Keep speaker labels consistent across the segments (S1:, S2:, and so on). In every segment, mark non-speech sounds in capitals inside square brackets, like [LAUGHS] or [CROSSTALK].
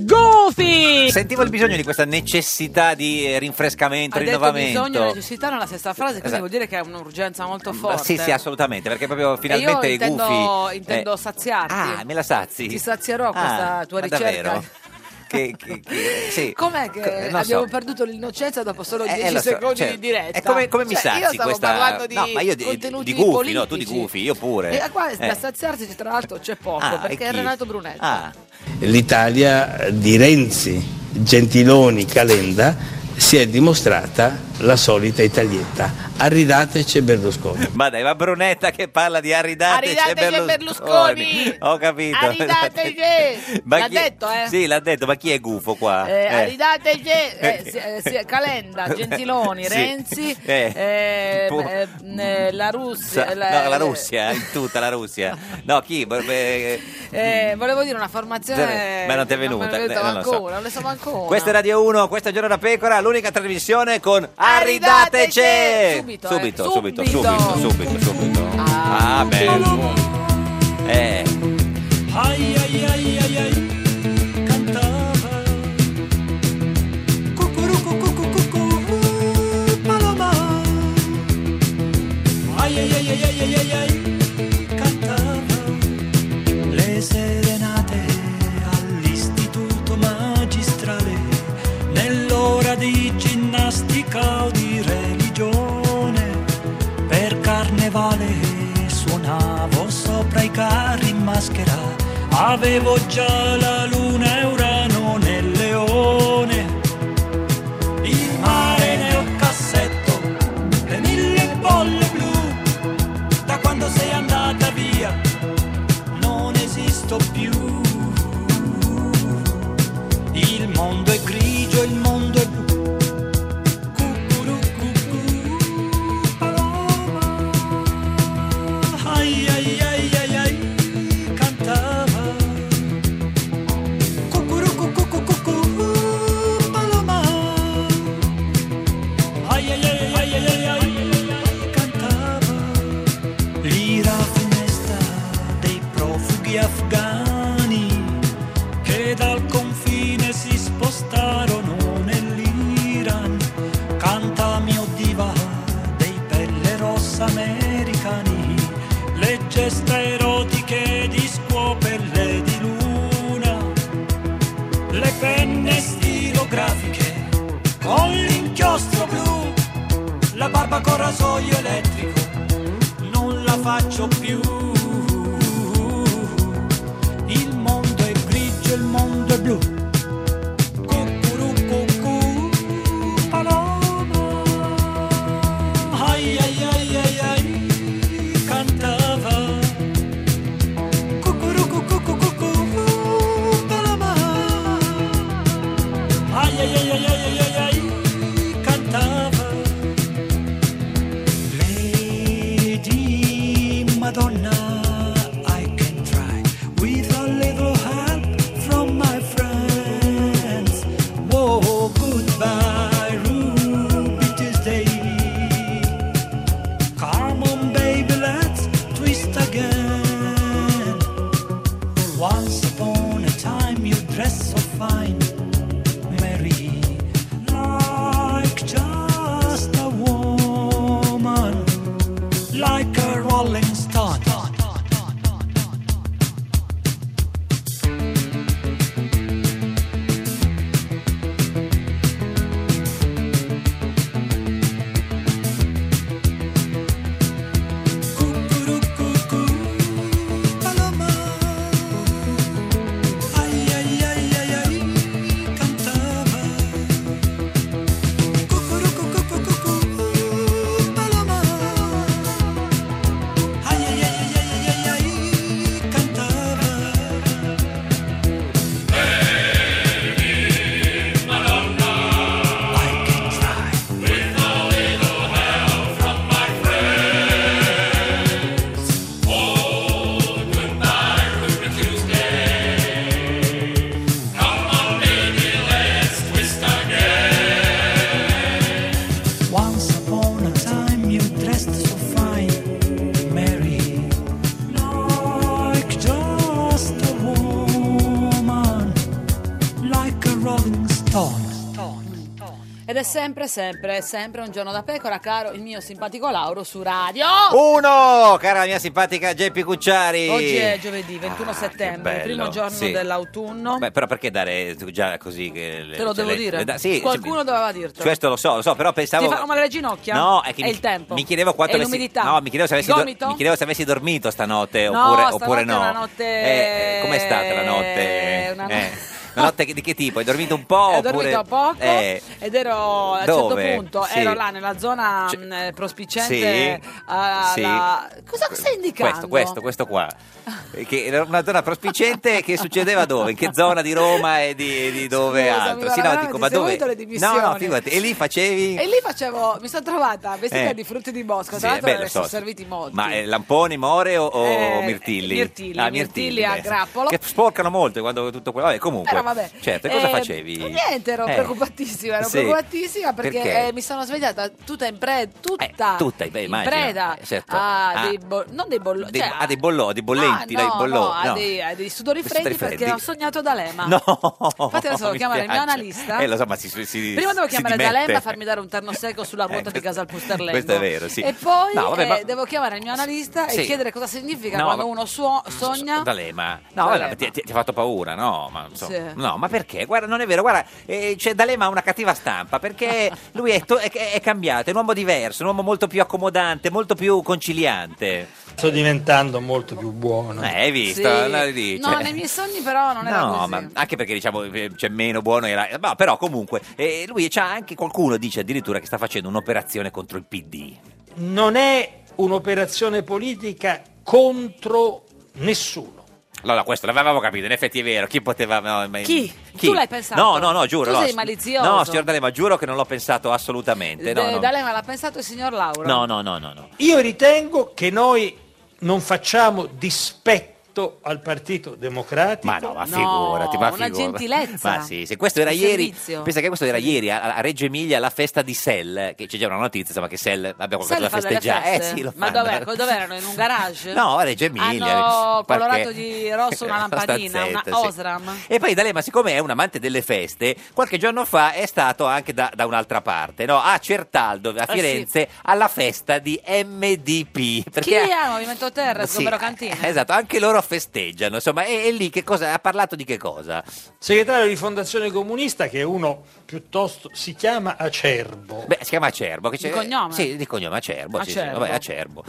S1: Goofy!
S2: Sentivo il bisogno di questa necessità di eh, rinfrescamento,
S1: Hai detto
S2: rinnovamento.
S1: bisogno necessità nella sesta frase, quindi
S2: Esatto.
S1: vuol dire che è un'urgenza molto
S2: Ah,
S1: forte.
S2: Sì, sì, assolutamente, perché proprio
S1: e
S2: finalmente
S1: io intendo,
S2: Gufi. eh.
S1: intendo saziarti.
S2: Ah, me la sazi.
S1: Ti sazierò
S2: Ah,
S1: questa tua
S2: ma
S1: ricerca.
S2: davvero? Che, che-
S1: [LAUGHS]
S2: che- sì.
S1: Com'è che
S2: Co- non so.
S1: abbiamo perduto l'innocenza dopo solo
S2: Eh,
S1: 10
S2: lo so,
S1: secondi
S2: cioè,
S1: di diretta?
S2: è come, come mi
S1: Cioè,
S2: sazi
S1: io stavo
S2: questa
S1: parlando di
S2: no, ma io
S1: contenuti
S2: di gufi,
S1: politici.
S2: no, tu di gufi, io pure.
S1: E qua da
S2: Eh.
S1: saziarsi tra l'altro c'è poco,
S2: Ah, e
S1: perché è
S2: chi?
S1: Renato Brunetti.
S2: Ah,
S3: l'Italia di Renzi, Gentiloni, Calenda si è dimostrata la solita italietta. Arridateci e Berlusconi.
S2: ma dai, ma Brunetta che parla di Aridateci e
S1: Arridateci e
S2: Berlusconi.
S1: Berlusconi.
S2: Ho capito.
S1: Arridateci.
S2: [LAUGHS] Ma
S1: L'ha
S2: chi-
S1: detto, eh?
S2: Sì, l'ha detto, ma chi è gufo qua?
S1: Eh,
S2: Eh.
S1: Aridateci,
S2: [LAUGHS]
S1: eh, si- eh, si- Calenda, Gentiloni,
S2: Sì.
S1: Renzi,
S2: Eh.
S1: eh,
S2: Pu-
S1: eh, eh, la Russia.
S2: Sa-
S1: la-
S2: no, la Russia, eh, in tutta la Russia. No, chi? Beh, beh,
S1: Eh, volevo dire una formazione.
S2: Ma non ti è
S1: che
S2: venuta,
S1: Non me ne
S2: eh, non lo so.
S1: ancora, non ne so ancora.
S2: Questa è Radio 1, questa è Giorno da Pecora, l'unica trasmissione con Arridateci!
S1: Arridateci! Subito, eh.
S2: subito, subito,
S1: Subito.
S2: subito, subito, subito.
S1: Ah.
S2: Ah, bello. Eh,
S4: Ai ai ai ai ai cantava Cucurucu cucu cucu paloma Ai ai ai ai ai ai ai ai cantava Le serenate all'istituto magistrale Nell'ora di ginnastica o di religione per carnevale suonavo sopra i carri in maschera avevo già la luna e urano nel leone il mare nel cassetto le mille bolle blu da quando sei andata via non esisto più il mondo è grigio il mondo è blu Cucurucucù, paloma. Ai, ai, ai, ai, ai, cantava. Cucurucucucucucù, paloma. Ai, ai, ai, ai, ai, ai, ai, cantava. L'ira funesta dei profughi afghani che dal confine si spostarono nell'Iran. Cantami, o diva, dei pelle rossa americani, le gesta erotiche di scuopelle di luna, le penne stilografiche con l'inchiostro blu, la barba con rasoio elettrico, non la faccio più. Il mondo è grigio, il mondo è blu. Cucurucucù, paloma. Ai ai ai ai ai, cantava. Cucurucucucucucù, paloma. Ai ai ai ai ai ai ai, cantava. Lady Madonna, I can try with a little help from my friends. Whoa, goodbye, Ruby Tuesday. Come on, baby, let's twist again. Once upon a time, you dressed so fine. Mary, like just a woman, like a rolling stone. Cucurucucù, paloma.
S1: Ed è sempre, sempre, sempre un giorno da pecora, caro il mio simpatico Lauro su radio.
S2: Oh, Uno, cara la mia simpatica Geppi Cucciari.
S1: Oh. Oggi è giovedì 21 settembre, il
S2: Ah, bello,
S1: primo giorno
S2: sì.
S1: dell'autunno.
S2: Beh, però perché dare già così? Che le-
S1: Te lo
S2: cioè,
S1: devo
S2: le-
S1: dire.
S2: le da- sì, cioè,
S1: Qualcuno doveva dirtelo.
S2: Questo lo so, lo so, però pensavo.
S1: Ti fanno male le ginocchia?
S2: No, è che mi,
S1: il tempo.
S2: mi chiedevo quanto
S1: È
S2: avessi-
S1: l'umidità.
S2: No, mi chiedevo se avessi,
S1: Il
S2: dor-
S1: gomito?
S2: mi chiedevo se avessi dormito stanotte
S1: No,
S2: oppure,
S1: stanotte
S2: oppure
S1: è
S2: no.
S1: una notte-
S2: Eh, eh, com'è stata la notte?
S1: una no- [LAUGHS]
S2: Eh, una notte che- di che tipo? Hai dormito un po'?
S1: Ho
S2: oppure...
S1: dormito poco
S2: Eh,
S1: ed ero a un certo
S2: dove?
S1: punto,
S2: Sì. Cioè,
S1: ero là nella zona mh, prospiciente. eh,
S2: Sì.
S1: alla-
S2: Sì.
S1: Cosa stai indicando?
S2: Questo, questo,
S1: [LAUGHS]
S2: questo qua. Eh, Che era una zona prospiciente che succedeva dove? In che zona di Roma e di, di dove
S1: Scusami,
S2: altro?
S1: ma veramente, se vuoi te le
S2: No,
S1: dimissioni.
S2: no, figurati. E lì facevi...
S1: E lì facevo, mi sono trovata vestita
S2: Eh.
S1: di frutti di bosco,
S2: Sì,
S1: tra l'altro
S2: beh,
S1: ne
S2: lo
S1: sono
S2: so.
S1: serviti molti.
S2: Ma eh, lamponi, more o, o
S1: Eh,
S2: mirtilli? Ah,
S1: mirtilli, mirtilli a
S2: beh, sì.
S1: grappolo.
S2: Che sporcano molto quando tutto quello. Vabbè, comunque.
S1: Però vabbè.
S2: Certo, e cosa
S1: Eh,
S2: facevi?
S1: Niente, ero
S2: Eh,
S1: preoccupatissima, ero
S2: Sì.
S1: preoccupatissima perché,
S2: Perché?
S1: eh, mi sono svegliata tutta in preda, tutta,
S2: tutta, beh,
S1: in
S2: immagino.
S1: preda
S2: Eh, certo.
S1: a
S2: Ah.
S1: dei bo- non dei bolloni,
S2: Dei-
S1: cioè,
S2: ah, dei bollò, dei bollenti,
S1: ah,
S2: dai,
S1: no,
S2: bollò,
S1: no, a
S2: no.
S1: dei, a dei sudori
S2: Dei
S1: freddi
S2: sudori
S1: perché
S2: freddi.
S1: ho sognato D'Alema.
S2: [LAUGHS] No,
S1: Infatti adesso devo
S2: mi
S1: chiamare il mio
S2: spiace.
S1: analista.
S2: Eh, lo so, ma si, si, si-
S1: Prima devo
S2: si
S1: chiamare
S2: dimette. Eh,
S1: D'Alema a farmi dare un terno secco sulla ruota
S2: questo-
S1: di Casal Pusterlengo.
S2: questo è vero, sì.
S1: E poi
S2: No, vabbè,
S1: eh,
S2: ma-
S1: devo chiamare il mio analista
S2: Sì.
S1: e chiedere cosa significa
S2: No,
S1: quando
S2: ma-
S1: uno suo- sogna.
S2: D'Alema. No,
S1: D'Alema.
S2: guarda, ti, ti- ti ha fatto paura, no? Ma, insomma,
S1: Sì.
S2: no, ma perché? Guarda, non è vero, guarda, eh, cioè, D'Alema ha una cattiva
S1: [LAUGHS]
S2: stampa perché lui è, to- è- è cambiato, è un uomo diverso, un uomo molto più accomodante, molto più conciliante.
S5: Sto diventando molto più buono.
S2: Eh, hai visto?
S1: Sì.
S2: Allora lì,
S1: No,
S2: cioè-
S1: nei miei sogni però non era
S2: No,
S1: così.
S2: ma anche perché diciamo eh, c'è meno buono era. Ma però comunque, eh, lui c'ha anche qualcuno dice addirittura che sta facendo un'operazione contro il PD.
S5: Non è un'operazione politica contro nessuno.
S2: Allora, questo l'avevamo capito, in effetti è vero. Chi poteva. no, ma-
S1: Chi? Tu l'hai pensato?
S2: No, no, no, giuro.
S1: Tu
S2: no,
S1: sei
S2: s-
S1: malizioso.
S2: No, signor D'Alema, giuro che non l'ho pensato assolutamente. No,
S1: Eh,
S2: no.
S1: D'Alema l'ha pensato il signor Lauro.
S2: No, no, no, no, no.
S5: Io ritengo che noi non facciamo dispetto al Partito Democratico.
S2: Ma no, ma
S1: No,
S2: figurati, ma
S1: una
S2: figurati.
S1: gentilezza.
S2: Ma sì, sì, questo era
S1: Un
S2: ieri.
S1: servizio.
S2: Pensa che questo era ieri a, a Reggio Emilia alla festa di Sell, che c'è già una notizia, insomma, che Sell abbia qualcosa
S1: Sai
S2: da
S1: le fa delle
S2: festeggiare. Eh
S1: feste?
S2: sì, lo
S1: ma
S2: fanno.
S1: dov'è? dove erano? In un garage?
S2: No, a Reggio Emilia.
S1: Hanno
S2: nel parche-
S1: colorato di rosso
S2: [LAUGHS]
S1: una lampadina, una
S2: stanzetta, sì.
S1: Osram.
S2: E poi D'Alema, siccome è un amante delle feste, qualche giorno fa è stato anche da, da un'altra parte, no? a Certaldo, a
S1: Ah, sì.
S2: Firenze, alla festa di MDP.
S1: Chi
S2: Perché
S1: è il Movimento Terra?
S2: Sì,
S1: Sgombero Cantina?
S2: eh, [LAUGHS] Esatto, anche loro festeggiano, insomma, e, e lì che cosa, ha parlato di che cosa?
S5: Segretario di Fondazione Comunista, che è uno piuttosto si chiama Acerbo.
S2: Beh, si chiama Acerbo. Boh, Che c'è-
S1: Di cognome?
S2: Sì, di cognome Acerbo. sì, sì,
S1: Acerbo.
S2: vabbè, Acerbo.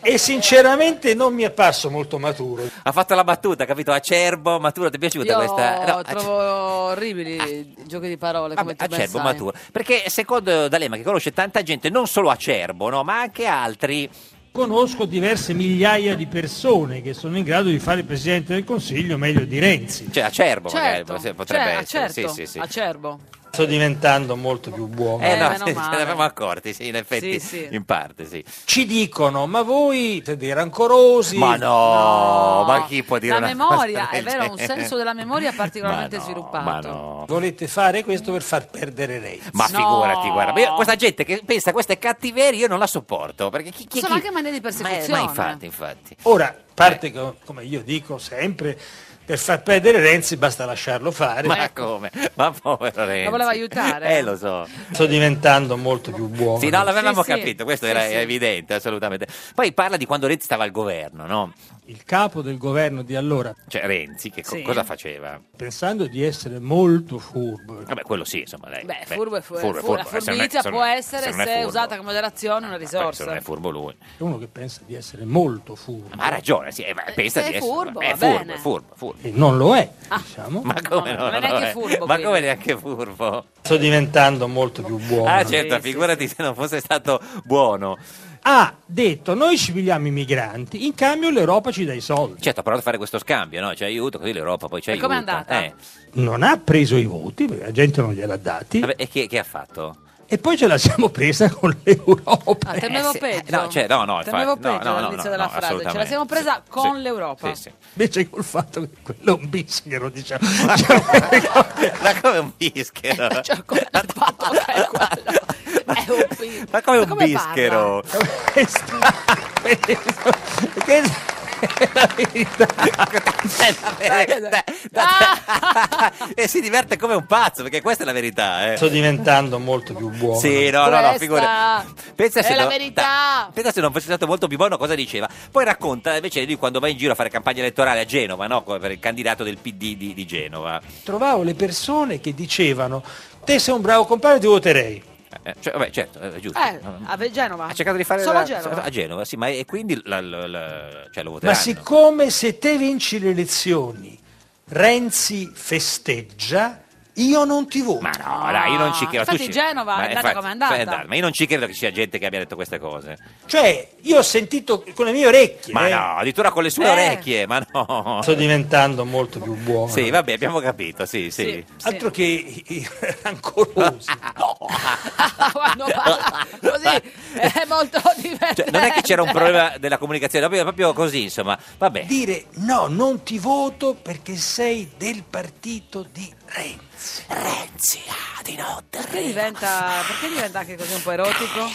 S5: E sinceramente non mi è parso molto maturo.
S2: Ha fatto la battuta, capito? Acerbo, Maturo, ti è piaciuta
S1: Io
S2: questa? No, Acer-
S1: trovo orribili i giochi di parole come
S2: Vabbè,
S1: tu ben
S2: acerbo,
S1: sai.
S2: maturo. Perché secondo D'Alema, che conosce tanta gente, non solo Acerbo, no, ma anche altri.
S5: Conosco diverse migliaia di persone che sono in grado di fare Presidente del Consiglio meglio di Renzi.
S2: Cioè, Acerbo
S1: Certo,
S2: magari se- potrebbe
S1: cioè,
S2: essere.
S1: certo,
S2: Sì, sì, sì.
S1: acerbo.
S5: Sto diventando molto più buono.
S2: Eh,
S1: Eh,
S2: no,
S1: meno
S2: sì,
S1: male.
S2: ce l'avevamo accorti, sì, in effetti,
S1: Sì, sì.
S2: in parte, sì.
S5: Ci dicono, ma voi siete rancorosi.
S2: Ma no,
S1: No,
S2: ma chi può dire
S1: La
S2: una cosa
S1: memoria,
S2: del
S1: è vero, ha un
S2: genere?
S1: senso della memoria particolarmente
S2: Ma no,
S1: sviluppato.
S2: Ma no.
S5: Volete fare questo per far perdere Renzi.
S2: Ma
S1: No.
S2: figurati, guarda, ma io- questa gente che pensa a queste cattiverie io non la sopporto, perché chi, chi,
S1: Sono
S2: chi-
S1: anche maniere di
S2: Ma- Ma,
S1: persecuzione.
S2: infatti, infatti.
S5: Ora, parte co- come io dico sempre, per far perdere Renzi basta lasciarlo fare.
S2: Ma come? Ma povero Renzi.
S1: Ecco. voleva aiutare.
S2: Eh, lo so.
S5: Sto diventando molto più buono.
S2: Sì, no, l'avevamo
S1: Sì, sì.
S2: capito, questo
S1: Sì,
S2: era
S1: sì.
S2: evidente, assolutamente. Poi parla di quando Renzi stava al governo, no?
S5: Il capo del governo di allora,
S2: Cioè Renzi, che co-
S1: Sì.
S2: cosa faceva?
S5: pensando di essere molto furbo,
S2: Vabbè, quello sì, insomma, lei.
S1: Beh, furbo è fu-
S2: furbo,
S1: furbo. La
S2: furbo. Se non è-
S1: furbizia
S2: se non-
S1: può essere, se,
S2: non è furbo.
S1: usata con moderazione, una
S2: Beh, Se non
S1: risorsa.
S2: è furbo lui.
S5: è uno che pensa di essere molto furbo.
S2: Ma ha ragione, sì, eh, ma
S1: Eh,
S2: pensa
S1: se
S2: di
S1: è
S2: essere-
S1: furbo,
S2: è
S1: va
S2: furbo,
S1: bene.
S2: è furbo, furbo.
S5: E non lo è, diciamo.
S2: Ma come
S1: no,
S2: no?
S1: non è
S2: no,
S1: neanche
S2: eh.
S1: furbo,
S2: Ma
S1: quindi.
S2: come neanche furbo?
S5: Sto diventando molto più buono.
S2: Ah, certo,
S1: Sì, sì,
S2: figurati se non fosse stato buono.
S5: Ha detto, noi ci pigliamo i migranti, in cambio l'Europa ci dà i soldi.
S2: Certo, ha provato a fare questo scambio, no? Ci aiuto, così l'Europa poi ci
S1: E
S2: aiuta.
S1: com'è andata?
S2: Eh.
S5: Non ha preso i voti, perché la gente non gliel'ha dati,
S2: Vabbè, e che, che ha fatto? [LAUGHS]
S5: e poi ce la siamo presa con l'Europa.
S1: Ah, temevo
S2: sì, eh,
S1: peggio.
S2: no, cioè, no, no,
S1: temevo
S2: infatti, no,
S1: peggio
S2: no, no,
S1: all'inizio
S2: no,
S1: della
S2: no,
S1: frase. Ce la
S2: assolutamente.
S1: siamo presa
S2: Sì,
S1: con
S2: sì,
S1: l'Europa.
S2: Sì, sì.
S5: Invece col fatto che quello è un bischero, diciamo.
S2: [LAUGHS]
S5: Diciamo Cioè, [LAUGHS]
S2: Ma come un bischero?
S1: [LAUGHS] Cioè, con il fatto che è quello. È un pi-
S2: Ma come un
S1: parla?
S2: bischero?
S5: questo- questo-
S2: [LAUGHS] e si diverte come un pazzo, perché questa è la verità.
S5: [LAUGHS] Sto
S2: Eh.
S5: diventando molto più buono.
S2: Sì, no, no, no,
S1: Questa
S2: figura. Pensa
S1: è
S2: se
S1: la
S2: no-
S1: verità.
S2: da- pensa se non fosse stato molto più buono cosa diceva. Poi racconta invece di quando va in giro a fare campagna elettorale a Genova, no? Come Per il candidato del PD di, di Genova. Eh,
S5: Trovavo le persone che dicevano te sei un bravo compagno ti voterei.
S2: Eh, cioè, vabbè, certo, è giusto.
S1: Eh, a Genova.
S2: Ha cercato di fare
S1: Solo
S2: la-
S1: a Genova.
S2: a Genova, sì, ma e quindi la- la- la- cioè,
S5: Ma
S2: lo voteranno.
S5: siccome se te vinci le elezioni Renzi festeggia, io non ti voto.
S2: Ma no, dai, io non ci credo. Tu
S1: Infatti
S2: ci-
S1: Ah, Genova è
S2: ma
S1: andata
S2: infatti-
S1: come è andata.
S2: cioè, ma io non ci credo che ci sia gente che abbia detto queste cose.
S5: Cioè, io ho sentito con le mie orecchie.
S2: Ma
S5: eh.
S2: no, addirittura con le sue
S1: Eh.
S2: orecchie, ma no.
S5: Sto diventando molto più buono.
S2: Sì, vabbè, abbiamo capito, sì, sì. [LAUGHS]
S1: Sì.
S5: Altro che i- i rancorosi.
S1: Quando parla così è molto divertente.
S2: Cioè, non è
S1: [LAUGHS]
S2: che c'era un problema della comunicazione, proprio, proprio così, insomma. Vabbè.
S5: Dire no, non ti voto perché sei del partito di Renzi.
S2: Renzi, ah, di notte.
S1: Perché diventa, perché diventa anche così un po' erotico?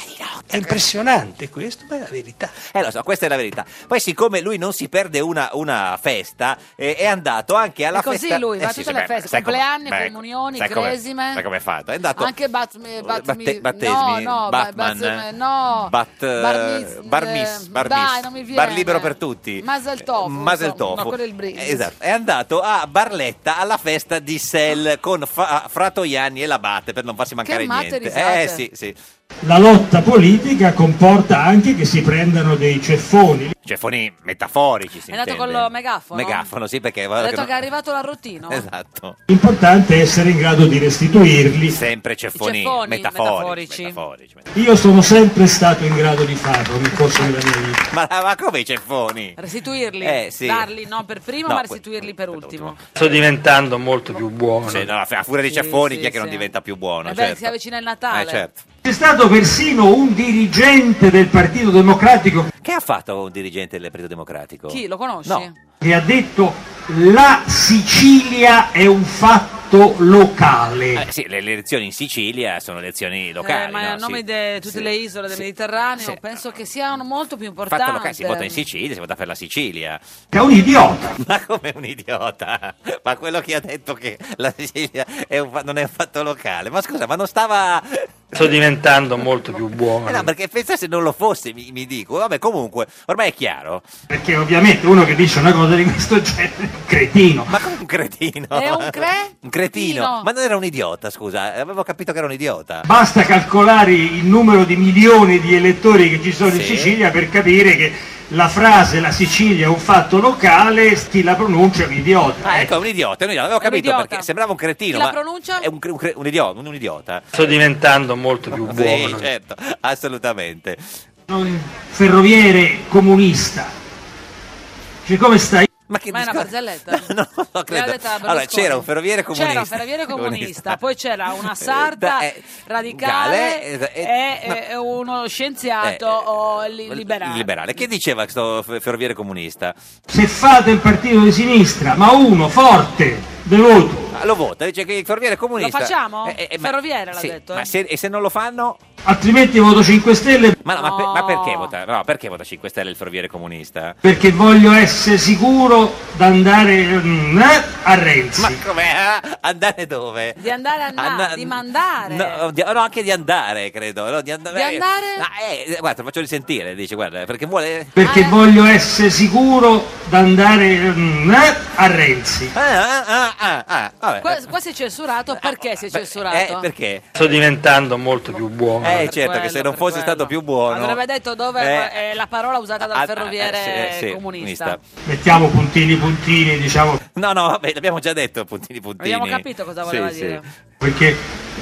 S5: È impressionante questo, ma è la verità.
S2: Eh lo so, questa è la verità. Poi siccome lui non si perde una, una festa, eh, è andato anche alla
S1: È così
S2: festa... Eh,
S1: lui, va a tutte le feste,
S2: sai come-
S1: compleanni,
S2: beh,
S1: comunioni,
S2: sai come-
S1: cresime.
S2: Sai come è fatto? È andato...
S1: Anche Batmi,
S2: Batte-
S1: Batmi,
S2: battesimi,
S1: no, no,
S2: Batman, eh.
S1: Batman, no,
S2: Bat-
S1: Barmis,
S2: Barmis,
S1: eh,
S2: Barmis,
S1: dai, non mi viene. eh.
S2: Bar libero per tutti.
S1: Masel tofu,
S2: Masel
S1: insomma,
S2: tofu.
S1: no, quello è il brindisi.
S2: Eh, Esatto. È andato a Barletta alla festa di
S1: Ah.
S2: Sel con Fra- ah, Fratoianni e l'Abate per non farsi mancare
S1: matte
S2: niente.
S1: risate.
S2: Eh sì, sì.
S6: La lotta politica comporta anche che si prendano dei ceffoni.
S2: Cioè, foni metaforici si
S1: È andato
S2: intende.
S1: con lo megafono?
S2: Megafono, sì, perché...
S1: Ha detto che è arrivato l'arrotino.
S2: Esatto.
S6: L'importante è essere in grado di restituirli.
S2: Sempre ceffoni,
S1: I ceffoni
S2: metaforici,
S1: metaforici.
S2: metaforici.
S6: Io sono sempre stato in grado di farlo nel corso della mia vita.
S2: Ma, ma come i ceffoni?
S1: Restituirli,
S2: Eh, sì.
S1: darli non per primo,
S2: No,
S1: ma
S2: que- eh,
S1: restituirli per ultimo.
S5: Sto diventando molto più buono.
S2: Sì, no, a furia di
S1: Sì,
S2: ceffoni
S1: sì,
S2: chi è che non
S1: sì.
S2: diventa più buono?
S1: Eh beh,
S2: certo.
S1: si avvicina il Natale.
S2: Eh, certo.
S6: C'è stato persino un dirigente del Partito Democratico
S2: Che ha fatto un dirigente del Partito Democratico?
S1: Chi, lo conosci?
S2: No.
S6: che ha detto la Sicilia è un fatto locale.
S2: Eh, sì, le, le elezioni in Sicilia sono elezioni locali.
S1: Eh, ma
S2: no?
S1: a nome
S2: Sì.
S1: di tutte
S2: Sì.
S1: le isole del
S2: Sì.
S1: Mediterraneo
S2: Sì.
S1: penso che siano molto più importanti.
S2: Fatto locale, si vota in Sicilia, si vota per la Sicilia.
S6: È un idiota.
S2: [LAUGHS] Ma come un idiota? Ma quello che ha detto che la Sicilia è un fa- non è un fatto locale. Ma scusa, ma non stava.
S5: Sto diventando molto più
S2: Eh
S5: buono.
S2: no, perché pensa se non lo fosse, mi, mi dico. Vabbè, comunque, ormai è chiaro.
S6: Perché ovviamente uno che dice una cosa di questo genere è un cretino.
S2: Ma come un cretino?
S1: È un cre-
S2: [LAUGHS] Un cretino.
S1: tino.
S2: Ma non era un idiota, scusa. Avevo capito che era un idiota.
S6: Basta calcolare il numero di milioni di elettori che ci sono in
S2: Sì.
S6: Sicilia per capire che la frase la Sicilia è un fatto locale, chi la pronuncia è un idiota.
S2: Ah, ecco, è un idiota, è un idiota. Avevo
S1: È un
S2: capito
S1: idiota.
S2: perché sembrava un
S1: Chi
S2: cretino.
S1: la
S2: ma
S1: pronuncia?
S2: È un, cre- un cre- un idiota. Un, un idiota.
S5: Sto diventando molto più
S2: [LAUGHS] Sì,
S5: buono.
S2: certo, assolutamente.
S6: Sono il Ferroviere comunista. Cioè, come stai?
S2: Ma che
S1: Ma è una
S2: discorso-
S1: barzelletta.
S2: [LAUGHS] No, no, non lo
S1: L'aveva
S2: credo.
S1: detta Berlusconi.
S2: Allora, c'era un ferroviere comunista.
S1: C'era un ferroviere comunista, poi c'era una sarda
S2: Da- eh,
S1: radicale
S2: gale, eh,
S1: e,
S2: ma-
S1: eh, uno
S2: eh,
S1: scienziato
S2: eh,
S1: o li- liberale.
S2: Liberale. Che diceva questo fe- ferroviere comunista?
S6: Se fate il partito di sinistra, ma uno forte, devoto,
S2: Ah, Lo vota, dice che il ferroviere comunista. Eh,
S1: Lo facciamo?
S2: ma-
S1: Ferroviere l'ha
S2: sì,
S1: detto,
S2: Ma
S1: eh.
S2: se, e se non lo fanno?
S6: altrimenti voto 5 Stelle
S2: Ma, no, ma, per- ma
S1: No.
S2: perché vota? No, perché vota 5 Stelle il ferroviere comunista?
S6: perché voglio essere sicuro d'andare mm, eh, a Renzi.
S2: Ma com'è? Ah, Andare dove?
S1: Di andare a na-
S2: Anna-
S1: di mandare.
S2: No, di- no, anche di andare, credo. no, di, and-
S1: Di andare?
S2: Ah, eh, guarda, faccio risentire, dice, guarda, perché vuole...
S6: Perché
S1: Ah, eh.
S6: voglio essere sicuro d'andare mm, eh, a Renzi.
S2: Ah, ah, ah, ah, ah, vabbè.
S1: Qua, qua si è censurato perché si è
S2: Ah, Beh,
S1: censurato?
S2: Eh, perché?
S5: Sto diventando molto più buono.
S2: Eh,
S1: Per
S2: certo, che
S1: quello,
S2: se non
S1: per
S2: fosse
S1: quello.
S2: stato più buono...
S1: Avrebbe detto dove
S2: Eh,
S1: è la parola usata
S2: ah,
S1: dal
S2: ah,
S1: ferroviere
S2: eh, sì, sì,
S1: comunista.
S6: Mettiamo puntini puntini, diciamo,
S2: No, no, vabbè, l'abbiamo già detto, puntini puntini.
S1: Abbiamo capito cosa
S2: Sì,
S1: voleva
S2: sì.
S1: dire.
S6: perché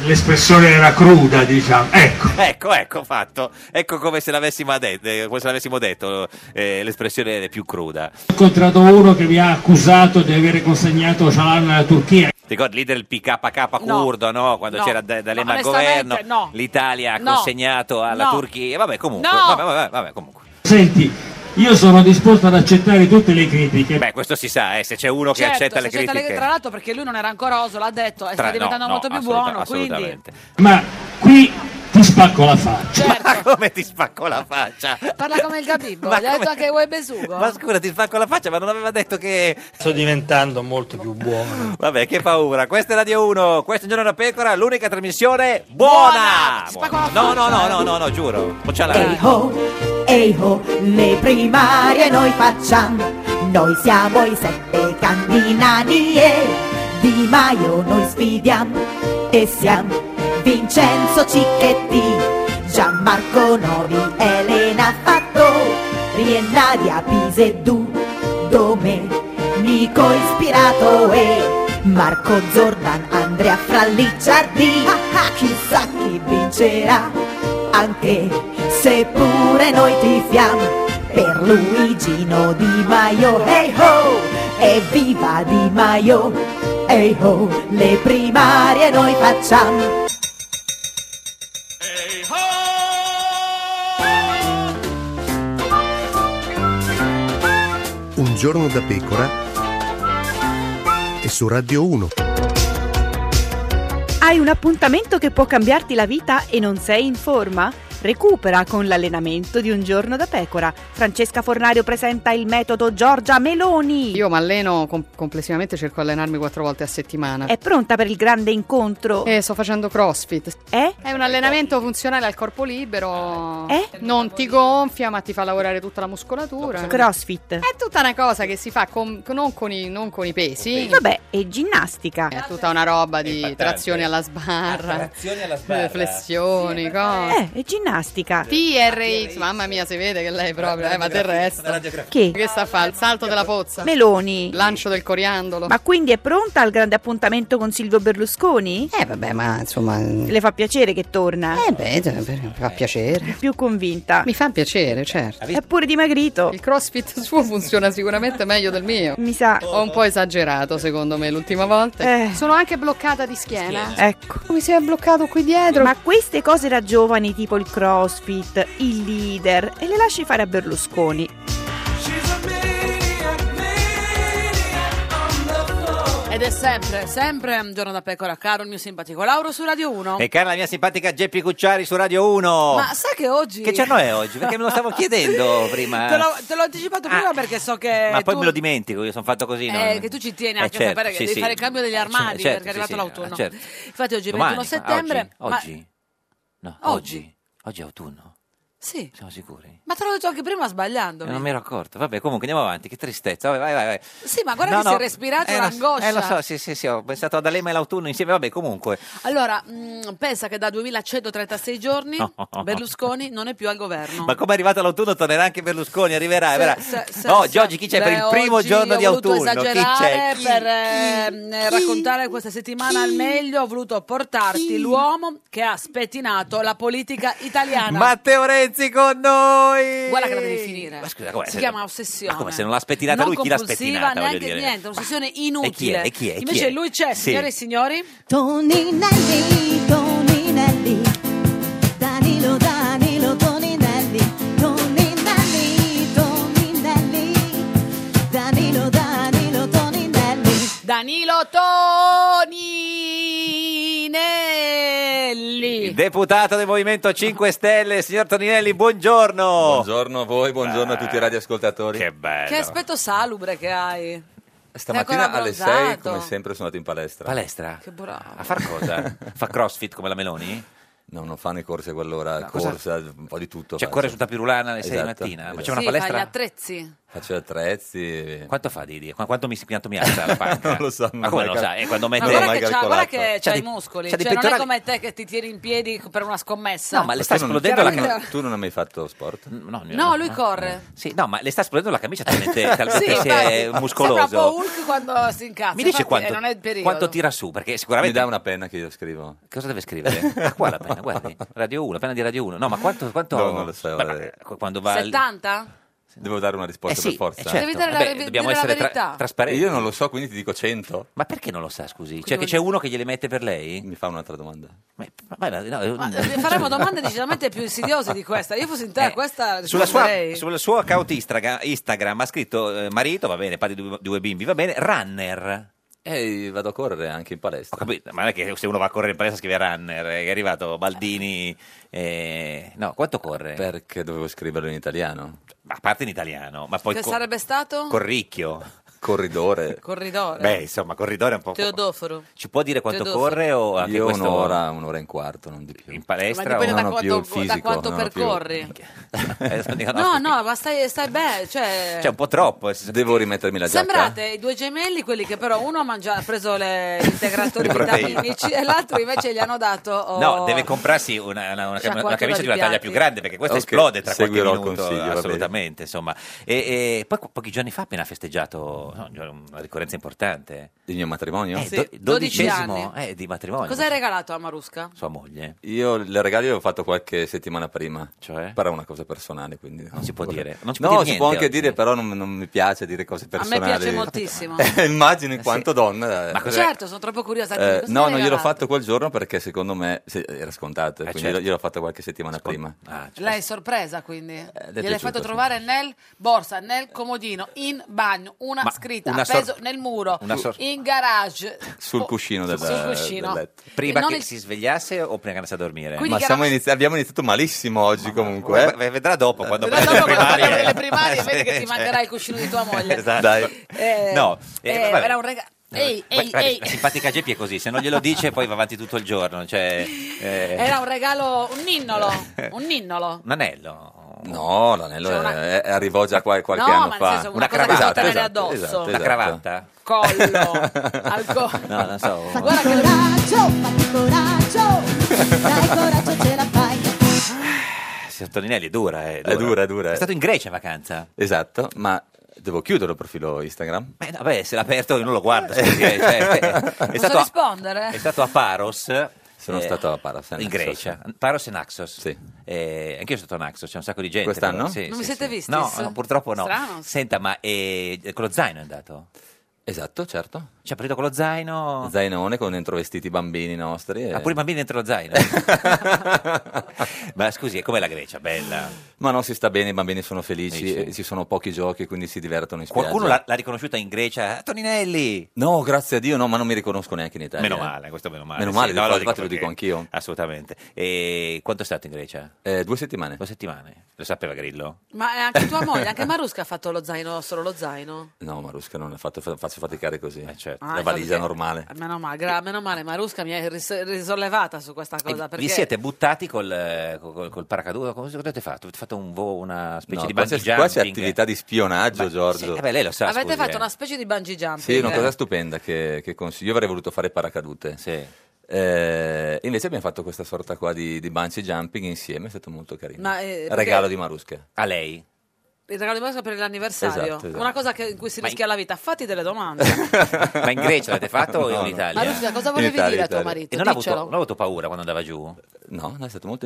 S6: l'espressione era cruda, diciamo. Ecco.
S2: Ecco, ecco fatto. Ecco come se l'avessimo detto, eh, come se l'avessimo detto eh, l'espressione più cruda.
S6: Ho incontrato uno che mi ha accusato di avere consegnato Cialan alla Turchia.
S2: Ti ricordi leader del PKK
S1: No.
S2: curdo, no? Quando
S1: No.
S2: c'era Da- D'Alema
S1: No,
S2: al
S1: onestamente,
S2: governo,
S1: no.
S2: l'Italia ha
S1: No.
S2: consegnato alla
S1: No.
S2: Turchia. Vabbè, comunque.
S1: No.
S2: Vabbè, vabbè, vabbè, comunque.
S6: Senti, io sono disposto ad accettare tutte le critiche.
S2: Beh, questo si sa, eh, se c'è uno che
S1: Certo,
S2: accetta
S1: se
S2: le
S1: accetta
S2: critiche.
S1: tra l'altro perché lui non era ancora oso, l'ha detto, e
S2: Tra-
S1: sta diventando
S2: no, no,
S1: molto più
S2: assoluta-
S1: buono, quindi
S2: assolutamente.
S6: Ma qui ti spacco la faccia.
S2: Ma come ti spacco la faccia?
S1: Parla come il Gabibbo,
S2: Ma
S1: gli ha detto
S2: come-
S1: anche voi Besugo.
S2: Ma scusa, ti spacco la faccia, ma non aveva detto che...
S5: Sto diventando molto più buono.
S2: Vabbè, che paura. Questa è Radio 1, questo è Giorno da Pecora, l'unica trasmissione
S1: Buona!
S2: buona!
S1: Ti spacco la
S2: No, no, no,
S1: faccia,
S2: no,
S1: eh.
S2: no, no, giuro. Facciala.
S7: Ehi ho, ehi ho, le primarie noi facciamo, noi siamo i sette candidati e Di Maio noi sfidiamo e siamo Vincenzo Cicchetti, Gianmarco Novi, Elena Fattori e Nadia Piseddu, Domenico Ispirato e Marco Zordan, Andrea Fralli Giardì, chissà chi vincerà anche se pure noi tifiamo per Luigino Di Maio, hey ho, evviva Di Maio, hey ho, le primarie noi facciamo.
S8: Un giorno da pecora e su Radio 1.
S9: Hai un appuntamento che può cambiarti la vita e non sei in forma? Recupera con l'allenamento di un giorno da pecora. Francesca Fornario presenta il metodo Giorgia Meloni.
S10: Io mi alleno com- complessivamente, cerco di allenarmi quattro volte a settimana.
S9: È pronta per il grande incontro?
S10: E sto facendo crossfit.
S9: Eh?
S10: È un allenamento funzionale al corpo libero.
S9: Eh?
S10: Non ti gonfia, ma ti fa lavorare tutta la muscolatura.
S9: Crossfit.
S10: È tutta una cosa che si fa con- non, con i, non con i pesi.
S9: Vabbè, e ginnastica.
S10: È tutta una roba di
S2: Impattante.
S10: trazioni alla sbarra,
S2: Trazioni alla
S10: eh,
S2: sbarra.
S10: flessioni, cose.
S9: Eh, e ginnastica.
S10: TRX, mamma mia, si vede che lei proprio, eh, ma del
S2: La
S10: resto.
S2: radiografia.
S9: Che?
S10: Che sta a fare? Il salto della pozza,
S9: Meloni.
S10: lancio del coriandolo.
S9: Ma quindi è pronta al grande appuntamento con Silvio Berlusconi?
S10: Eh vabbè, ma insomma... Eh
S9: Le fa piacere che torna?
S10: beh, mi fa piacere.
S9: Più convinta.
S10: Mi fa piacere, certo.
S9: È pure dimagrito.
S10: Il crossfit [LAUGHS] suo funziona sicuramente meglio del mio.
S9: Mi sa.
S10: Ho un po' esagerato, secondo me, l'ultima volta.
S9: Eh.
S10: Sono anche bloccata di schiena.
S9: Ecco.
S10: Mi si è bloccato qui dietro.
S9: Ma queste cose da giovani, tipo il crossfit, il leader, e le lasci fare a Berlusconi.
S1: Ed è sempre, sempre un giorno da pecora, caro il mio simpatico Lauro su Radio 1.
S2: E cara la mia simpatica Geppi Cucciari su Radio 1.
S1: Ma sai che oggi...
S2: Che giorno è oggi? Perché me lo stavo
S1: [LAUGHS]
S2: chiedendo prima.
S1: Te l'ho, te l'ho anticipato prima
S2: Ah.
S1: perché so che.
S2: Ma poi
S1: tu-
S2: me lo dimentico, io sono fatto così. no?
S1: Eh, che tu ci tieni
S2: Eh,
S1: anche a
S2: certo,
S1: sapere che
S2: sì,
S1: devi
S2: sì.
S1: fare il cambio degli
S2: Eh,
S1: armati
S2: certo,
S1: perché è
S2: sì,
S1: arrivato
S2: sì,
S1: l'autunno.
S2: ah, certo.
S1: Infatti oggi è il
S2: Domani,
S1: 21
S2: ah, oggi,
S1: settembre. ma-
S2: Oggi? No,
S1: Oggi.
S2: oggi. Oggi è autunno,
S1: Sì,
S2: siamo sicuri?
S1: ma te l'ho detto anche prima
S2: Eh,
S1: sbagliandomi.
S2: Non mi ero accorto. Vabbè, comunque andiamo avanti, che tristezza. Vabbè, vai, vai, vai.
S1: Sì, ma guarda che si è respirato
S2: eh, lo so,
S1: l'angoscia.
S2: Eh, lo so, sì, sì, sì, ho pensato ad Alema e l'autunno insieme. Vabbè, comunque.
S1: Allora, mh, pensa che da 2136 giorni
S2: [LAUGHS] No.
S1: Berlusconi non è più al governo.
S2: Ma come è arrivato l'autunno tornerà anche Berlusconi, arriverà,
S1: Se-
S2: verrà.
S1: se- se-
S2: oggi,
S1: se-
S2: oggi chi c'è per
S1: beh,
S2: il primo
S1: oggi
S2: giorno di
S1: ho voluto
S2: autunno? Chi c'è?
S1: esagerare
S2: Chi?
S1: per ehm, raccontare questa settimana al meglio ho voluto portarti l'uomo che ha spettinato la politica italiana.
S2: Matteo Renzi con noi!
S1: Guarda che la devi finire.
S2: Ma scusa, guarda,
S1: si
S2: se-
S1: chiama ossessione.
S2: Ma come se non l'ha spettinata
S1: Non
S2: lui, chi l'ha
S1: compulsiva,
S2: spettinata? voglio
S1: neanche
S2: dire.
S1: niente, un'ossessione
S2: Ma-
S1: inutile.
S2: E chi è? E Eh, chi è? E chi
S1: Invece
S2: è?
S1: lui c'è,
S2: Sì.
S1: signore e signori.
S7: Toninelli, Toninelli, Danilo, Danilo, Toninelli, Toninelli, Toninelli, Danilo, Danilo, Toninelli.
S1: Danilo Toninelli.
S2: Il deputato del Movimento 5 Stelle, signor Toninelli, buongiorno! Ah.
S11: Buongiorno a voi, buongiorno a tutti i radioascoltatori.
S2: Che bello!
S1: che aspetto salubre che hai. Sei
S11: Stamattina
S1: ancora
S11: alle
S1: abbronzato.
S11: 6, come sempre, sono andato in palestra.
S2: Palestra?
S1: Che bravo.
S2: A far
S1: [LAUGHS]
S2: cosa? Fa crossfit come la Meloni?
S11: No, non fanno i corsi a quell'ora,
S2: cosa-
S11: corsa, un po' di tutto.
S2: Cioè,
S11: faccio.
S2: corre su tapirulana alle 6 di
S11: Esatto,
S2: mattina?
S11: esatto.
S2: Faceva una
S1: sì, fa gli
S2: palestra?
S1: attrezzi.
S11: Faccio attrezzi.
S2: Quanto fa Didi? Qu- Quanto mi, quanto mi alza
S11: [LAUGHS]
S2: la panca?
S11: Non lo so, non
S2: Ma come lo
S11: ho mai
S2: sa?
S11: cap-
S2: E quando
S11: Ma
S1: Ma
S2: mette...
S11: non ho
S1: guarda
S11: mai
S1: che, c'ha,
S11: calcolato.
S1: guarda che
S2: C'ha
S1: c'ha
S2: di-
S1: i muscoli,
S2: c'ha di
S1: cioè, non è
S2: pettorali-
S1: come te che ti tieni in piedi per una scommessa.
S2: No, ma le sta
S11: tu non-
S2: esplodendo la
S11: tu non-
S2: camicia.
S11: Tu non hai mai fatto sport?
S2: No,
S1: No, lui corre.
S2: Sì, no, ma le sta esplodendo la camicia
S1: [LAUGHS]
S2: talmente, talmente si è
S1: infatti,
S2: muscoloso.
S1: Sembra un po' Hulk quando si incazza.
S2: Mi dice
S1: infatti,
S2: quanto,
S1: eh, non è il periodo.
S2: quanto tira su, perché
S11: Mi
S2: sicuramente...
S11: dà una penna che io scrivo.
S2: Cosa deve scrivere? Ah, qua la penna, guardi. Radio 1, penna di Radio 1. No, ma quanto... quanto...
S11: No, non lo so,
S2: Ma-
S11: guarda.
S2: ma- quando va... al-
S1: 70?
S11: Devo dare una
S2: Eh
S11: risposta
S2: sì,
S11: per forza.
S2: eh, certo.
S1: Devi dare la-
S2: Vabbè,
S1: devi
S2: dobbiamo
S1: dire la
S2: essere tra-
S1: verità.
S11: E
S2: trasparenti.
S11: io non lo so, quindi ti dico 100.
S2: Ma perché non lo sa, scusi? Cioè,
S1: Quindi
S2: che c'è uno che gliele mette per lei?
S11: Mi fa un'altra domanda.
S2: Ma, ma- ma- no,
S1: Ma eh, faremo domande decisamente più insidiose di questa. Io fossi in te,
S2: Eh,
S1: questa
S2: sulla sua,
S1: risponderei.
S2: sul suo account Instagram, Instagram ha scritto eh, marito, va bene, padre di due, due bimbi, va bene, runner. Eh, vado a correre anche in palestra. Ho capito, ma non è che se uno va a correre in palestra scrive runner, eh, è arrivato Baldini. eh, no, quanto corre? Perché dovevo scriverlo in italiano. Ma a parte in italiano, ma poi
S1: che
S2: co-
S1: Cioè, sarebbe stato?
S2: corricchio. Corridore.
S1: [LAUGHS] Corridore.
S2: Beh, insomma, corridore è un po'.
S1: Teodoforo.
S2: Ci può dire quanto
S1: Teodoro.
S2: corre o anche
S11: Io
S2: questo?
S11: un'ora, un'ora e un quarto, non di più. In
S2: palestra
S1: Ma dipende
S11: o
S1: da
S11: non ho
S1: quanto-
S11: più il
S1: da
S11: fisico,
S1: quanto
S11: non ho più-
S1: percorri.
S11: Eh, sono dico,
S1: No,
S11: no,
S1: no, ma stai, stai bene. Cioè,
S11: C'è un po'
S2: eh,
S11: troppo. Devo rimettermi la giacca.
S1: sembrate i due gemelli, quelli che però uno ha, mangiato, ha preso le integratori
S2: Le proteine.
S1: vitaminici e l'altro invece gli hanno dato. oh,
S2: No, deve comprarsi una, una- una-
S1: Sciacquatura
S2: una camicia
S1: di
S2: di una taglia
S1: Cioè, piatti.
S2: più grande perché questa
S11: Ok,
S2: esplode tra qualche
S11: seguirò il
S2: minuto.
S11: consiglio, va bene.
S2: assolutamente, insomma. E, e poi po- pochi giorni fa ha appena festeggiato no, una ricorrenza importante. Il mio matrimonio?
S1: Sì. 12
S2: Eh, dodicesimo
S1: anni.
S2: eh, di matrimonio.
S1: Cosa hai regalato a Marusca?
S2: Sua moglie.
S11: Io le regali ho fatto qualche settimana prima, cioè? Però è una cosa personale, quindi non si può
S2: dire. Non si
S11: no,
S2: può dire
S11: si può
S2: niente
S11: anche dire, però non, non mi piace dire cose
S1: A me
S11: personali.
S1: piace
S11: [LAUGHS]
S1: moltissimo.
S2: Eh,
S11: Immagini quanto donna. Ma
S1: Certo, sono troppo curiosa.
S11: Eh,
S1: Cosa hai
S11: no, non gliel'ho
S1: regalato?
S11: fatto quel giorno perché secondo me se- era scontato, quindi
S2: certo. Ah.
S11: gliel'ho- gliel'ho fatto qualche settimana prima.
S1: Lei è sorpresa quindi. Gliel'hai
S11: piaciuto,
S1: fatto
S11: sì.
S1: trovare nel borsa, nel comodino, in bagno, una
S11: Ma
S1: scritta
S11: una
S1: appeso
S11: sor-
S1: nel muro,
S2: una sor-
S1: in garage.
S11: Sul cuscino del,
S1: Oh, Sul cuscino.
S11: del letto.
S1: E
S2: Prima
S1: non
S2: che
S1: il-
S2: si svegliasse o prima che andasse a dormire?
S1: Quindi
S11: Ma siamo inizi- abbiamo iniziato malissimo oggi comunque. eh.
S2: Ve- Vedrà dopo quando
S11: Vedrà
S2: prende le
S11: dopo quando
S2: primarie.
S1: Le primarie,
S2: Eh,
S1: vedi che
S2: [LAUGHS] sì,
S1: ti
S2: cioè.
S1: mancherà il cuscino di tua moglie.
S2: Esatto.
S1: Eh,
S2: [LAUGHS] No, eh,
S1: eh,
S2: vabbè.
S1: era un regalo. Ehi, ehi,
S2: Guardi,
S1: ehi.
S2: La simpatica Geppi è così, se non glielo dice poi va avanti tutto il giorno.
S11: [LAUGHS]
S2: Cioè, eh,
S1: Era un regalo, un ninnolo, un ninnolo.
S2: Un anello.
S11: No, l'anello
S1: Cioè,
S11: è-
S1: una-
S11: è- Eh, arrivò già qua- qualche
S1: No,
S11: anno
S1: ma nel
S11: fa. Esatto,
S1: senso, una Una cosa da cravatta. tenere addosso. Una
S2: cravatta?
S1: Collo,
S2: [LAUGHS]
S1: al collo.
S2: No, non so.
S1: Guarda che
S7: Coraggio, fatti coraggio, dai coraggio ce la fai.
S2: Sottolinelli è dura, eh,
S11: È dura, è dura.
S2: È stato in Grecia a vacanza.
S11: Esatto, ma devo chiudere il profilo Instagram?
S2: Beh, no, beh, se l'ha aperto io non lo guardo.
S11: [LAUGHS]
S2: scusi, eh, cioè, è,
S1: Posso
S2: stato a,
S1: rispondere?
S2: è stato a Paros.
S11: Sono
S2: eh,
S11: stato a Paros, a
S2: in
S11: Naxos.
S2: Grecia. Paros e Naxos. Sì. anche io sono stato a Naxos, c'è un sacco di gente. però,
S11: Quest'anno?
S2: sì,
S1: Non
S2: sì,
S1: vi
S2: sì.
S1: siete visti?
S2: No, no, purtroppo no.
S1: Strano.
S2: Senta, ma eh, con lo zaino è andato?
S11: Esatto, certo.
S2: Ci ha preso con lo zaino.
S11: Zainone con dentro vestiti i bambini nostri. eh. e-
S2: Ah, pure i bambini dentro lo
S11: [LAUGHS]
S2: zaino. ma scusi, e com'è la Grecia? Bella.
S11: Ma non si sta bene, i bambini sono felici,
S2: Sì, sì.
S11: e ci sono pochi giochi, quindi si divertono in spiaggia.
S2: Qualcuno l'ha, l'ha riconosciuta in Grecia? Ah, Toninelli!
S11: No, grazie a Dio, no, ma non mi riconosco neanche in Italia.
S2: Meno male, questo meno male.
S11: Meno male,
S2: Sì,
S11: di
S2: no,
S11: fatto,
S2: lo dico
S11: infatti lo dico
S2: perché-
S11: anch'io.
S2: Assolutamente. E quanto è stato in Grecia?
S11: Eh, due settimane.
S2: Due settimane. Lo sapeva Grillo?
S1: Ma eh, anche tua moglie,
S2: [LAUGHS]
S1: anche Marusca ha fatto lo zaino, solo lo zaino.
S11: No, Marusca non è fatto, fa- faccio faticare così.
S2: Eh, certo.
S1: Ah,
S11: La
S1: è
S11: valigia
S1: fatto-
S11: normale.
S1: Eh, Meno male, gra- meno male, Marusca mi è ris- risollevata su questa cosa. Perché
S2: Eh, Vi siete buttati col, eh, col, col paracadute? Come cosa avete fatto? Avete fatto un vo- una specie
S11: No,
S2: di
S11: qua
S2: bungee
S11: c'è- qua c'è
S2: jumping?
S11: attività di spionaggio, Giorgio.
S2: Eh beh, lei lo sa,
S1: avete
S2: scusi,
S1: fatto
S2: eh.
S1: una specie di bungee jumping. Eh,
S11: Sì, una cosa stupenda che, che consiglio. Io avrei voluto fare paracadute. Eh, invece abbiamo fatto questa sorta qua di, di bungee jumping insieme, è stato molto carino.
S1: Ma, eh, perché-
S11: Regalo di Marusca.
S2: A lei?
S1: Il regalo di Marusca per l'anniversario.
S11: Esatto, esatto.
S1: Una cosa che- in cui si
S2: Ma
S1: rischia la vita. Fatti delle
S2: [LAUGHS]
S1: domande.
S2: Ma in Grecia l'avete fatto o
S11: No,
S2: in
S11: no.
S2: Italia?
S1: Marusca, cosa volevi
S11: Italia,
S1: dire a tuo
S11: Italia.
S1: marito?
S2: E non ha, avuto,
S1: Diccelo.
S2: non ha avuto paura quando andava giù?
S11: No, no, è stato molto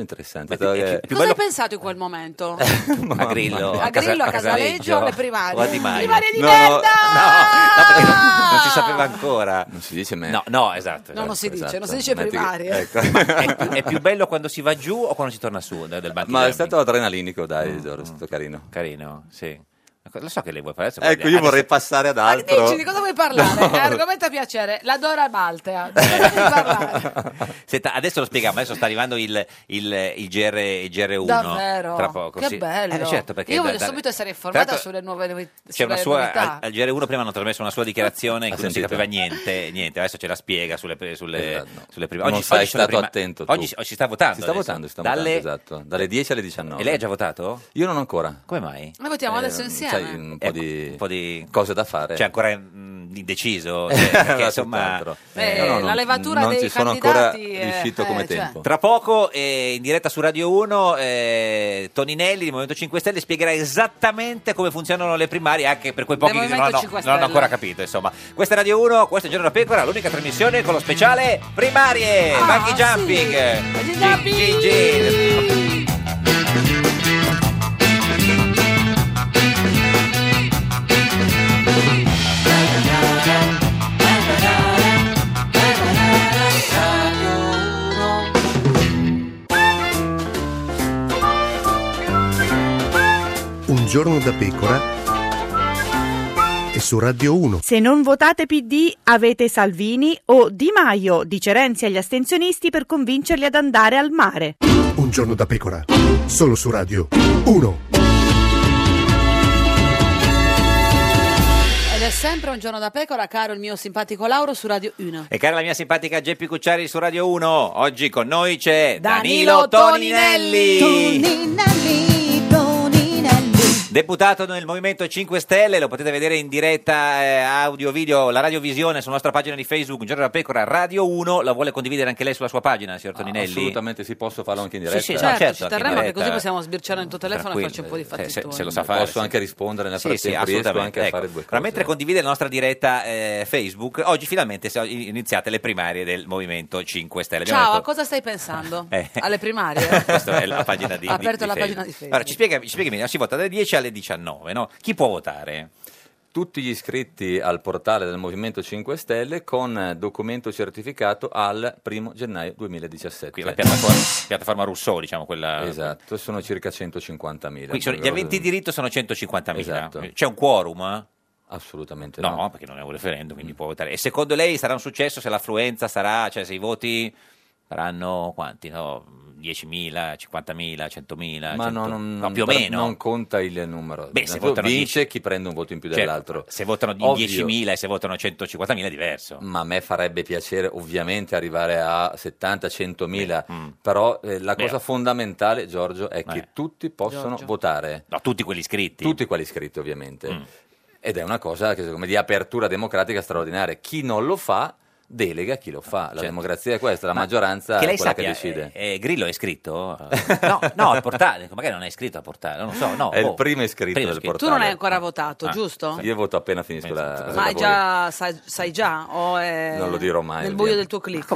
S2: Ma
S11: interessante.
S2: è più- è
S11: È
S2: più-
S11: più
S1: Cosa hai
S11: bello
S1: pensato in quel momento? [LAUGHS]
S2: a Grillo,
S1: A Grillo, a Casaleggio, alle
S2: o a
S1: primarie.
S2: Di Maio?
S1: Primarie di
S2: No,
S1: merda!
S2: No, perché non, non si sapeva ancora.
S11: Non si dice me.
S2: No, no, esatto.
S1: No, non si dice, non si dice
S2: Metti-
S1: primarie.
S2: ecco.
S1: [LAUGHS]
S2: Ma è, è più bello quando si va giù o quando si torna su da- del banco?
S11: Ma è stato adrenalinico, dai, Giorgio, è stato carino.
S2: mm. Carino, sì. Lo so che lei vuoi fare adesso.
S11: Ecco, io vorrei passare ad
S1: Ma
S11: altro.
S1: dici di cosa vuoi
S2: [LAUGHS]
S1: parlare? Eh, È argomento a piacere. La Dora Baltea. Di cosa vuoi parlare?
S2: Senta, adesso lo spieghiamo, adesso sta arrivando il, il- il GR, il GR1.
S1: Davvero?
S2: Tra poco.
S1: Che
S2: sì.
S1: bello.
S2: Eh, certo, perché
S1: Io
S2: da-
S1: voglio
S2: da-
S1: subito essere
S2: Tra
S1: informata
S2: l'altro-
S1: sulle nuove novi-
S2: C'è una
S1: sulle
S2: sua,
S1: novità.
S2: al, al GR1 prima hanno trasmesso una sua dichiarazione
S11: Ah,
S2: in cui non si
S11: sentito?
S2: capiva niente, niente, adesso ce la spiega sulle, pre- sulle, sulle prime.
S11: Esatto. non sei
S2: sono le
S11: stato
S2: prima-
S11: attento tu.
S2: Oggi si- oggi si sta votando.
S11: Si sta
S2: adesso.
S11: votando, si sta
S2: Dalle-
S11: votando, esatto. Dalle 10 alle 19.
S2: E lei ha già votato?
S11: Io non ancora.
S2: Come mai?
S1: Noi votiamo adesso
S11: Eh,
S1: insieme.
S11: sai, un, po di,
S2: di-
S11: cose da fare.
S2: Cioè ancora mm,
S11: [LAUGHS]
S2: indeciso? Cioè, perché, insomma...
S11: Tutt'altro.
S1: Eh,
S11: No, no, no,
S1: la levatura
S11: non
S1: dei
S11: ci sono ancora
S1: candidati eh,
S11: riuscito come
S1: eh, cioè.
S11: tempo.
S2: Tra poco, eh, in diretta su Radio 1, eh, Toninelli di Movimento 5 Stelle spiegherà esattamente come funzionano le primarie, anche per quei pochi
S1: Del
S2: che non hanno,
S1: Movimento 5
S2: non hanno
S1: Stelle.
S2: ancora capito. Insomma, questa è Radio 1, questo è Giorno da Pecora, l'unica trasmissione con lo speciale primarie,
S1: Ah,
S2: Monkey
S1: sì.
S2: Jumping.
S1: Bungee
S2: Gin,
S1: jumping!
S2: gin, gin.
S8: Un giorno da pecora e e su Radio 1.
S9: Se non votate PD avete Salvini o Di Maio, dice Renzi agli astensionisti per convincerli ad andare al mare.
S8: Un giorno da pecora, solo su Radio 1.
S1: Ed è sempre un giorno da pecora, caro il mio simpatico Lauro su Radio 1.
S2: E cara la mia simpatica Geppi Cucciari su Radio 1, oggi con noi c'è
S1: Danilo
S2: Danilo, Toninelli, deputato nel Movimento 5 Stelle, lo potete vedere in diretta eh, audio video, la radiovisione sulla nostra pagina di Facebook, Giorgio da Pecora, Radio 1, la vuole condividere anche lei sulla sua pagina, signor Toninelli?
S11: Ah, assolutamente sì, posso farlo anche eh, in
S1: Sì,
S11: diretta.
S1: sì, certo, ci terremo perché così possiamo sbirciare nel tuo telefono e farci un po'
S2: Eh,
S1: di fatica.
S11: Posso anche rispondere nel
S2: Sì, sì,
S11: frattempo, riesco
S2: assolutamente.
S11: anche a
S2: Ecco.
S11: fare due
S2: Allora, mentre condivide la nostra diretta eh, Facebook, oggi finalmente sono iniziate le primarie del Movimento 5 Stelle. Abbiamo
S1: Ciao, a
S2: detto-
S1: cosa stai
S11: [LAUGHS]
S1: pensando?
S2: Eh. [LAUGHS]
S1: Alle primarie?
S2: Questa è la pagina di,
S1: Ha aperto
S2: di- di
S1: la
S2: Facebook.
S1: pagina di Facebook.
S2: Allora, ci spiega- ci spieghi meglio, si vota dalle 10 alle 19, no? Chi può votare?
S11: Tutti gli iscritti al portale del Movimento 5 Stelle con eh, documento certificato al 1 gennaio 2017.
S2: Qui la piattaforma, piattaforma Rousseau, diciamo quella.
S11: Esatto, sono circa 150.000.
S2: Quindi sono- gli aventi di diritto sono 150.000.
S11: Esatto.
S2: C'è un quorum? eh?
S11: Assolutamente Mm.
S2: No, perché non è un referendum, quindi può votare. E secondo lei sarà un successo se l'affluenza sarà, cioè se i voti saranno quanti? No? 10.000, 50.000, 100.000?
S11: Ma
S2: 100
S11: no, non,
S2: certo. no, più o
S11: non-
S2: meno.
S11: non conta il
S2: Beh,
S11: numero.
S2: se
S11: Innanzitutto
S2: votano
S11: vince chi prende un voto in più
S2: Certo,
S11: dell'altro.
S2: Se votano in
S11: Ovvio.
S2: 10.000 e se votano 150.000 è diverso.
S11: Ma a me farebbe piacere ovviamente arrivare a 70-100.000, però eh, la
S2: mm. Beh.
S11: cosa fondamentale, Giorgio, è che
S2: Eh.
S11: tutti possono
S2: Giorgio.
S11: votare.
S2: No, tutti quelli iscritti. Mm.
S11: Tutti quelli iscritti ovviamente. Ed è una cosa che, secondo me, di apertura democratica straordinaria. Chi non lo fa delega chi lo fa. La democrazia è questa, la
S2: Certo. Ma
S11: maggioranza
S2: che
S11: è
S2: lei
S11: quella
S2: sappia,
S11: che decide.
S2: eh, eh, Grillo è iscritto? No, no, al portale, magari non è iscritto al portale, non lo so. No,
S11: è il
S2: oh.
S11: primo iscritto
S2: Primo
S11: del
S2: iscritto.
S1: Tu
S11: [LAUGHS] portale.
S1: non hai ancora votato,
S11: Ah,
S1: giusto?
S11: Io voto appena finisco la... i
S1: Ma hai
S11: lavori.
S1: già, sai, sai già? O è
S11: Non lo dirò mai.
S1: Nel
S11: ovviamente.
S1: buio del tuo click?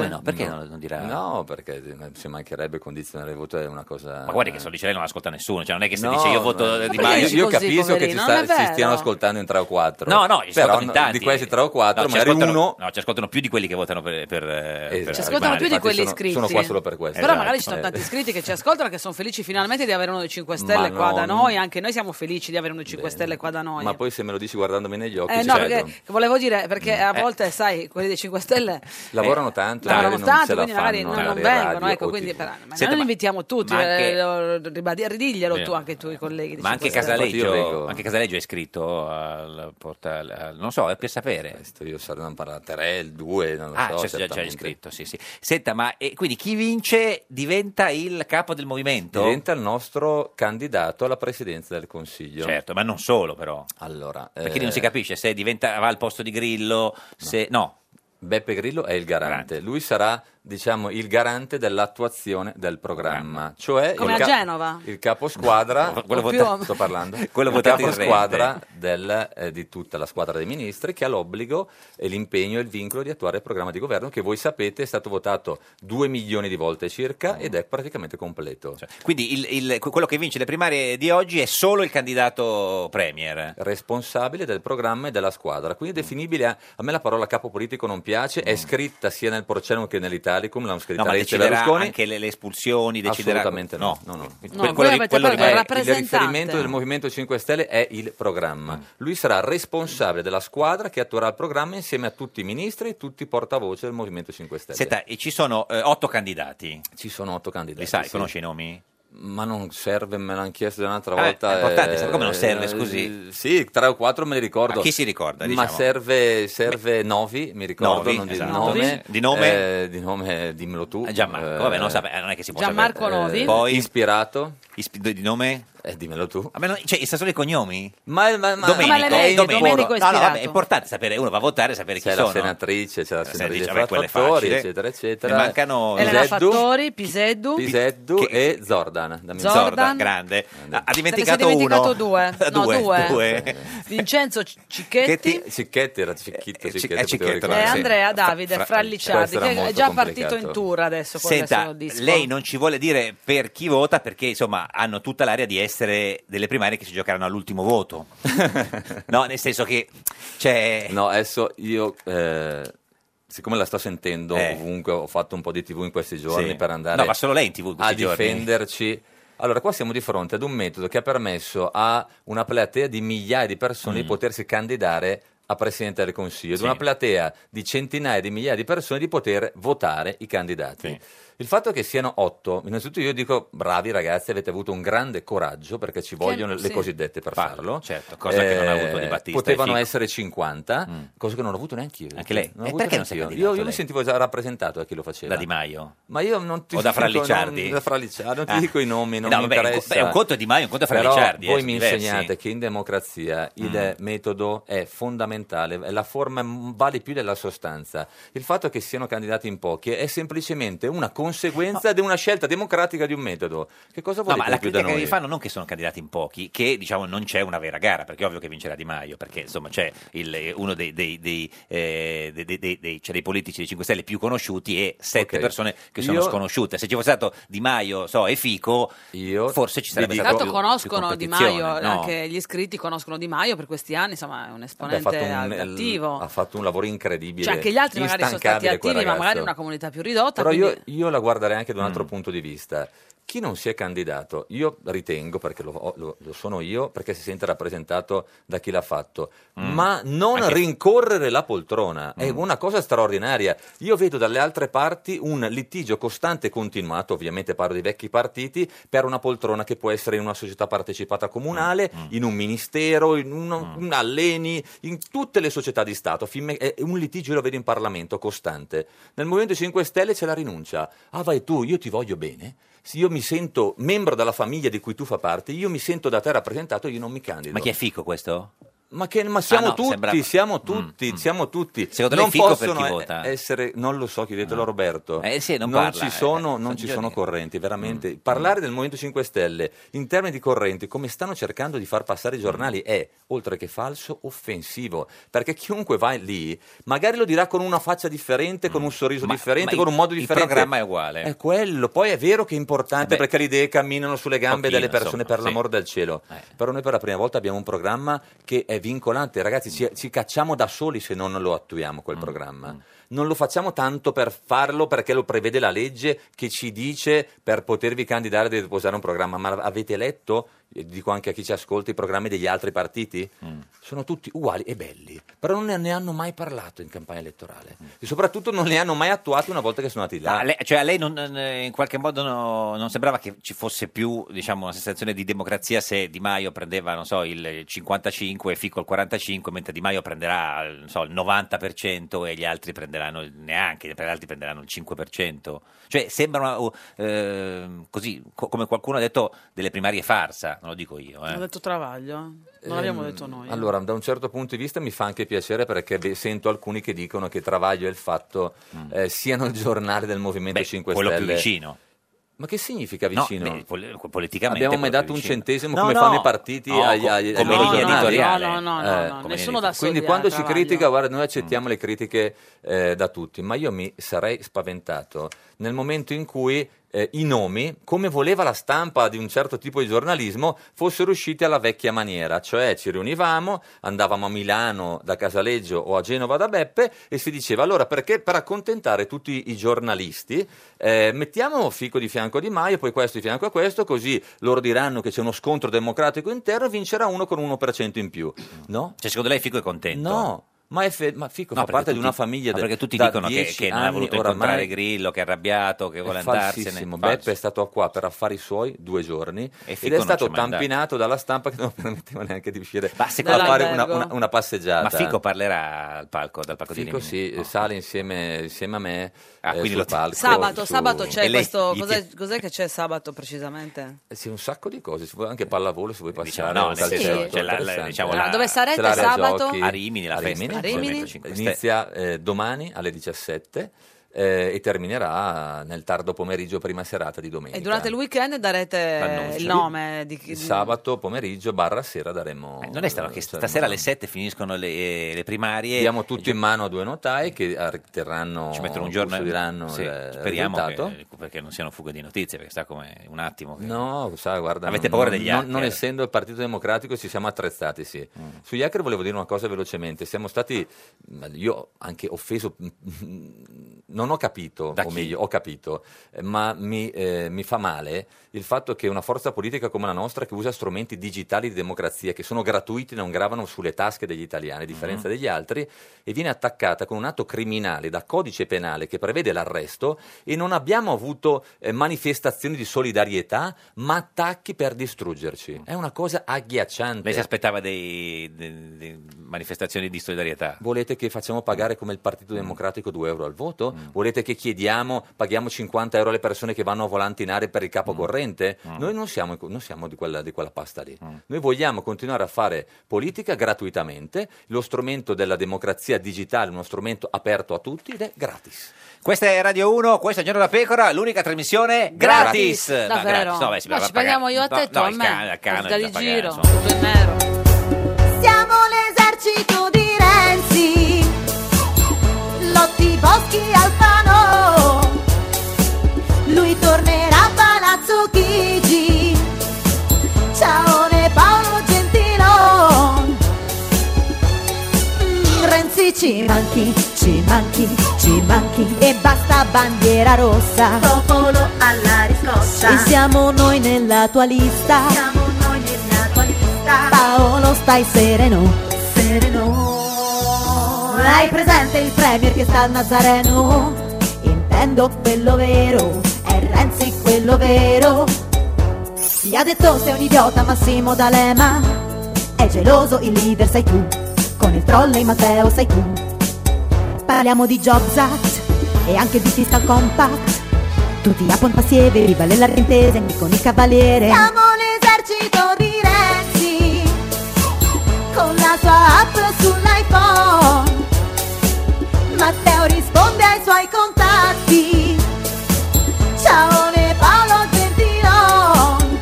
S11: non, dirà? Eh, No, perché ci mancherebbe condizionare il voto è una cosa...
S2: Ma guardi che Sollicere non ascolta nessuno, cioè non è che se
S11: No,
S2: dice io
S11: no,
S2: voto
S11: no.
S2: Di
S11: Ma
S2: Maio.
S11: Io, io capisco che ci, sta- ci stiano ascoltando in tre o quattro.
S2: No, no, ci
S11: però
S2: ascoltano in
S11: no,
S2: tanti.
S11: di questi tre o quattro,
S2: No, ci
S11: magari
S2: ascoltano-
S11: uno...
S2: No, ci ascoltano più di quelli che votano per... per, per
S11: Ci
S1: ascoltano più di
S11: Infatti
S1: quelli
S11: sono-
S1: iscritti.
S11: Esatto. sono qua solo per questo. Eh,
S1: Però
S2: Esatto.
S1: magari
S2: Eh.
S1: ci sono tanti iscritti che ci ascoltano che sono felici finalmente di avere uno dei 5 Stelle
S11: Ma
S1: qua da
S11: no.
S1: noi. Anche noi siamo felici di avere uno dei 5 Stelle qua da noi.
S11: Ma poi se me lo dici guardandomi negli occhi, cioè,
S1: Eh,
S11: ci
S1: no,
S11: credo.
S1: perché volevo dire, perché a
S11: Eh.
S1: volte, sai, quelli dei 5 Stelle
S2: eh,
S11: Lavorano tanto,
S1: lavorano
S11: magari non
S1: tanto,
S11: ce la
S1: quindi magari
S11: fanno
S1: non, non
S11: alle
S1: vengono.
S11: radio
S1: Ecco,
S11: o
S1: quindi
S11: TV.
S1: per- ma
S11: Senti,
S1: noi li
S11: ma-
S1: invitiamo tutti,
S2: ma anche-
S1: eh, lo- ribadi- ridiglielo
S2: Beh.
S1: tu anche ai tuoi colleghi. dei
S2: Ma anche
S1: 5 Stelle.
S11: Io vengo-
S2: Casaleggio, anche Casaleggio è iscritto al portale, al- non so, è per sapere.
S11: Questo io sarò non parlare 3, il 2, non lo
S2: ah,
S11: so.
S2: cioè, già- già
S11: certamente.
S2: iscritto, sì, sì. Senta, ma e quindi chi vince diventa il capo del movimento?
S11: Diventa il nostro candidato alla presidenza del Consiglio.
S2: Certo, ma non solo però.
S11: Allora,
S2: Perché
S11: eh,
S2: lì non si capisce se diventa, va al posto di Grillo, se... No.
S11: Beppe Grillo è il garante. Lui sarà, diciamo, il garante dell'attuazione del programma. Cioè
S1: Come
S11: il
S1: a
S11: ca-
S1: Genova?
S11: Il caposquadra,
S2: quello
S11: Sto
S2: vota-
S11: sto parlando,
S2: [LAUGHS] quello
S11: il
S2: votato in
S11: caposquadra del, eh, di tutta la squadra dei ministri che ha l'obbligo e l'impegno e il vincolo di attuare il programma di governo che voi sapete è stato votato 2 milioni di volte circa ed è praticamente completo.
S2: Mm. Cioè, Quindi il- il- quello che vince le primarie di oggi è solo il candidato premier. Mm.
S11: responsabile del programma e della squadra, quindi è definibile a, a me la parola capo politico non piace, è scritta sia nel Porcellum che nell'Italicum, l'hanno scritta
S2: No, ma
S11: Renzi e
S2: deciderà
S11: Berlusconi.
S2: anche le, le espulsioni, deciderà...
S11: Assolutamente no. no, no.
S2: Que- quello ri- quello
S11: rimane-
S2: rimane-
S11: il riferimento del Movimento 5 Stelle è il
S2: Mm.
S11: programma. Lui sarà responsabile della squadra che attuerà il programma insieme a tutti i ministri e tutti i portavoce del Movimento 5 Stelle.
S2: Senta, e ci sono eh, otto candidati.
S11: Ci sono otto candidati.
S2: Li sai,
S11: sì.
S2: conosci i nomi?
S11: Ma non serve, me l'hanno chiesto un'altra
S2: Ah,
S11: volta.
S2: è importante,
S11: eh,
S2: sai, come non serve,
S11: eh,
S2: scusi?
S11: Sì, tre o quattro me li ricordo.
S2: Ma chi si ricorda,
S11: Ma
S2: diciamo?
S11: serve, serve Novi, mi ricordo,
S2: Novi,
S11: non di,
S2: esatto.
S11: nome,
S2: Di nome? Eh,
S11: Eh, di nome, dimmelo tu. Eh,
S2: Gianmarco, vabbè, non, sape- eh, non è che si può
S1: Gianmarco
S2: sapere.
S1: Novi.
S2: Poi,
S11: Ispirato?
S2: di nome?
S11: Eh, dimmelo tu.
S2: Ma non, cioè, sa solo i cognomi?
S11: Ma, ma, ma-
S2: Domenico,
S11: Ma le
S1: regole, Domenico
S2: No, no, vabbè,
S1: ispirato.
S2: è importante sapere, uno va a votare, sapere chi
S11: C'è
S2: sono. Eh,
S11: la senatrice, c'è la
S2: Se
S11: senatrice
S2: dice, vabbè, quella è
S11: Fattori,
S2: facile.
S11: eccetera, eccetera.
S2: Ne mancano
S1: Elena
S11: Piseddu,
S1: Fattori, Piseddu,
S11: Piseddu e Zordan. Dammi-
S1: Zordan. Zordan,
S2: grande. Ha, ha
S1: Te ne sei
S2: dimenticato,
S1: dimenticato
S2: uno. [LAUGHS]
S1: due. No,
S2: due,
S1: due.
S2: due.
S1: Vincenzo C- Cicchetti
S11: Cicchetti, Cicchetti era Cicchitto, Cicchetti,
S2: eh, Cicchetti,
S11: potevo
S1: e
S11: ricordare.
S1: Andrea Davide
S11: Fra-
S1: Fralliciardi,
S11: questo era
S1: che è
S11: molto
S1: già
S11: complicato.
S1: partito in tour adesso con il
S2: Senta,
S1: suo disco.
S2: lei non ci vuole dire per chi vota perché insomma hanno tutta l'area di essere delle primarie che si giocheranno all'ultimo
S11: [LAUGHS]
S2: voto. no, nel senso che cioè, c'è
S11: No, adesso io, eh, siccome la sto sentendo
S2: Eh.
S11: ovunque, ho fatto un po' di tv in questi giorni
S2: Sì.
S11: per andare
S2: No, ma solo lei in TV in
S11: a
S2: questi giorni.
S11: difenderci. Allora, qua siamo di fronte ad un metodo che ha permesso a una platea di migliaia di persone di potersi candidare a Presidente del Consiglio,
S2: Mm. Sì.
S11: di una platea di centinaia di migliaia di persone di poter votare i candidati. Il fatto che siano otto, innanzitutto io dico bravi ragazzi, avete avuto un grande coraggio perché ci vogliono
S2: sì.
S11: le cosiddette per farlo. Certo,
S2: cosa che non ha avuto Di Battista e
S11: Potevano
S2: Fico. Mm.
S11: essere 50, cosa che non ho avuto neanche io.
S2: Anche lei?
S11: Non ho
S2: E
S11: avuto
S2: perché non si è
S11: neanche io.
S2: candidato
S11: Io, io mi
S2: lei?
S11: sentivo già rappresentato da chi lo faceva.
S2: Da Di Maio?
S11: Ma io non ti
S2: O da
S11: dico-
S2: Frallicciardi?
S11: non- da Frallicciardi, non ti
S2: Ah.
S11: dico i nomi, non
S2: No,
S11: mi
S2: vabbè,
S11: interessa.
S2: è un conto è Di Maio, un conto è
S11: Però
S2: Frallicciardi, eh,
S11: Voi
S2: sono
S11: mi
S2: diversi. Mm.
S11: insegnate che in democrazia il metodo è fondamentale, è la forma m- vale più della sostanza. Il fatto che siano candidati in pochi è semplicemente una conseguenza di una scelta democratica di un metodo. Che cosa
S2: No,
S11: volete
S2: ma la
S11: più da
S2: critica che
S11: noi?
S2: gli fanno non che sono candidati in pochi, che diciamo non c'è una vera gara, perché è ovvio che vincerà Di Maio, perché insomma c'è il- uno dei, dei- dei, eh, dei- dei- dei- dei- cioè, dei politici dei 5 Stelle più conosciuti e sette
S11: Ok.
S2: persone che sono
S11: Io-
S2: sconosciute. Se ci fosse stato Di Maio so, e Fico, forse ci sarebbe stato
S1: Tanto
S2: più-
S1: conoscono
S2: più
S1: Di Maio,
S2: competizione, no?
S1: anche gli iscritti conoscono Di Maio per questi anni, insomma è un
S11: Beh, ha,
S1: esponente
S11: fatto un,
S1: attivo.
S11: ha fatto un lavoro incredibile.
S1: Cioè anche gli altri magari sono stati
S11: instancabile quel
S1: attivi, ma magari
S11: ragazzo.
S1: una comunità più ridotta.
S11: Però io,
S1: quindi- Mm.
S11: io la guarderei anche da un altro punto di vista. Chi non si è candidato, io ritengo, perché lo, lo- lo sono io, perché si sente rappresentato da chi l'ha fatto,
S2: Mm.
S11: ma non
S2: Anche-
S11: rincorrere la poltrona
S2: Mm.
S11: è una cosa straordinaria. Io vedo dalle altre parti un litigio costante e continuato, ovviamente parlo di vecchi partiti, per una poltrona che può essere in una società partecipata comunale,
S2: Mm,
S11: in un ministero, in un, un alleni, in tutte le società di Stato. Finme- è un litigio io lo vedo in Parlamento costante. Nel Movimento 5 Stelle c'è la rinuncia. Ah, vai tu, io ti voglio bene. Se io mi sento membro della famiglia di cui tu fa parte, io mi sento da te rappresentato, io non mi candido.
S2: Ma chi è Fico questo?
S11: Ma, che, ma siamo
S2: Ah, no,
S11: tutti,
S2: sembrava-
S11: siamo tutti, siamo tutti.
S2: Secondo
S11: non
S2: lei Fico per
S11: possono
S2: chi
S11: e-
S2: vota?
S11: Essere, non lo so, chiedetelo a Roberto.
S2: Eh sì, non parla,
S11: ci
S2: eh, Mm,
S11: sono, non ci
S2: giorni
S11: sono correnti, veramente. Parlare del Movimento 5 Stelle in termini di correnti, come stanno cercando di far
S2: Mm.
S11: passare i giornali, è, oltre che falso, offensivo. Perché chiunque va lì, magari lo dirà con una faccia differente, con un sorriso differente,
S2: Mm. ma
S11: con un modo
S2: il- il
S11: differente.
S2: programma è uguale. Eh
S11: È quello. Poi è vero che è importante perché le idee camminano sulle gambe
S2: pochino,
S11: delle persone,
S2: insomma,
S11: per
S2: sì. Eh.
S11: l'amor del cielo. Però noi per la prima volta abbiamo un programma che è vincolante, ragazzi, ci, ci cacciamo da soli se non lo attuiamo
S2: Mm,
S11: quel programma. Non lo facciamo tanto per farlo perché lo prevede la legge che ci dice per potervi candidare dovete posare un programma, ma avete letto, e dico anche a chi ci ascolta, i programmi degli altri partiti?
S2: Mm.
S11: Sono tutti uguali e belli, però non ne, ne hanno mai parlato in campagna elettorale
S2: Mm.
S11: e soprattutto non ne hanno mai attuati una volta che sono andati là.
S2: Ah, lei- cioè a lei non- eh, in qualche modo no- non sembrava che ci fosse più diciamo, una sensazione di democrazia se Di Maio prendeva non so, il 55 e Fico il 45 mentre Di Maio prenderà non so, il 90% e gli altri prenderanno il- neanche gli altri prenderanno il 5% cioè sembra una- o, ehm, così co- come qualcuno ha detto delle primarie farsa non lo dico io
S1: L'ha
S2: eh.
S1: detto Travaglio? Non l'abbiamo
S11: Ehm,
S1: detto noi. eh.
S11: Allora, da un certo punto di vista mi fa anche piacere perché ve- sento alcuni che dicono che Travaglio e il fatto eh, siano il giornale del Movimento 5
S2: Mm. quello
S11: Stelle.
S2: più vicino
S11: Ma che significa
S2: No,
S11: vicino?
S2: beh, pol- politicamente
S11: Abbiamo
S2: quello
S11: mai dato
S2: più
S11: un
S2: vicino.
S11: centesimo
S2: No,
S11: come
S2: no.
S11: fanno i partiti
S2: No,
S11: agli,
S2: co-
S11: agli,
S2: come
S11: agli
S2: linea
S11: giornali?
S2: editoriale. No, no, no,
S11: Eh,
S1: nessuno
S2: no,
S11: come linea
S1: da
S11: editoriale. Quindi
S1: soli,
S11: quando
S1: eh,
S11: ci
S1: Travaglio.
S11: critica, guarda, noi
S2: Mm.
S11: accettiamo le critiche eh, da tutti, ma io mi sarei spaventato nel momento in cui eh, i nomi, come voleva la stampa di un certo tipo di giornalismo, fossero usciti alla vecchia maniera, cioè ci riunivamo, andavamo a Milano da Casaleggio o a Genova da Beppe e si diceva allora perché per accontentare tutti i giornalisti eh, mettiamo Fico di fianco a Di Maio, poi questo di fianco a questo, così loro diranno che c'è uno scontro democratico interno e vincerà uno con 1% in più. No?
S2: Cioè, secondo lei Fico è contento?
S11: No. Ma, è fe- ma Fico
S2: No,
S11: fa
S2: perché
S11: parte di
S2: tutti-
S11: una famiglia
S2: ma
S11: del-
S2: perché tutti
S11: da
S2: dicono che,
S11: 10
S2: che non ha
S11: anni
S2: voluto
S11: oramai.
S2: incontrare Grillo, che è arrabbiato, che vuole
S11: È
S2: andarsene.
S11: falsissimo.
S2: Falso.
S11: Beppe è stato qua per affari suoi due giorni
S2: Fico
S11: ed
S2: non
S11: è
S2: c'è
S11: stato
S2: mai andato.
S11: tampinato dalla stampa che non permetteva neanche di uscire
S2: Ah, secondo-
S11: a fare una,
S2: Dall'albergo.
S11: una- una passeggiata.
S2: Ma Fico parlerà al palco, dal palco di
S11: Fico
S2: Rimini? Ah,
S11: sì, sale insieme, insieme a me eh,
S2: quindi
S11: sul
S2: lo-
S11: palco.
S1: Sabato,
S11: su-
S1: sabato c'è questo. Cos'è, cos'è che c'è sabato precisamente?
S11: Sì, un sacco di cose, ci vuole anche pallavolo se vuoi passare.
S2: Eh, diciamo no, nel
S11: calcio,
S2: senso,
S11: molto
S2: c'è la- la-
S11: interessante.
S2: diciamo,
S1: Allora, la- dove sarete
S11: c'è l'area
S1: sabato?
S11: giochi
S2: A Rimini, la festa del
S1: Rimini? Movimento
S2: 5 Stelle.
S11: Inizia eh, domani alle 17 eh, e terminerà nel tardo pomeriggio, prima serata di
S2: Eh,
S11: domenica.
S1: E durante il weekend darete
S11: L'annuncio.
S1: il nome Eh, di chi.
S11: Il sabato pomeriggio barra sera daremo cioè,
S2: Eh, non è strano che stasera alle 7 finiscono le, le primarie.
S11: diamo tutto in mano a due notai che ar- terranno
S2: Ci mettono un giorno
S11: custodiranno
S2: sì,
S11: il
S2: speriamo
S11: eh, risultato.
S2: che, eh, perché non siano fughe di notizie, perché sta come un attimo. che-
S11: No, sa, guarda,
S2: Avete
S11: non-
S2: paura degli
S11: non,
S2: hacker? Mm.
S11: non essendo il Partito Democratico ci siamo attrezzati, sì. Sugli hacker volevo dire una cosa velocemente, siamo stati, io anche offeso, non [LAUGHS] non ho capito, o meglio, ho capito, eh, ma mi, eh, mi fa male il fatto che una forza politica come la nostra, che usa strumenti digitali di democrazia, che sono gratuiti, non gravano sulle tasche degli italiani, a differenza
S12: Mhm.
S11: degli altri, e viene attaccata con un atto criminale da codice penale che prevede l'arresto, e non abbiamo avuto eh, manifestazioni di solidarietà, ma attacchi per distruggerci. È una cosa agghiacciante.
S2: Lei si aspettava dei, de- de- manifestazioni di solidarietà?
S11: Volete che facciamo pagare come il Partito Democratico 2 euro al voto? Volete che chiediamo, paghiamo 50 euro alle persone che vanno a volantinare per il capocorrente? Noi non siamo, non siamo di, quella, di quella pasta lì. Noi vogliamo continuare a fare politica gratuitamente. Lo strumento della democrazia digitale è uno strumento aperto a tutti ed è gratis.
S2: Questa è Radio 1, questo è Giorno da Pecora, l'unica trasmissione
S1: Gratis,
S2: gratis. No,
S1: davvero?
S2: gratis, No, beh, si
S1: No,
S2: va a
S1: ci
S2: pagare.
S1: paghiamo io a te e
S2: No,
S1: tu a
S2: no, il
S1: me.
S2: can- il canone
S1: Porta di
S2: da pagare,
S1: giro.
S2: insomma.
S7: Siamo l'esercito di Renzi, Lotti Boschi Alfano. Lui tornerà a Palazzo Chigi. Ciao ne Paolo Gentilon. Mm, Renzi ci manchi, ci manchi, ci manchi. E basta bandiera rossa. Popolo alla riscossa. E siamo noi nella tua lista. Siamo noi nella tua lista. Paolo stai sereno. Sereno. Hai presente il premier che sta al Nazareno? Intendo quello vero, è Renzi quello vero. Ti ha detto sei un idiota Massimo D'Alema, è geloso il leader sei tu, con il trolley Matteo sei tu. Parliamo di Jobs Act e anche di Fiscal Compact. Tutti a Pontassieve, viva le larentese, con il cavaliere.
S12: Siamo
S7: l'esercito di Renzi, con la sua app sull'iPhone. Matteo risponde ai suoi contatti. Ciao ne Paolo Gentilon.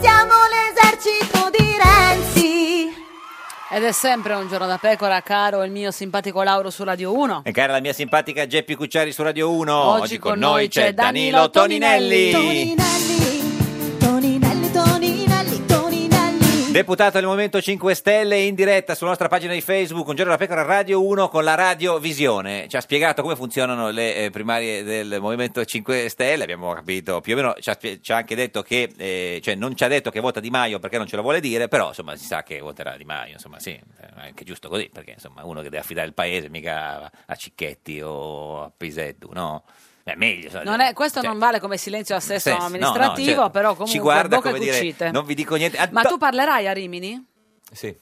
S7: Siamo l'esercito di Renzi.
S1: Ed è sempre un giorno da pecora, caro il mio simpatico Lauro su Radio 1.
S2: E cara la mia simpatica Geppi Cucciari su Radio 1.
S1: Oggi con noi c'è Danilo
S2: Toninelli.
S7: Toninelli, Toninelli, Toninelli.
S2: Deputato del Movimento 5 Stelle in diretta sulla nostra pagina di Facebook, un giorno da pecora Radio 1 con la Radio Visione. Ci Cioè, ha spiegato come funzionano le eh, primarie del Movimento 5 Stelle, abbiamo capito più o meno, ci ha, spie- ci ha anche detto che, eh, cioè non ci ha detto che vota Di Maio perché non ce lo vuole dire, però insomma si sa che voterà Di Maio, insomma sì, è anche giusto così, perché insomma uno che deve affidare il paese mica a- a Cicchetti o a Piseddu, no? È meglio. insomma,
S1: Non è- questo
S2: cioè,
S1: non vale come silenzio assesso
S2: senso- no, no,
S1: amministrativo,
S2: cioè,
S1: però comunque
S2: ci guarda
S1: bocca
S2: come dire,
S1: cucite.
S2: non vi dico niente. Ah,
S1: Ma
S2: to-
S1: tu parlerai a Rimini?
S11: Sì.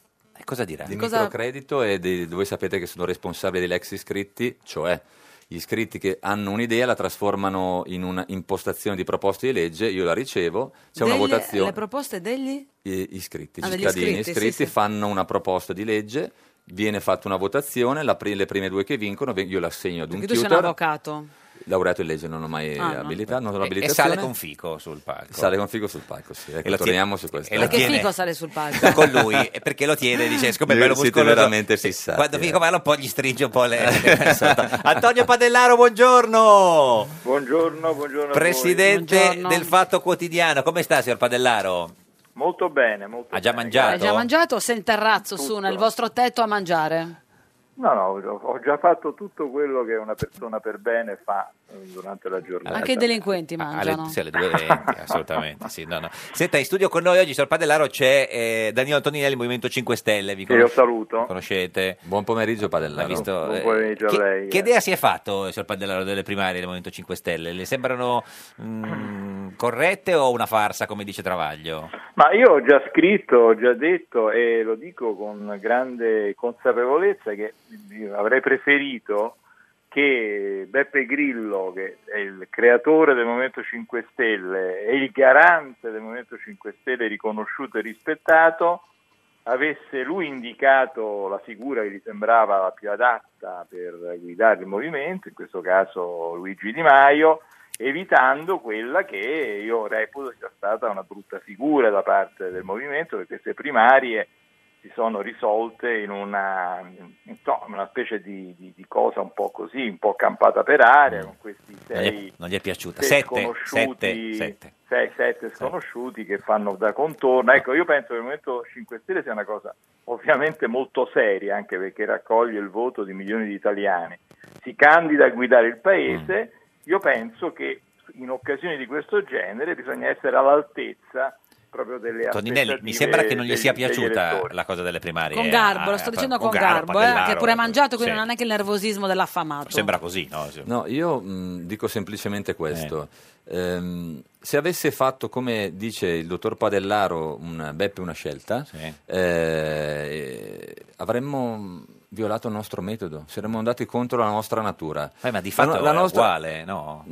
S2: cosa dirà?
S11: Di
S1: Cosa-
S11: microcredito e di, voi sapete che sono responsabili degli ex iscritti, cioè gli iscritti che hanno un'idea la trasformano in un'impostazione di proposte di legge, io la ricevo, c'è una
S1: Degli-
S11: votazione.
S1: Le proposte degli?
S11: I- iscritti,
S1: Ah, degli
S11: cittadini
S1: iscritti,
S11: iscritti,
S1: sì, sì.
S11: fanno una proposta di legge, viene fatta una votazione, la pri- le prime due che vincono ve- io l'assegno ad un
S1: Perché tu sei un
S11: tutor,
S1: avvocato.
S11: laureato in legge non ho mai
S1: Ah, no.
S11: abilitato, non ho
S2: E- e
S11: l'abilitazione.
S2: sale con Fico sul palco.
S11: Sale con figo sul palco, sì. Ecco,
S2: E lo tiene-
S11: torniamo su questo.
S2: e lo
S1: Perché
S2: tiene-
S1: Fico sale sul palco?
S2: [LAUGHS] con lui e perché lo tiene e dice siccome è bello
S11: Siete
S2: muscoloso
S11: veramente
S2: sì,
S11: fissati,
S2: quando
S11: eh.
S2: Fico parla un po' gli stringe un po' le, le persone. Antonio Padellaro buongiorno
S13: Buongiorno, buongiorno. a voi.
S2: presidente del Fatto Quotidiano come sta signor Padellaro?
S13: Molto bene, molto
S2: ha già
S1: Hai
S2: mangiato?
S1: già mangiato o sei in terrazzo su nel vostro tetto a mangiare?
S13: No, no, ho- ho già fatto tutto quello che una persona per bene fa eh, durante la giornata.
S1: Anche i delinquenti mangiano.
S2: Alle, sì, alle
S1: [LAUGHS]
S2: 2.20, assolutamente. Sì, no, no. Senta, in studio con noi oggi, signor Padellaro, c'è eh, Danilo Antoninelli, Movimento 5 Stelle. Vi
S13: Sì, lo
S2: conosce-
S13: saluto.
S2: conoscete.
S11: Buon pomeriggio, Padellaro.
S2: Visto,
S13: Buon
S2: eh,
S13: pomeriggio a
S2: che,
S13: lei,
S2: che
S13: eh.
S2: idea si è fatto, signor Padellaro, delle primarie del Movimento 5 Stelle? Le sembrano mm, corrette o una farsa, come dice Travaglio?
S13: Ma io ho già scritto, ho già detto e lo dico con grande consapevolezza che io avrei preferito che Beppe Grillo, che è il creatore del Movimento 5 Stelle e il garante del Movimento 5 Stelle riconosciuto e rispettato, avesse lui indicato la figura che gli sembrava la più adatta per guidare il movimento, in questo caso Luigi Di Maio, evitando quella che io reputo sia stata una brutta figura da parte del movimento, perché queste primarie si sono risolte in una, in- no, una specie di, di- di cosa un po' così, un po' campata per aria, con questi
S2: Non gli è,
S13: sei
S2: non gli è piaciuta.
S13: sei
S2: Sette, sette,
S13: sconosciuti,
S2: sette.
S13: sei, sette sconosciuti che fanno da contorno. Ecco, io penso che il Movimento 5 Stelle sia una cosa ovviamente molto seria, anche perché raccoglie il voto di milioni di italiani, si candida a guidare il paese,
S2: Mm.
S13: io penso che in occasioni di questo genere bisogna essere all'altezza proprio delle
S2: Toninelli, mi
S13: aspettative
S2: sembra che non gli
S13: degli-
S2: sia
S13: degli
S2: piaciuta
S13: elettori.
S2: la cosa delle primarie.
S1: Con garbo, lo
S2: Ah,
S1: sto
S2: eh,
S1: dicendo con,
S2: con
S1: garbo, eh,
S2: Pannellaro,
S1: che pure ha mangiato, quindi
S11: sì.
S1: non è che il nervosismo dell'affamato.
S2: Sembra così, no? Sì. Eh.
S11: No, io mh, dico semplicemente questo. Ehm, se avesse fatto, come dice il dottor Padellaro, un Beppe una scelta, eh, avremmo violato il nostro metodo, saremmo andati contro la nostra natura.
S2: Eh, ma di fatto
S11: no- la
S2: è
S11: nostra- Mm,
S2: uguale, no?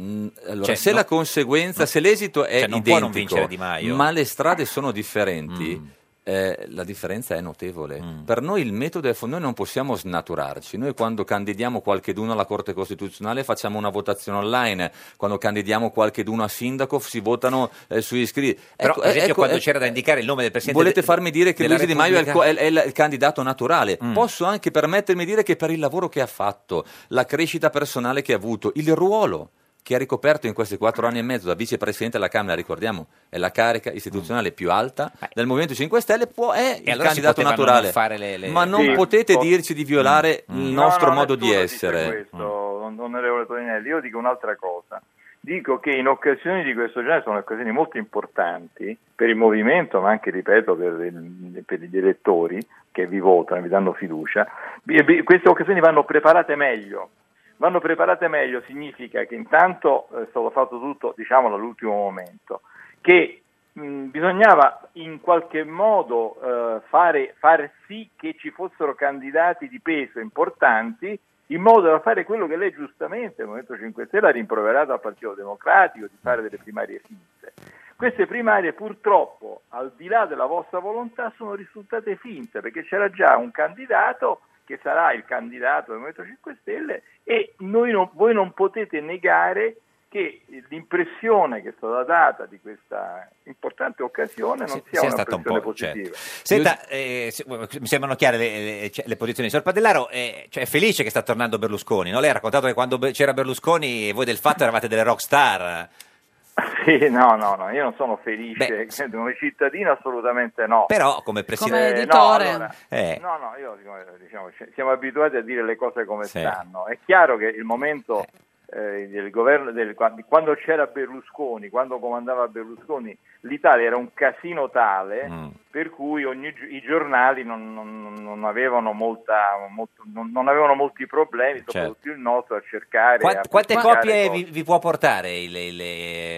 S11: Allora,
S2: Cioè,
S11: se
S2: no-
S11: la conseguenza, se l'esito è
S2: Cioè, non può non
S11: identico,
S2: vincere Di Maio. Mm.
S11: ma le strade sono differenti, eh, la differenza è notevole. Per noi il metodo è fo- noi non possiamo snaturarci. Noi quando candidiamo qualcheduno alla Corte Costituzionale facciamo una votazione online, quando candidiamo qualcheduno a sindaco si votano eh, su iscritti.
S2: Però,
S11: Ecco,
S2: per esempio,
S11: ecco,
S2: quando
S11: eh,
S2: c'era da indicare il nome del presidente.
S11: Volete
S2: de-
S11: farmi dire che
S2: della
S11: Luigi Di Maio è il, co-
S2: Repubblica? Mm.
S11: è- è il candidato naturale? Posso anche permettermi di dire che per il lavoro che ha fatto, la crescita personale che ha avuto, il ruolo che ha ricoperto in questi quattro anni e mezzo da vicepresidente della Camera, ricordiamo, è la carica istituzionale più alta del Movimento 5 Stelle, può, è il
S2: Mm. allora si
S11: candidato
S2: poteva non
S11: naturale.
S2: fare le- Mm. le-
S11: Ma non
S2: Sì,
S11: potete
S13: po-
S11: dirci di violare il nostro
S13: No, no,
S11: modo di
S13: nessuno dice
S11: essere.
S13: questo, on- onorevole Toninelli, io dico un'altra cosa. Dico che in occasioni di questo genere sono occasioni molto importanti per il movimento, ma anche, ripeto, per, per gli elettori che vi votano, vi danno fiducia. Bi- bi- Queste occasioni vanno preparate meglio. Vanno preparate meglio significa che intanto eh, è stato fatto tutto, diciamolo, all'ultimo momento, che mh, Mm, bisognava in qualche modo eh, fare, far sì che ci fossero candidati di peso importanti in modo da fare quello che lei giustamente, il Movimento 5 Stelle, ha rimproverato al Partito Democratico di fare delle primarie finte. Queste primarie purtroppo, al di là della vostra volontà, sono risultate finte perché c'era già un candidato che sarà il candidato del Movimento 5 Stelle e noi non- voi non potete negare che l'impressione che è stata data di questa importante occasione non sia,
S2: sia
S13: una
S2: stata un
S13: impressione
S2: po', certo.
S13: positiva.
S2: Senta, eh, se- mi sembrano chiare le, le- cioè, le posizioni. Signor Padellaro eh, cioè, è felice che sta tornando Berlusconi, no? Lei ha raccontato che quando Be- c'era Berlusconi voi del fatto eravate delle rock star.
S13: [LAUGHS] Sì, no, no, no, io non sono felice, [LAUGHS] come cittadino assolutamente no.
S2: Però come presidente-
S13: Eh,
S2: editore.
S13: No, allora,
S2: Eh.
S13: no, no, io diciamo, ci- siamo abituati a dire le cose come
S2: Sì.
S13: stanno. È chiaro che il momento eh, del governo, del- quando c'era Berlusconi, quando comandava Berlusconi, l'Italia era un casino tale
S2: Mm.
S13: per cui ogni gi- i giornali non, non- non avevano molta, molto- non, non avevano molti problemi, soprattutto il nostro, a cercare...
S2: Certo. Qua-
S13: a
S2: quante
S13: pubblicare
S2: copie
S13: cose.
S2: vi, vi può portare il, il-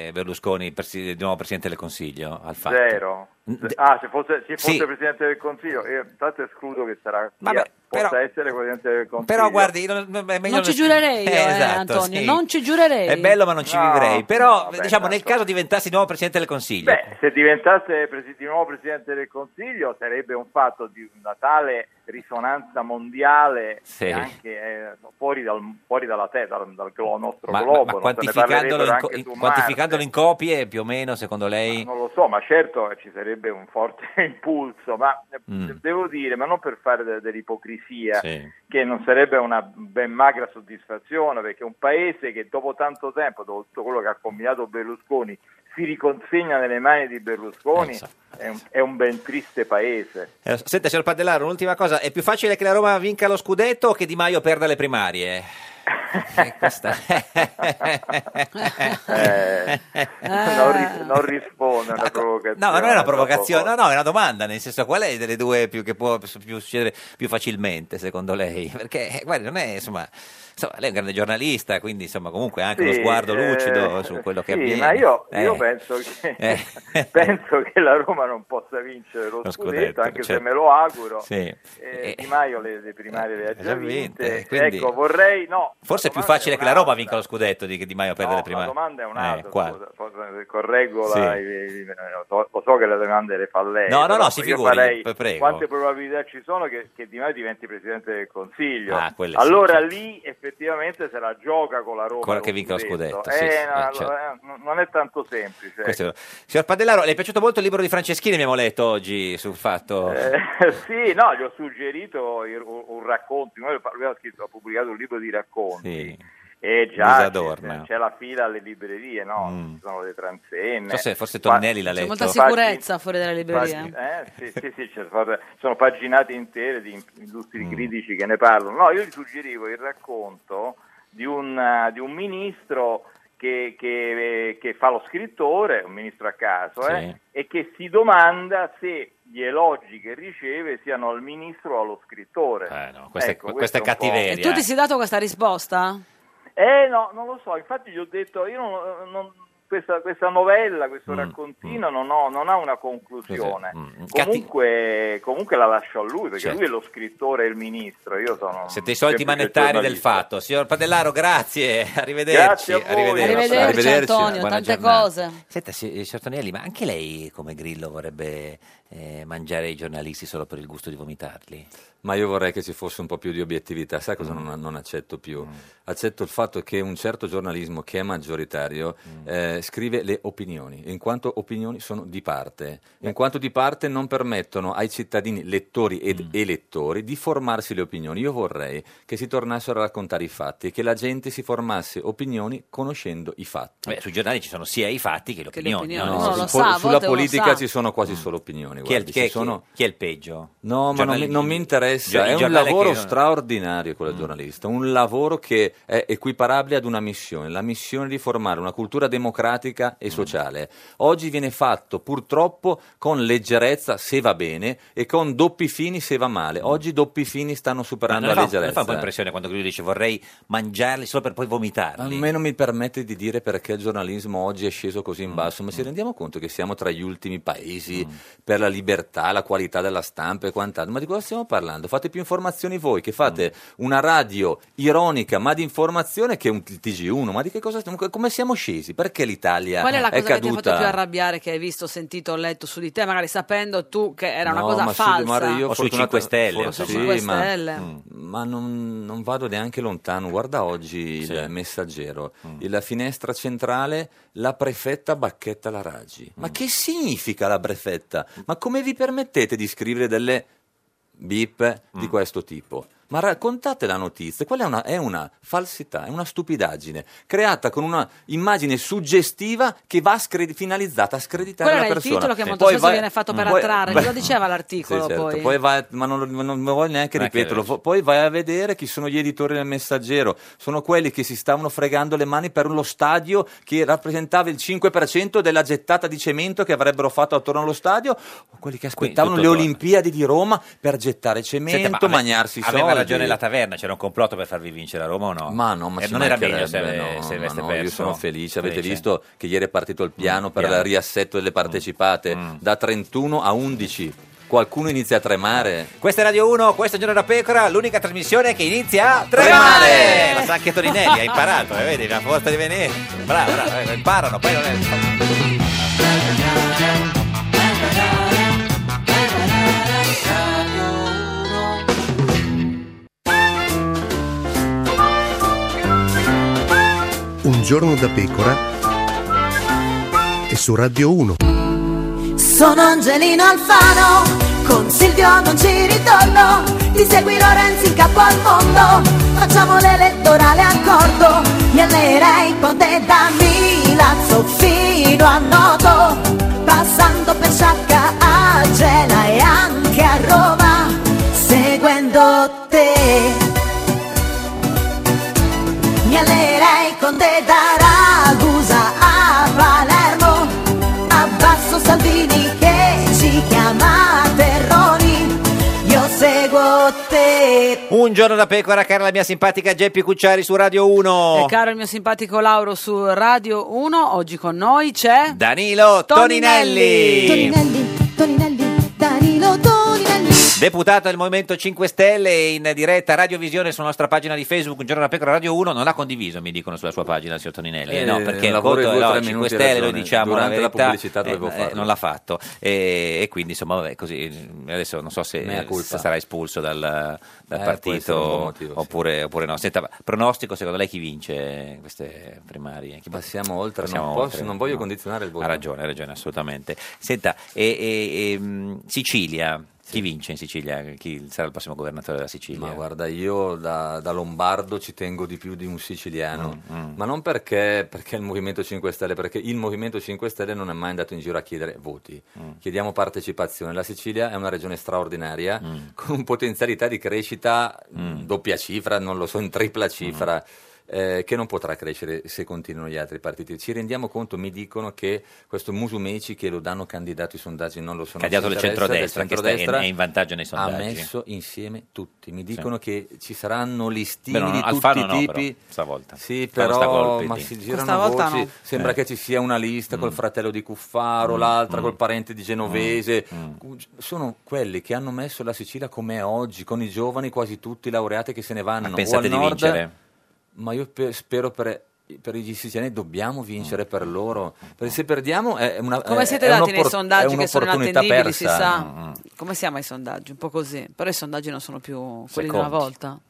S2: il Berlusconi, il presi- il nuovo presidente del Consiglio? Al fatto?
S13: Zero.
S2: De-
S13: Ah, se fosse, se fosse
S2: Sì.
S13: Presidente del Consiglio, io tanto escludo che sarà,
S2: Vabbè,
S13: sia- possa essere Presidente del Consiglio.
S2: Però guardi, non, non- è meglio
S1: Non ci giurerei io,
S2: Eh,
S1: eh,
S2: esatto,
S1: Antonio,
S2: sì.
S1: non ci giurerei.
S11: Eh,
S2: È bello ma non ci
S13: No,
S2: vivrei. Però
S13: vabbè,
S2: diciamo nel caso diventassi nuovo presidente del Consiglio.
S13: Beh, se diventasse presi- di nuovo Presidente del Consiglio sarebbe un fatto di una tale risonanza mondiale
S2: Sì.
S13: e anche eh, fuori, dal- fuori dalla terra, dal, dal glo- nostro
S2: ma, ma-
S13: globo.
S2: ma
S13: non se ne
S2: quantificandolo,
S13: parlerebbero
S2: in, co-
S13: anche su eh.
S2: in-
S13: Marte.
S2: quantificandolo in copie più o meno secondo lei?
S13: Non lo so, ma certo ci sarebbe un forte [LAUGHS] impulso, ma eh,
S2: Mm.
S13: devo dire, ma non per fare de- dell'ipocrisia,
S2: Sì.
S13: che non sarebbe una ben magra soddisfazione, perché un paese che dopo tanto tempo, dopo tutto quello che ha combinato Berlusconi, si riconsegna nelle mani di Berlusconi, è, un, è un ben triste
S2: [LAUGHS]
S13: paese.
S2: Eh, Senta, signor Padellaro, un'ultima cosa. È più facile che la Roma vinca lo scudetto o che Di Maio perda
S13: [LAUGHS]
S2: le primarie? Eh, questa-
S13: Eh, non, ri- non risponde a una
S2: Ah. No,
S13: provocazione.
S2: ma non è una provocazione, no, no, è una domanda, nel senso qual è delle due più che può più succedere più facilmente secondo lei? [LAUGHS] Perché eh, guardi, non è, insomma, insomma, lei è un grande giornalista, quindi insomma, comunque ha anche
S13: Sì,
S2: lo sguardo
S13: eh,
S2: lucido su quello che
S13: sì,
S2: avviene.
S13: Ma io, io
S2: Eh,
S13: penso, che,
S2: eh.
S13: penso che la Roma non possa vincere lo,
S2: Lo
S13: scudetto,
S2: scudetto,
S13: anche se
S2: certo.
S13: me lo auguro.
S2: Sì.
S13: Eh, Di Maio le, le primarie le ha già
S2: già vinte,
S13: vinte.
S2: Eh, quindi-
S13: Ecco, vorrei... No,
S2: Forse è più facile che la Roma vinca lo scudetto di che Di Maio perda le primarie.
S13: la domanda è un'altra,
S2: Eh, quale?
S13: scusa, forse correggo
S2: Sì.
S13: la- i- i- lo so- lo so che le domande le fa lei.
S2: No, no,
S13: Eh, però
S2: no, si
S13: io
S2: figuri,
S13: farei
S2: p- prego.
S13: Quante probabilità ci sono che, che Di Maio diventi Presidente del Consiglio?
S2: Ah, quelle sì,
S13: allora
S2: certo.
S13: lì effettivamente se la gioca con la Roma.
S2: Quella che
S13: lo
S2: vinca lo scudetto, sì,
S13: Eh,
S2: sì,
S13: no,
S2: eh, certo.
S13: no, eh, non è tanto semplice.
S2: Questo è vero. Signor Padellaro, le è piaciuto molto il libro di Franceschini, abbiamo letto oggi sul fatto.
S13: Eh, [LAUGHS] sì, no, gli ho suggerito il- un, un racconto, lui ha, scritto, ha pubblicato un libro di racconti [LAUGHS]
S2: Sì.
S13: e
S2: Luisa
S13: Eh, già
S2: Adorno.
S13: c'è, c'è la fila alle librerie, no? Ci sono le transenne.
S2: Non so se forse
S13: Qua-
S2: Toninelli l'ha
S1: C'è
S2: letto.
S1: molta sicurezza fuori dalla libreria.
S13: Pag- eh, sì, sì, sì, c'è- vabbè, sono
S2: Mm.
S13: paginate intere di in- illustri critici che ne parlano. No, io gli suggerivo il racconto di un, eh, di un ministro che, che- che fa lo scrittore, un ministro a caso,
S12: Sì.
S13: eh, e che si domanda se gli elogi che riceve siano al ministro o allo scrittore.
S2: Eh, questa è-
S13: Ecco,
S2: questa è
S13: questo un po'-
S2: cattiveria.
S1: E
S11: eh.
S1: tu ti sei dato questa risposta?
S13: Eh no, non lo so, infatti gli ho detto, io non, non- questa, questa novella, questo
S2: Mm,
S13: raccontino non, ho- non ha una conclusione. Comunque, comunque la lascio a lui, perché
S2: Certo.
S13: lui è lo scrittore e il ministro, io sono...
S2: Siete i soliti
S13: semplice
S2: manettari del
S13: giornalista. Oh,
S2: fatto. Signor Padellaro, grazie, arrivederci.
S13: Grazie a voi.
S1: Arrivederci, Antonio,
S2: buona
S1: tante
S2: giornata.
S1: cose.
S2: Senta, si- signor Tonielli, ma anche lei come grillo vorrebbe eh, mangiare i giornalisti solo per il gusto di vomitarli?
S11: Ma io vorrei che ci fosse un po' più di obiettività, sai
S2: Mm.
S11: cosa non, non accetto più? Accetto il fatto che un certo giornalismo che è maggioritario
S2: Mm.
S11: eh, scrive le opinioni, in quanto opinioni sono di parte, in quanto di parte non permettono ai cittadini lettori ed
S2: Mm.
S11: elettori di formarsi le opinioni. Io vorrei che si tornassero a raccontare i fatti e che la gente si formasse opinioni conoscendo i fatti.
S2: Beh, sui giornali ci sono sia i fatti che le
S11: Che
S2: le opinioni, opinioni. no?
S11: No,
S2: Uno lo
S11: sul-
S2: sa, a
S11: sulla
S2: volte uno
S11: politica
S2: sa.
S11: ci sono quasi solo opinioni.
S2: Chi è, il-
S11: guardi,
S2: chi
S11: ci
S2: è-
S11: sono-
S2: chi è il peggio?
S11: No, ma non mi,
S2: Giornali-
S11: non mi interessa.
S2: Gio-
S11: È un
S2: giornale che- Mm.
S11: lavoro straordinario quello del giornalista, un lavoro che è equiparabile ad una missione, la missione di formare una cultura democratica
S2: Mm.
S11: e sociale. Oggi viene fatto purtroppo con leggerezza se va bene e con doppi fini se va male. Oggi doppi fini stanno
S2: Mm. Ma
S11: superando
S2: non
S11: la
S2: fa, non fa
S11: leggerezza.
S2: un po' impressione quando lui dice vorrei mangiarli solo per poi vomitarli.
S11: A me non mi permette di dire perché il giornalismo oggi è sceso così
S2: Mm,
S11: in basso, ma ci rendiamo conto che siamo tra gli ultimi paesi per la libertà, la qualità della stampa e quant'altro. Ma di cosa stiamo parlando? Fate più informazioni voi, che fate
S2: Mm.
S11: una radio ironica ma di informazione che un t- TG1. Ma di che cosa stiamo? Come siamo scesi? Perché l'Italia
S1: Qual è la cosa che ti ha
S11: Eh, caduta?
S1: fatto più arrabbiare che hai visto, sentito o letto su di te, magari sapendo tu che era una
S11: No,
S1: cosa
S11: ma su-
S1: falsa?
S11: guarda, io
S2: O sui
S11: fortunata-
S2: 5 Stelle,
S11: forse
S2: insomma. Sui
S1: 5
S11: ma-
S1: Stelle.
S11: Mm. Ma, non, non vado neanche lontano. Guarda oggi il messaggero,
S1: Mm.
S11: la finestra centrale, la prefetta bacchetta la Raggi.
S1: Mm.
S11: Ma che significa la prefetta? Ma come vi permettete di scrivere delle bip
S1: Mm.
S11: di questo tipo? Ma raccontate la notizia, quella è una, è una falsità, è una stupidaggine creata con una immagine suggestiva che va scredi- finalizzata a
S1: Quello
S11: screditare la
S1: era il
S11: persona.
S1: titolo che molto
S11: Poi
S1: spesso
S11: vai-
S1: viene fatto per
S11: poi-
S1: attrarre,
S11: beh-
S1: lo diceva l'articolo
S11: sì, certo.
S1: poi.
S11: vai, ma non, non- non voglio
S2: Neanche
S11: neanche ripeterlo.
S2: adesso.
S11: Fo- Poi vai a vedere chi sono gli editori del Messaggero. Sono quelli che si stavano fregando le mani per lo stadio che rappresentava il 5% della gettata di cemento che avrebbero fatto attorno allo stadio. O quelli che aspettavano
S2: tutto
S11: le
S2: torna.
S11: Olimpiadi di Roma per gettare cemento,
S2: Senta, ma ave-
S11: mangiarsi i soldi.
S2: Aveva ragione la taverna, c'era un complotto per farvi vincere a Roma o no?
S11: Ma no, ma
S2: Eh,
S11: ci
S2: non era
S11: mancherebbe,
S2: meglio se, ave-
S11: no,
S2: se
S11: ma
S2: aveste
S11: no,
S2: perso.
S11: Io sono felice, avete
S2: Felice. Mm,
S11: visto che ieri è partito il piano per
S2: piano. Mm.
S11: il riassetto delle partecipate da 31 a 11. Qualcuno inizia a tremare.
S2: Questa è Radio 1, questo è Giorno da Pecora, l'unica trasmissione che inizia a tremare! Ma sa anche Eh, Torinelli, ha imparato, eh, vedi, la forza di venire. Bravo, bravo, eh, imparano, poi non è...
S8: Un giorno da pecora e su Radio 1.
S7: Sono Angelino Alfano, con Silvio non ci ritorno, ti seguirò Renzi in capo al mondo, facciamo l'elettorale a corto, mi allerei ponte da Milazzo fino a Noto, passando per Sciacca a Gela e anche a Roma, seguendo te. Mi allerei con te da Ragusa a Palermo, Abbasso Salvini che ci chiama Terroni, io seguo te.
S2: Un giorno da Pecora, cara la mia simpatica Geppi Cucciari su Radio
S11: Oh.
S2: 1.
S1: E caro il mio simpatico Lauro su Radio 1, oggi con noi c'è...
S11: Oh,
S2: Danilo Toninelli.
S7: Toninelli, Toninelli, Danilo Toninelli.
S2: Deputato del Movimento 5 Stelle in diretta radiovisione sulla nostra pagina di Facebook, un giorno da pecora Radio 1, non l'ha condiviso, mi dicono sulla sua pagina, signor Toninelli.
S11: Eh,
S2: no, perché
S11: un
S2: il
S11: lavoro
S2: conto
S11: di due,
S2: no,
S11: tre
S2: 5
S11: minuti, hai
S2: Stelle, noi
S11: ragione.
S2: diciamo
S11: Durante
S2: la
S11: la
S2: verità,
S11: pubblicità
S2: eh,
S11: dovevo
S2: eh,
S11: farlo.
S2: non l'ha fatto. E, e quindi insomma, vabbè, così eh, adesso non so se,
S11: Mea
S2: eh,
S11: colpa.
S2: se sarà espulso dal, dal
S11: Eh, può essere un
S2: partito
S11: buon motivo, sì.
S2: oppure, oppure no. Senta, ma pronostico secondo lei chi vince queste primarie? Chi
S11: Passiamo oltre,
S2: Passiamo
S11: non, posso-
S2: oltre,
S11: non voglio
S2: no.
S11: condizionare il voto.
S2: Ha ragione, ha ragione, assolutamente. Senta, e, e- e, mh, Sicilia, chi vince in Sicilia? Chi sarà il prossimo governatore della Sicilia?
S11: Ma guarda, io da, da lombardo ci tengo di più di un siciliano,
S2: Mm,
S11: ma non perché, perché il Movimento 5 Stelle, perché il Movimento 5 Stelle non è mai andato in giro a chiedere voti,
S2: Mm.
S11: chiediamo partecipazione. La Sicilia è una regione straordinaria
S2: Mm.
S11: mm,
S2: Mm.
S11: con potenzialità di crescita mh, doppia cifra, non lo so, in tripla cifra. eh, che non potrà crescere se continuano gli altri partiti. Ci rendiamo conto, mi dicono che questo Musumeci che lo danno candidato i sondaggi non lo sono
S2: Candidato
S11: ci
S2: del
S11: interessa,
S2: centrodestra, che sta- è-
S11: centrodestra,
S2: è in vantaggio nei sondaggi.
S11: Ha messo insieme tutti, mi dicono che ci saranno listini
S2: Beh, no,
S11: di tutti
S2: Alfano
S11: i
S2: no,
S11: tipi.
S2: però, stavolta.
S11: Sì,
S2: Però sta
S11: però
S2: col
S11: ma
S2: PD.
S11: si girano
S12: Questa volta
S11: voci,
S12: no.
S11: sembra
S2: Eh.
S11: che ci sia una lista col fratello di Cuffaro,
S2: Mm,
S11: l'altra
S2: mm,
S11: col parente di Genovese.
S2: mm.
S11: Sono quelli che hanno messo la Sicilia come è oggi, con i giovani quasi tutti laureati che se ne vanno.
S2: Ma
S11: o
S2: pensate
S11: al
S2: di
S11: nord,
S2: vincere?
S11: Ma io pe- spero per... Per i siciliani dobbiamo vincere
S2: Mm.
S11: per loro, perché se perdiamo è una
S1: Come
S11: Eh, è-
S1: siete
S11: è
S1: dati nei
S11: un'oppor- è
S1: sondaggi che sono
S11: un'opportunità
S1: inattendibili, si
S11: persa. Mm,
S1: sa?
S2: Mm,
S1: Come siamo ai sondaggi? Un po' così. Però i sondaggi non sono più quelli di una
S11: Secondi.
S1: volta.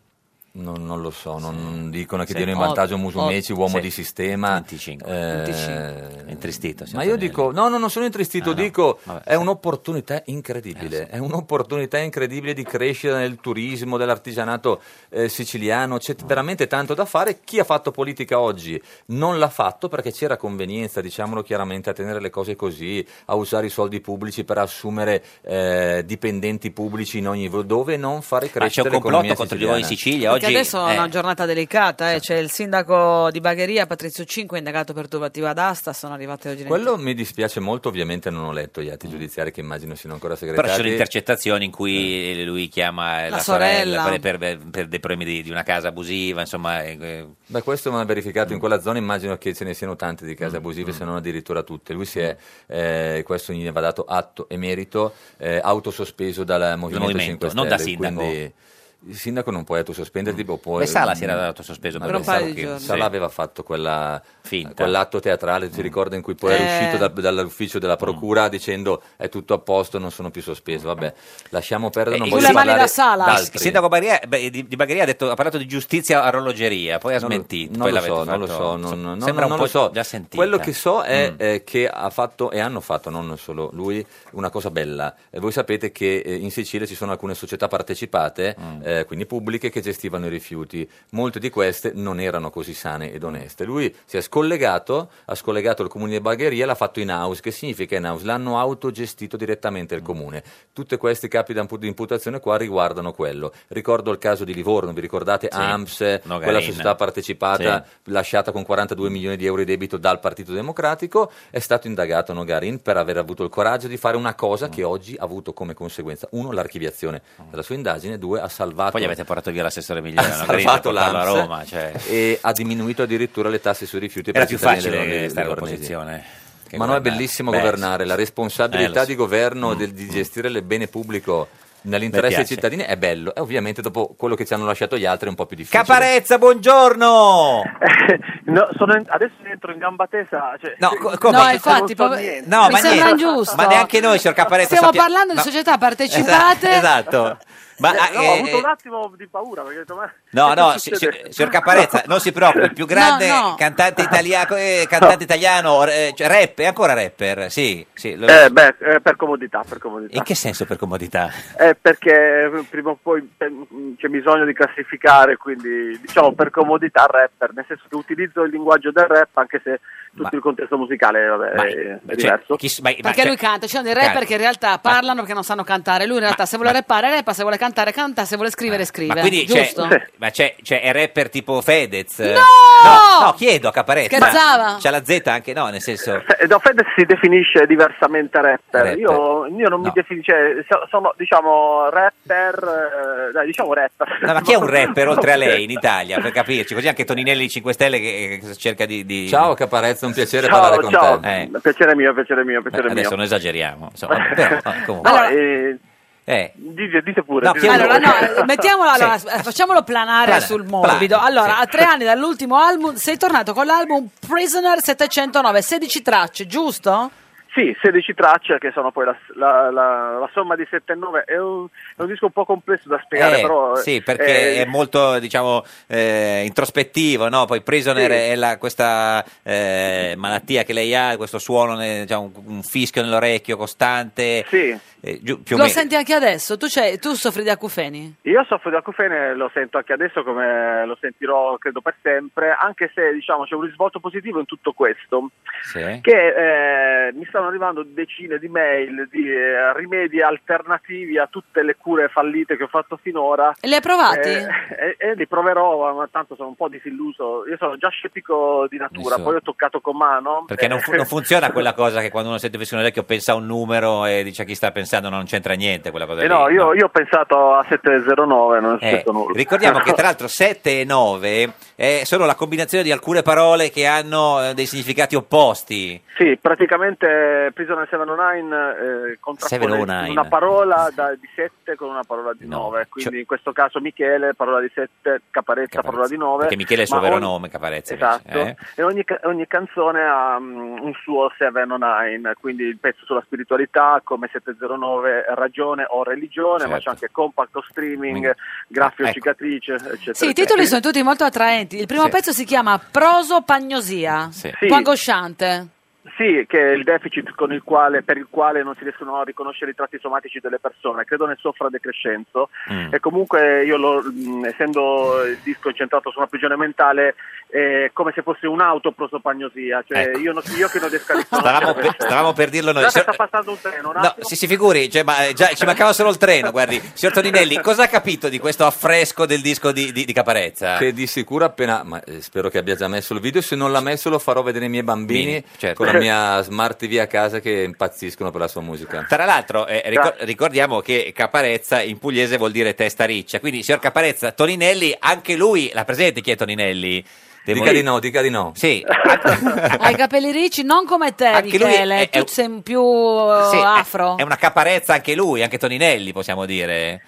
S11: Non, non lo so, non, non dicono che
S2: Sì.
S11: diano in
S2: Ot-
S11: vantaggio Musumeci,
S2: ot-
S11: uomo
S2: sì.
S11: di sistema.
S2: 25.
S11: Eh,
S2: 25. È intristito,
S11: Ma
S2: signor
S11: io
S2: Tonelli.
S11: dico, no, no, non sono intristito,
S2: Ah, no.
S11: dico,
S2: Vabbè, Eh,
S11: è un'opportunità incredibile, è un'opportunità incredibile di crescita nel turismo, dell'artigianato eh, siciliano, c'è
S2: Mm.
S11: veramente tanto da fare. Chi ha fatto politica oggi non l'ha fatto perché c'era convenienza, diciamolo chiaramente, a tenere le cose così, a usare i soldi pubblici per assumere eh, dipendenti pubblici in ogni dove e non fare
S2: Ma c'è
S11: crescere
S2: un
S11: l'economia
S2: complotto contro di
S11: siciliana.
S2: voi in Sicilia
S1: Perché
S2: oggi.
S1: adesso è
S2: eh,
S1: una giornata delicata, eh. c'è il sindaco di Bagheria, Patrizio Cinque, indagato per turbativa d'asta, sono arrivate oggi le
S11: Quello mi dispiace molto, ovviamente non ho letto gli atti giudiziari che immagino siano ancora segretati.
S2: Mm. Però ci sono intercettazioni in cui lui chiama eh,
S1: La
S2: la, sorella,
S1: sorella.
S2: per, per- per dei problemi di, di una casa abusiva, insomma. eh, eh,
S11: Beh, questo mi ha verificato in quella zona, immagino che ce ne siano tante di
S2: Mm,
S11: case abusive, se non addirittura tutte. Lui si è, eh, questo gli va dato atto e merito, eh, autosospeso dal Movimento,
S2: Movimento,
S11: 5 Stelle.
S2: non da sindaco. Mm.
S11: quindi il sindaco non può autosospenderti, o può...
S2: Beh, Sala si era autosospeso,
S11: Ma
S2: per un
S11: pensavo
S2: paio di
S11: che
S2: giorni.
S11: Sala
S2: Sì.
S11: aveva fatto quella, quell'atto teatrale, ti ricordo, in cui poi
S2: Eh.
S11: era uscito da- dall'ufficio
S2: Mm.
S11: della procura dicendo è tutto a posto, non sono più sospeso. Vabbè, lasciamo perdere, non
S2: eh,
S11: voglio parlare
S2: Il
S11: d'altri.
S2: sindaco Bagheria- beh, di, di Bagheria ha, detto- ha parlato di giustizia a orologeria, poi ha
S11: Non lo-
S2: smentito.
S11: non
S2: Eh, poi
S11: lo
S2: l'avete
S11: so, non lo
S2: fatto-
S11: so, non- non-
S2: sembra
S11: non
S2: un
S11: lo
S2: po'
S11: so.
S2: già sentita. Mm.
S11: Quello che so è eh, che ha fatto e hanno fatto, non solo lui, una cosa bella. Eh, voi sapete che eh, in Sicilia ci sono alcune società partecipate,
S2: Mm.
S11: eh, quindi pubbliche, che gestivano i rifiuti. Molte di queste non erano così sane ed oneste. Lui si è scollegato, ha scollegato il comune di Bagheria, l'ha fatto in house, che significa in house? L'hanno autogestito direttamente
S2: Mm.
S11: il comune. Tutti questi capi di impu- di imputazione qua riguardano quello. Ricordo il caso di Livorno, vi ricordate?
S2: Sì.
S11: AMS,
S2: Nogarin.
S11: quella società partecipata lasciata con 42 milioni di euro di debito dal Partito Democratico, è stato indagato Nogarin per aver avuto il coraggio di fare una cosa
S2: Mm.
S11: che oggi ha avuto come conseguenza, uno, l'archiviazione della sua indagine, due, ha salvato...
S2: Poi gli avete portato via
S11: [LAUGHS]
S2: l'assessore
S11: ha
S2: Migliore, Nogarin,
S11: salvato
S2: per portarlo a
S11: l'AMS
S2: Roma. cioè.
S11: e ha diminuito addirittura le tasse sui rifiuti
S2: Era
S11: per
S2: più
S11: i cittadini
S2: facile
S11: leone-
S2: stare
S11: leonesi.
S2: all'opposizione che
S11: Ma no, è
S2: governare.
S11: bellissimo
S2: Beh,
S11: governare,
S2: sì,
S11: la
S2: sì. Eh,
S11: responsabilità
S2: lo so. mm.
S11: di governo del- di gestire il bene pubblico
S2: Mi
S11: nell'interesse dei
S2: piace.
S11: cittadini è bello, e ovviamente dopo quello che ci hanno lasciato gli altri è un po' più difficile.
S14: [LAUGHS]
S2: Caparezza, buongiorno!
S14: No, sono in- adesso entro in gamba tesa. Cioè,
S2: No, co- come?
S14: non
S1: infatti,
S14: so
S1: poi-
S14: niente.
S2: No,
S1: Mi
S2: ma,
S1: sembra
S2: niente.
S1: ingiusto.
S2: ma neanche noi, signor Caparezza.
S1: Stiamo
S2: sappia-
S1: parlando di
S2: no.
S1: società
S11: [LAUGHS]
S1: partecipate.
S2: Esatto. Ma,
S14: Eh, no,
S2: eh,
S14: ho avuto un
S2: eh,
S14: attimo di paura perché ho detto, ma-
S2: no,
S14: che
S2: no, si-
S14: succede?
S2: si- signor Caparezza, non si preoccupi, il più grande
S14: No, no.
S2: cantante italiano, cantante italiano eh, cioè, rap, è ancora rapper, sì. sì lo-
S14: Eh, beh, eh, per comodità, per comodità.
S2: In che senso per comodità?
S14: Eh, perché prima o poi eh, mh, c'è bisogno di classificare, quindi diciamo per comodità rapper, nel senso che utilizzo il linguaggio del rap anche se tutto il contesto musicale vabbè, è, è
S2: cioè,
S14: diverso.
S2: chi s- ma- ma-
S1: Perché
S2: cioè-
S1: lui canta, ci sono dei rapper
S2: Canta.
S1: che in realtà parlano perché non sanno cantare. Lui in realtà se vuole rappare rappa, se vuole cantare canta, se vuole scrivere scrive.
S2: Ma quindi cioè, c'è,
S1: Giusto?
S2: ma c'è, c'è- è rapper tipo Fedez? No! No, chiedo a Caparezza.
S14: Scherzava?
S2: C'ha la Z anche, no, nel senso...
S14: Eh, Da Fed si definisce diversamente rapper.
S2: Rapper.
S14: Io, io non mi definisco, sono diciamo rapper, eh, dai, diciamo rapper.
S2: No, ma chi è un rapper oltre
S14: [LAUGHS]
S2: a lei in Italia, per capirci? Così anche Toninelli di 5 Stelle che, che cerca di, di...
S11: Ciao Caparezza, un piacere
S2: Ciao,
S11: parlare con
S2: ciao.
S11: te.
S2: Eh.
S14: Piacere mio, piacere mio, piacere
S2: Beh, adesso
S14: mio.
S2: non esageriamo.
S14: [LAUGHS]
S2: insomma, però, eh, comunque.
S14: No, eh,
S2: Eh,
S14: dite, dite pure.
S2: No,
S14: dite
S2: chiedo-
S14: pure. [LAUGHS]
S1: Eh, Mettiamolo allora, eh, facciamolo planare
S14: Plana-
S1: sul morbido.
S14: plana,
S1: allora, a tre anni dall'ultimo album, sei tornato con l'album Prisoner 709, 16 tracce, giusto?
S14: Sì, 16 tracce che sono poi la, la- la- la somma di 7 e 9. È un, è un disco un po' complesso da spiegare,
S2: eh,
S14: però.
S2: sì, perché
S14: eh,
S2: è molto diciamo eh, introspettivo, no? Poi Prisoner
S14: Sì.
S2: è la- questa eh, malattia che lei ha, questo suono, ne- diciamo, un fischio nell'orecchio costante. Eh, giù- più o
S1: Lo
S2: meno.
S1: senti anche adesso? Tu, c'hai- tu soffri di acufeni?
S14: Io soffro di acufene, lo sento anche adesso come lo sentirò credo per sempre, anche se diciamo c'è un risvolto positivo in tutto questo,
S2: Sì.
S14: che eh, mi stanno arrivando decine di mail di eh, rimedi alternativi a tutte le cure fallite che ho fatto finora.
S1: E li hai provati?
S14: Eh, eh, eh, li proverò, ma tanto sono un po' disilluso. Io sono già scettico di natura,
S2: Adesso-
S14: poi ho toccato con mano.
S2: Perché non, fu- non funziona quella cosa che quando uno sente un orecchio pensa a un numero e dice a chi sta pensando no, non c'entra niente quella cosa
S14: [LAUGHS] Eh
S2: lì.
S14: no, io, io ho pensato a 709, non ho
S2: Eh,
S14: scritto nulla.
S2: ricordiamo
S14: [LAUGHS]
S2: che tra l'altro 7 e 9 eh, sono la combinazione di alcune parole che hanno eh, dei significati opposti.
S14: Sì, praticamente Prisoner 709 eh, contrappone
S2: 709.
S14: una parola da- di 7 con una parola di 9,
S2: cioè
S14: quindi in questo caso Michele, parola di 7, Caparezza, parola di 9.
S2: Perché Michele è il suo
S14: ma
S2: vero
S14: ogni-
S2: nome, Caparezza. invece,
S14: Esatto,
S2: eh?
S14: e ogni, ca- ogni canzone ha mm, un suo 709, quindi il pezzo sulla spiritualità come 709 ragione o religione,
S2: Certo.
S14: ma c'è anche compatto streaming, graffio
S2: Ah, ecco.
S14: cicatrice, eccetera.
S1: Sì, i titoli
S14: eccetera.
S1: sono tutti molto attraenti. Il primo
S14: Sì.
S1: pezzo si chiama Proso Pagnosia.
S14: Sì.
S1: Un po'
S2: [LAUGHS]
S1: angosciante.
S14: Sì, che è il deficit con il quale, per il quale non si riescono a riconoscere i tratti somatici delle persone, credo ne soffra decrescenzo
S12: Mm.
S14: e comunque io lo, mh, essendo il disco incentrato su una prigione mentale è come se fosse un'autoprosopagnosia, cioè
S2: Ecco.
S14: io, non- io che non riesco
S2: [LAUGHS]
S14: a
S2: Stavamo,
S14: riconoscere.
S2: per, stavamo per dirlo noi.
S14: Guardate,
S2: Signor-
S14: sta passando un treno, un
S2: No,
S14: attimo.
S2: si, si figuri, cioè, ma eh, già, ci mancava solo il treno, guardi. Signor Toninelli, cosa ha capito di questo affresco del disco di, di- di Caparezza?
S11: Che di sicuro appena, ma eh, spero che abbia già messo il video, se non l'ha messo lo farò vedere ai miei bambini
S2: Bini, certo.
S11: con la mia smart TV a casa che impazziscono per la sua musica.
S2: Tra l'altro, eh, ricor- ricordiamo che Caparezza in pugliese vuol dire testa riccia. Quindi, signor Caparezza, Toninelli, anche lui la presente chi è Toninelli?
S11: Dica di no, dica di no.
S2: Sì,
S1: Ha i capelli ricci, non come te,
S2: Anche lui
S1: Michele.
S2: è- è-
S1: tu sei un più eh,
S2: sì, è-
S1: afro.
S2: È una caparezza anche lui, anche Toninelli, possiamo dire.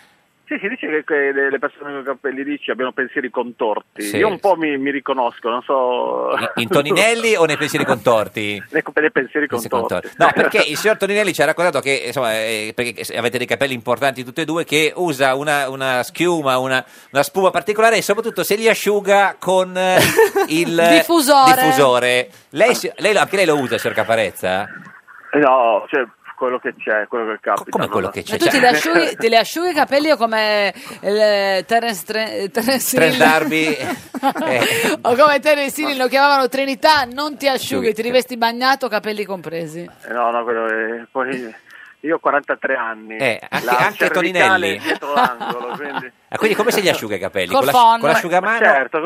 S14: Sì, si dice che, che le le persone con i capelli ricci abbiano pensieri contorti,
S2: Sì.
S14: io un po' mi, mi riconosco, non so...
S2: In Toninelli o nei pensieri contorti?
S14: Nei nei pensieri
S2: Pensieri
S14: contorti.
S2: No, perché il signor Toninelli ci ha raccontato che insomma, eh, perché avete dei capelli importanti tutti e due, che usa una, una schiuma, una, una spuma particolare e soprattutto se li asciuga con eh, il eh,
S1: [LAUGHS] Diffusore.
S2: diffusore. Lei, si- lei lo- anche lei lo usa, signor Caparezza?
S14: [LAUGHS] No, cioè quello che c'è, quello che capita.
S2: Come quello che
S1: Ma
S2: c'è?
S1: tu ti li
S2: eh,
S1: asciughi, ti li asciughi i capelli come eh, Terence Tre- Terence
S2: Tre
S1: Hill.
S2: Darby,
S1: [LAUGHS]
S2: Eh,
S1: o come Terence Hill lo chiamavano Trinità, non ti asciughi, ti rivesti bagnato, capelli compresi.
S14: Eh, No, no, quello è... Poi io ho 43 anni.
S2: Eh, anche-
S14: la
S2: anche
S14: cervicale
S2: Toninelli.
S14: è dietro l'angolo, quindi...
S2: Ah, quindi come se li asciuga i capelli?
S14: Col
S2: con, l'asci-
S14: phon.
S2: con l'asciugamano?
S14: Certo,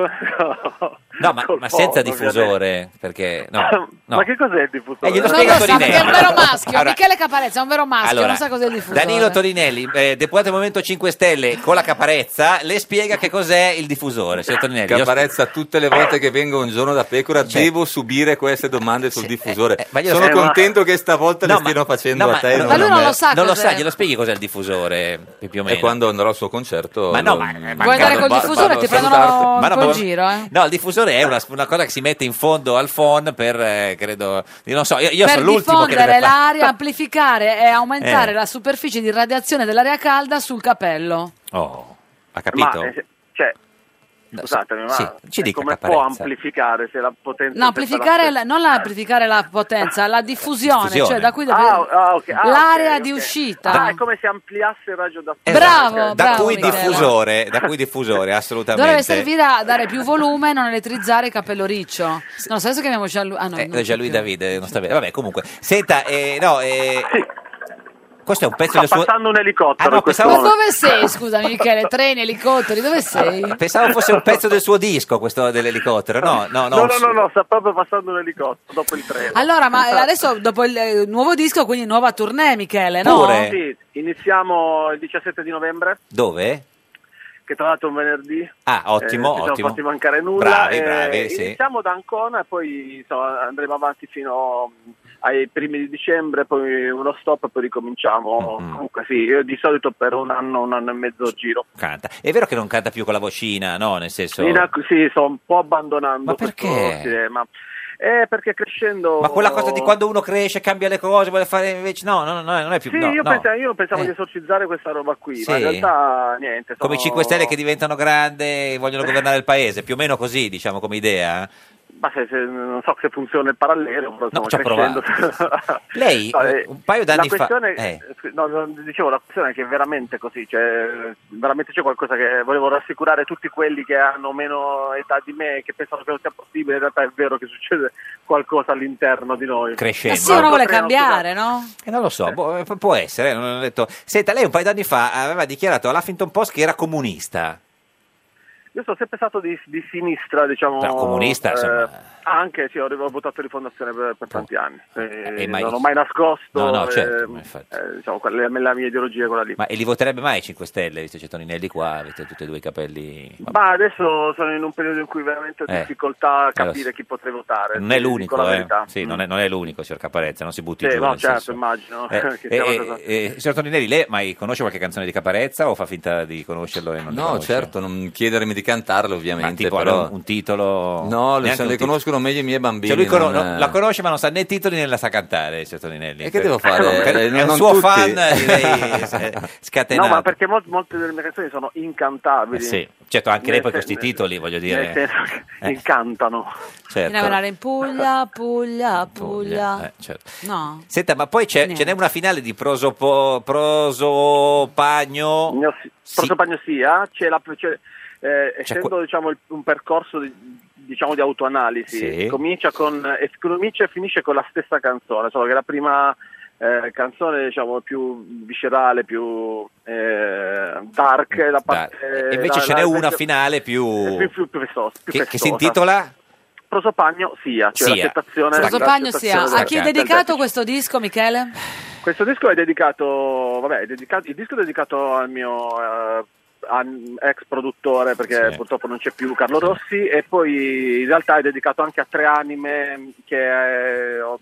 S2: No,
S14: [LAUGHS]
S2: ma,
S14: col
S2: ma
S14: phon,
S2: senza diffusore, perché... No, no.
S14: Ma che cos'è il diffusore?
S2: Eh, glielo
S1: Non
S2: spiega
S1: lo sa, perché è un
S2: Toninelli.
S1: vero maschio.
S2: Allora,
S1: Michele Caparezza è un vero maschio,
S2: Allora,
S1: non sa cos'è il diffusore.
S2: Danilo Toninelli, eh, deputato del Movimento 5 Stelle con la Caparezza, le spiega che cos'è il diffusore. Signor Toninelli, io-
S11: Caparezza, tutte le volte che vengo un giorno da pecora devo subire queste domande sul diffusore.
S2: ma io-
S11: Sono
S2: eh, ma-
S11: contento che stavolta le
S2: No, ma-
S11: stiano facendo
S2: no,
S11: a te. e
S2: ma
S11: a me.
S2: Non lo sa, glielo spieghi cos'è il diffusore, più o meno.
S11: E quando andrò al suo concerto...
S2: Ma no,
S11: lo-
S2: ma- ma-
S11: vado-
S1: Vuoi andare col
S11: vado-
S1: diffusore?
S11: vado
S1: Ti
S11: a salutarti.
S1: prendono
S2: Ma no,
S1: col
S2: ma-
S1: giro, eh.
S2: No, il diffusore è una, una cosa che si mette in fondo al phone per, eh, credo, io non so, io, io
S1: per
S2: sono l'ultimo che deve
S1: diffondere
S2: fare-
S1: l'aria, amplificare e aumentare
S2: Eh.
S1: la superficie di radiazione dell'aria calda sul capello.
S2: Oh, ha capito?
S14: Ma, eh, cioè, scusatemi, ma
S2: sì, ci
S14: eh,
S2: dica
S14: come può
S2: Caparezza.
S14: amplificare se la Eh. potenza...
S1: No, amplificare, la- non la- amplificare la potenza, la diffusione,
S14: Diffusione.
S1: cioè da qui dove-
S14: Ah, ah, ok, ah,
S1: l'area
S14: ok, ok.
S1: di uscita.
S14: Ah, è come se ampliasse il raggio da...
S1: Bravo,
S14: Ok.
S2: da
S1: bravo,
S2: cui
S1: Michele.
S2: diffusore, da cui diffusore, assolutamente.
S1: Dovrebbe servire a dare più volume e non elettrizzare il capello riccio. Non so, adesso chiamiamo Gianlu- ah, no,
S2: Eh,
S1: non c'è
S2: già lui
S1: più.
S2: Davide, non sta bene. Vabbè, comunque. Senta, eh, no, eh, questo è un pezzo
S14: Sta
S2: del suo...
S14: passando un elicottero
S2: Ah, no,
S14: in questo
S1: Ma
S2: pensavo,
S1: dove sei, scusami Michele? Treni, elicotteri, dove sei?
S2: pensavo fosse un pezzo del suo disco, questo dell'elicottero. No, no, no.
S14: No, no, no, no, sta proprio passando un elicottero dopo il treno.
S1: Allora, ma eh, adesso dopo il eh, nuovo disco, quindi nuova tournée, Michele, no?
S2: Pure.
S14: Sì, iniziamo il 17 di novembre,
S2: Dove?
S14: che tra l'altro è un venerdì.
S2: Ah, ottimo,
S14: Eh, non ci
S2: ottimo.
S14: siamo fatti mancare nulla.
S2: Bravi,
S14: Eh,
S2: bravi, sì.
S14: Iniziamo da Ancona e poi insomma, andremo avanti fino mm, ai primi di dicembre, poi uno stop e poi ricominciamo. Comunque sì, io di solito per un anno, un anno e mezzo giro.
S2: Canta. È vero che non canta più con la vocina, no? Nel senso...
S14: In acqu- sì, sto un po' abbandonando
S2: Ma perché?
S14: questo tema. Eh, perché crescendo...
S2: Ma quella cosa di quando uno cresce, cambia le cose, vuole fare invece... No, no, no, no, non è più...
S14: Sì,
S2: no,
S14: io,
S2: no. Eh.
S14: Pensavo, io pensavo di esorcizzare questa roba qui, ma in
S2: Sì.
S14: realtà niente.
S2: Come i
S14: sono-
S2: 5 Stelle che diventano grande e vogliono governare il paese, più o meno così, diciamo, come idea.
S14: ma se, se- non so se funziona il parallelo, però
S2: No, ci ho
S14: insomma, crescendo- [LAUGHS]
S2: Lei,
S14: No, eh,
S2: un paio d'anni
S14: la
S2: fa-
S14: questione,
S2: eh.
S14: scu- no, no, dicevo, la questione è che è veramente così, cioè, veramente c'è qualcosa che volevo rassicurare tutti quelli che hanno meno età di me, che pensano che non sia possibile, in realtà è vero che succede qualcosa all'interno di noi.
S2: Crescendo.
S1: Eh, Sì, uno vuole
S14: Creano-
S1: cambiare, no?
S2: Eh, non lo so, boh, eh, può essere. eh, Non ho detto. Senta, lei un paio d'anni fa aveva dichiarato all'Huffington Post che era comunista.
S14: Io sono sempre stato di, di sinistra, diciamo.
S2: Però comunista, insomma.
S14: Anche, sì, ho, ho votato rifondazione per, per tanti anni. Eh,
S2: eh, ma-
S14: non ho mai nascosto.
S2: No, no,
S14: eh,
S2: certo, ma infatti.
S14: eh, diciamo, quella, la mia ideologia è quella lì.
S2: Ma e li voterebbe mai i 5 Stelle? Visto che c'è Toninelli qua, avete tutti e due i capelli. vabbè.
S14: Ma adesso sono in un periodo in cui veramente ho
S2: Eh,
S14: difficoltà a
S2: allora
S14: capire
S2: sì.
S14: chi potrei votare.
S2: Non
S14: sì,
S2: è
S14: dico
S2: l'unico,
S14: la
S2: eh.
S14: verità.
S2: Sì, non, è, non è l'unico, signor Caparezza, non si butti
S14: Sì,
S2: giù.
S14: no, [LAUGHS]
S2: nel
S14: certo,
S2: senso.
S14: immagino
S2: Eh,
S14: che
S2: eh,
S14: sia una
S2: eh,
S14: cosa-
S2: eh, signor Toninelli, lei mai conosce qualche canzone di Caparezza o fa finta di conoscerlo? E non
S11: No, certo, non chiedermi di cantarlo ovviamente.
S2: tipo,
S11: però...
S2: un- un titolo?
S11: No, le,
S2: Neanche
S11: se
S2: un
S11: le
S2: titolo.
S11: conoscono meglio i miei bambini.
S2: Cioè, lui cono-
S11: non- eh.
S2: no, la conosce ma non sa né i titoli né la sa cantare, signor Toninelli.
S11: E che devo fare?
S2: Per-
S11: Eh,
S2: è un
S11: non
S2: suo
S11: tutti.
S2: fan direi, eh,
S11: [LAUGHS]
S2: scatenato.
S14: No, ma perché mol- molte delle mie canzoni sono
S2: Eh
S14: incantabili.
S2: sì, certo, anche lei
S14: Nel
S2: poi con
S14: sen-
S2: questi titoli, voglio
S14: Nel
S2: dire.
S14: senso che
S2: Eh.
S14: incantano.
S1: Bisogna
S2: Certo.
S1: parlare in Puglia, Puglia, Puglia.
S2: Eh, certo.
S1: No.
S2: Senta, ma poi c'è, ce n'è una finale di prosopo, prosopagno.
S14: Prosopagno sia, c'è la, c'è, eh, essendo
S2: que-
S14: diciamo, il- un percorso di, diciamo, di autoanalisi,
S2: Sì.
S14: comincia, con, e comincia e finisce con la stessa canzone, solo che la prima eh, canzone diciamo, più viscerale, più eh, dark, la parte,
S2: E invece
S14: la-
S2: ce n'è
S14: la-
S2: una
S14: invece-
S2: finale più.
S14: più, più, più festosa, più
S2: che, che
S14: festosa.
S2: si intitola?
S14: Prosopagno sia, cioè
S2: Sia.
S14: l'accettazione
S1: Prosopagno sia.
S14: l'accettazione
S1: A chi è
S14: del-
S1: dedicato questo disco, Michele?
S14: questo disco è dedicato, vabbè, è dedicato, il disco è dedicato al mio eh, an- ex produttore perché
S12: Sì.
S14: purtroppo non c'è più Carlo Rossi e poi in realtà è dedicato anche a tre anime che, eh, ho-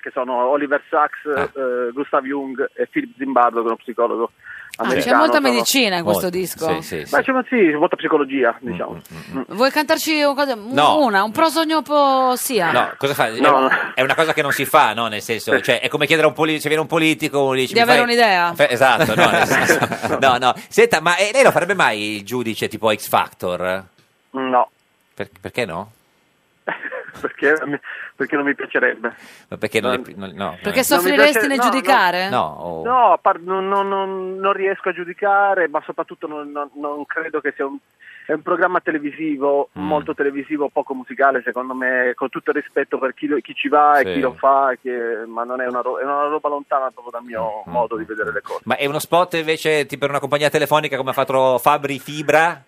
S14: che sono Oliver Sacks, eh, Gustav Jung e Philip Zimbardo che è uno psicologo
S1: Ah,
S14: americano.
S1: c'è molta
S14: sono-
S1: medicina in questo Molto, disco. sì, sì, Mm, sì.
S14: Beh, c'è mo- sì, molta psicologia diciamo.
S1: Vuoi cantarci un cosa- un-
S2: Mm. No.
S1: una? Un prosognopo sia?
S2: No, cosa fa?
S14: Ah. No.
S2: È una cosa che non si fa, no? Nel senso, cioè, è come chiedere a un politico, se viene un politico, gli dici,
S1: Di
S2: mi
S1: avere
S2: fai-
S1: un'idea?
S2: Fe- Esatto,
S14: [LAUGHS]
S2: no, nel senso- no, no. Senta, ma eh, lei lo farebbe mai il giudice tipo X Factor?
S1: mm,
S14: No.
S2: perché no?
S14: perché, [LAUGHS] perché non mi piacerebbe.
S2: Ma Perché non le- non- no.
S1: Perché
S14: Non mi
S1: soffriresti
S14: piace-
S1: nel
S14: no,
S1: giudicare?
S2: No, o-
S14: No, par- non, non- non- non riesco a giudicare, ma soprattutto non, non- non credo che sia un, è un programma televisivo,
S2: Mm.
S14: molto televisivo, poco musicale, secondo me, con tutto il rispetto per chi, lo- chi ci va
S2: Sì.
S14: e chi lo fa, e che- ma non è una, ro- è una roba lontana proprio dal
S2: Mm,
S14: mio modo di vedere le cose.
S2: Ma è uno spot invece tipo, per una compagnia telefonica come ha fatto Fabri Fibra?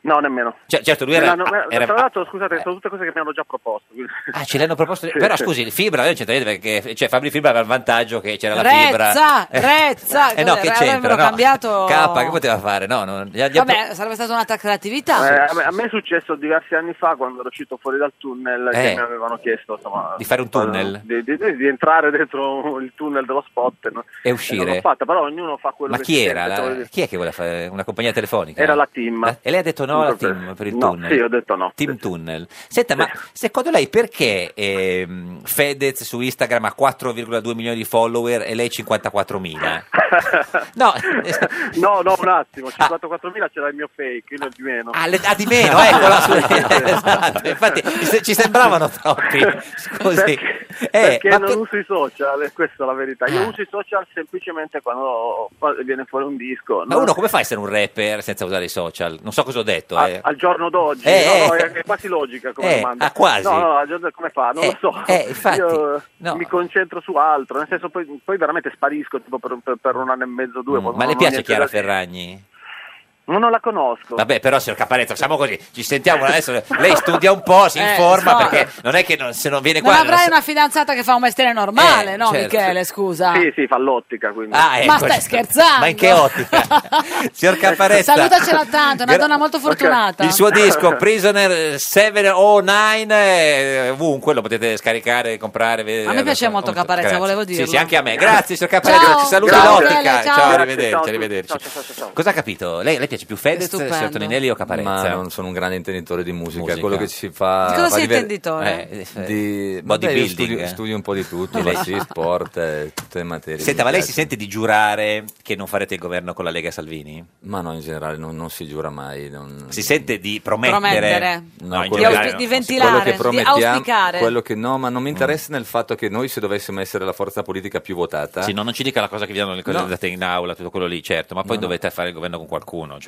S14: No, nemmeno.
S2: Cioè, certo, lui
S14: Me
S2: era...
S14: l'hanno- me-
S2: era- eh.
S14: Tra l'altro, scusate, sono tutte cose che mi hanno già proposto. quindi-
S2: Ah, ce l'hanno proposto.
S14: Sì,
S2: Però
S14: sì.
S2: scusi, il Fibra non c'entra niente perché cioè, Fabri Fibra aveva il vantaggio che c'era la fibra.
S1: Rezza,
S2: Eh,
S1: Rezza.
S2: eh no,
S1: cos'era?
S2: che c'entra?
S1: Avrebbero
S2: No.
S1: cambiato...
S2: K, che poteva fare? No, no, gli ha- gli ha-
S1: Vabbè, sarebbe stata un'altra
S14: Eh,
S2: Ah,
S1: creatività.
S14: [LAUGHS] a, me, a me è successo diversi anni fa quando ero uscito fuori dal tunnel
S2: Eh.
S14: che mi avevano chiesto insomma,
S2: Di fare un tunnel?
S14: di, di- di entrare dentro il tunnel dello spot e, non-
S2: E
S14: e non l'ho
S2: uscire.
S14: fatta però ognuno fa quello
S2: Ma
S14: che
S2: chi
S14: si
S2: era?
S14: sente,
S2: la-
S14: cioè, voglio dire.
S2: chi è che voleva fare una compagnia telefonica?
S14: Era la team.
S2: e lei ha detto no alla
S14: Dunque,
S2: team per il
S14: no,
S2: tunnel?
S14: sì, ho detto no.
S2: Team tunnel. Senta, ma secondo lei perché ehm, Fedez su Instagram ha 4,2 milioni di follower e lei
S14: [LAUGHS]
S2: 54.000? [LAUGHS] no.
S14: no no un attimo 54.000 c'era il mio fake io ne ho di meno
S2: Ah, le- ah, di meno, ecco la
S14: [LAUGHS]
S2: sua- Esatto, infatti se- ci
S14: [LAUGHS]
S2: sembravano troppi. Scusi.
S14: Perché,
S2: Eh,
S14: perché
S2: ma Ah.
S14: non
S2: per-
S14: uso i social, eh, questa è la verità. Io uso i social semplicemente quando viene fuori un disco.
S2: Ma
S14: no?
S2: uno come fa a essere un rapper senza usare i social? Non so cosa ho detto. eh.
S14: al giorno d'oggi
S2: Eh,
S14: no, no,
S2: eh.
S14: è, è quasi logica come
S2: Eh,
S14: domanda
S2: ah, quasi.
S14: no, no, al giorno d'oggi come fa non
S2: Eh,
S14: lo so
S2: eh, infatti,
S14: io
S2: no.
S14: mi concentro su altro nel senso poi, poi veramente sparisco tipo per, per- per un anno e mezzo due poi
S2: Mm, Ma
S14: non
S2: le
S14: ho
S2: piace
S14: niente
S2: Chiara
S14: da-
S2: Ferragni?
S14: No, non la
S1: Boh.
S14: conosco
S2: Vabbè, però, signor Caparezza, facciamo così. Ci sentiamo adesso. Lei studia un po', si
S1: Eh,
S2: informa,
S1: so.
S2: perché non è che non- se non viene
S1: Non
S2: qua. non
S1: avrai
S2: sa-
S1: una fidanzata che fa un mestiere normale,
S2: Eh,
S1: no,
S2: certo.
S1: Michele? Scusa.
S14: sì sì fa l'ottica quindi
S2: Ah,
S1: Ma
S2: ecco.
S1: stai scherzando?
S2: Ma in
S1: [LAUGHS]
S2: che ottica? signor Caparezza.
S1: Salutacela tanto, è una
S2: Gra-
S1: donna molto fortunata.
S2: Il suo disco Prisoner 709 eh, ovunque lo potete scaricare, comprare.
S1: A me piace molto Caparezza, volevo
S2: dire. Sì,
S1: dirlo.
S2: sì, anche a me. Grazie, signor Caparezza.
S1: Ciao,
S2: Ci saluta
S1: ciao,
S2: l'ottica.
S1: Michele,
S2: Ciao,
S1: ciao.
S2: arrivederci,
S1: Ciao a tutti.
S2: arrivederci. Cosa ha capito? Lei, lei piace piace più Fedez,
S1: Stupendo.
S2: signor Toninelli o Caparezza?
S11: Ma non sono un grande intenditore di musica,
S2: Musica.
S11: quello che si fa...
S1: Di cosa
S11: va
S1: sei
S11: diver-
S1: intenditore?
S11: Eh, di... vabbè, io
S2: Bodybuilding,
S11: studio,
S2: eh.
S11: studio un po'
S2: [LAUGHS]
S11: di tutto,
S2: Lei-
S11: va sì, sport, eh, tutte le materie.
S2: Senta, ma lei si
S11: sente
S2: sente di giurare che non farete il governo con la Lega Salvini?
S11: Ma no, in generale non, non si giura mai. non-
S2: Si sente di promettere?
S1: Promettere.
S2: No, Mm. in
S1: Di
S11: quello che-
S1: auspi- di
S11: no,
S1: ventilare,
S11: quello che
S1: di
S11: promettiamo-
S1: auspicare.
S11: quello che no, ma non mi interessa nel fatto che noi se dovessimo essere la forza politica più votata.
S2: Sì, no, non ci dica la cosa che vi hanno le cose
S11: Eh? No.
S2: date in aula, tutto quello lì, certo, ma poi
S11: No, no.
S2: dovete fare il governo con qualcuno, cioè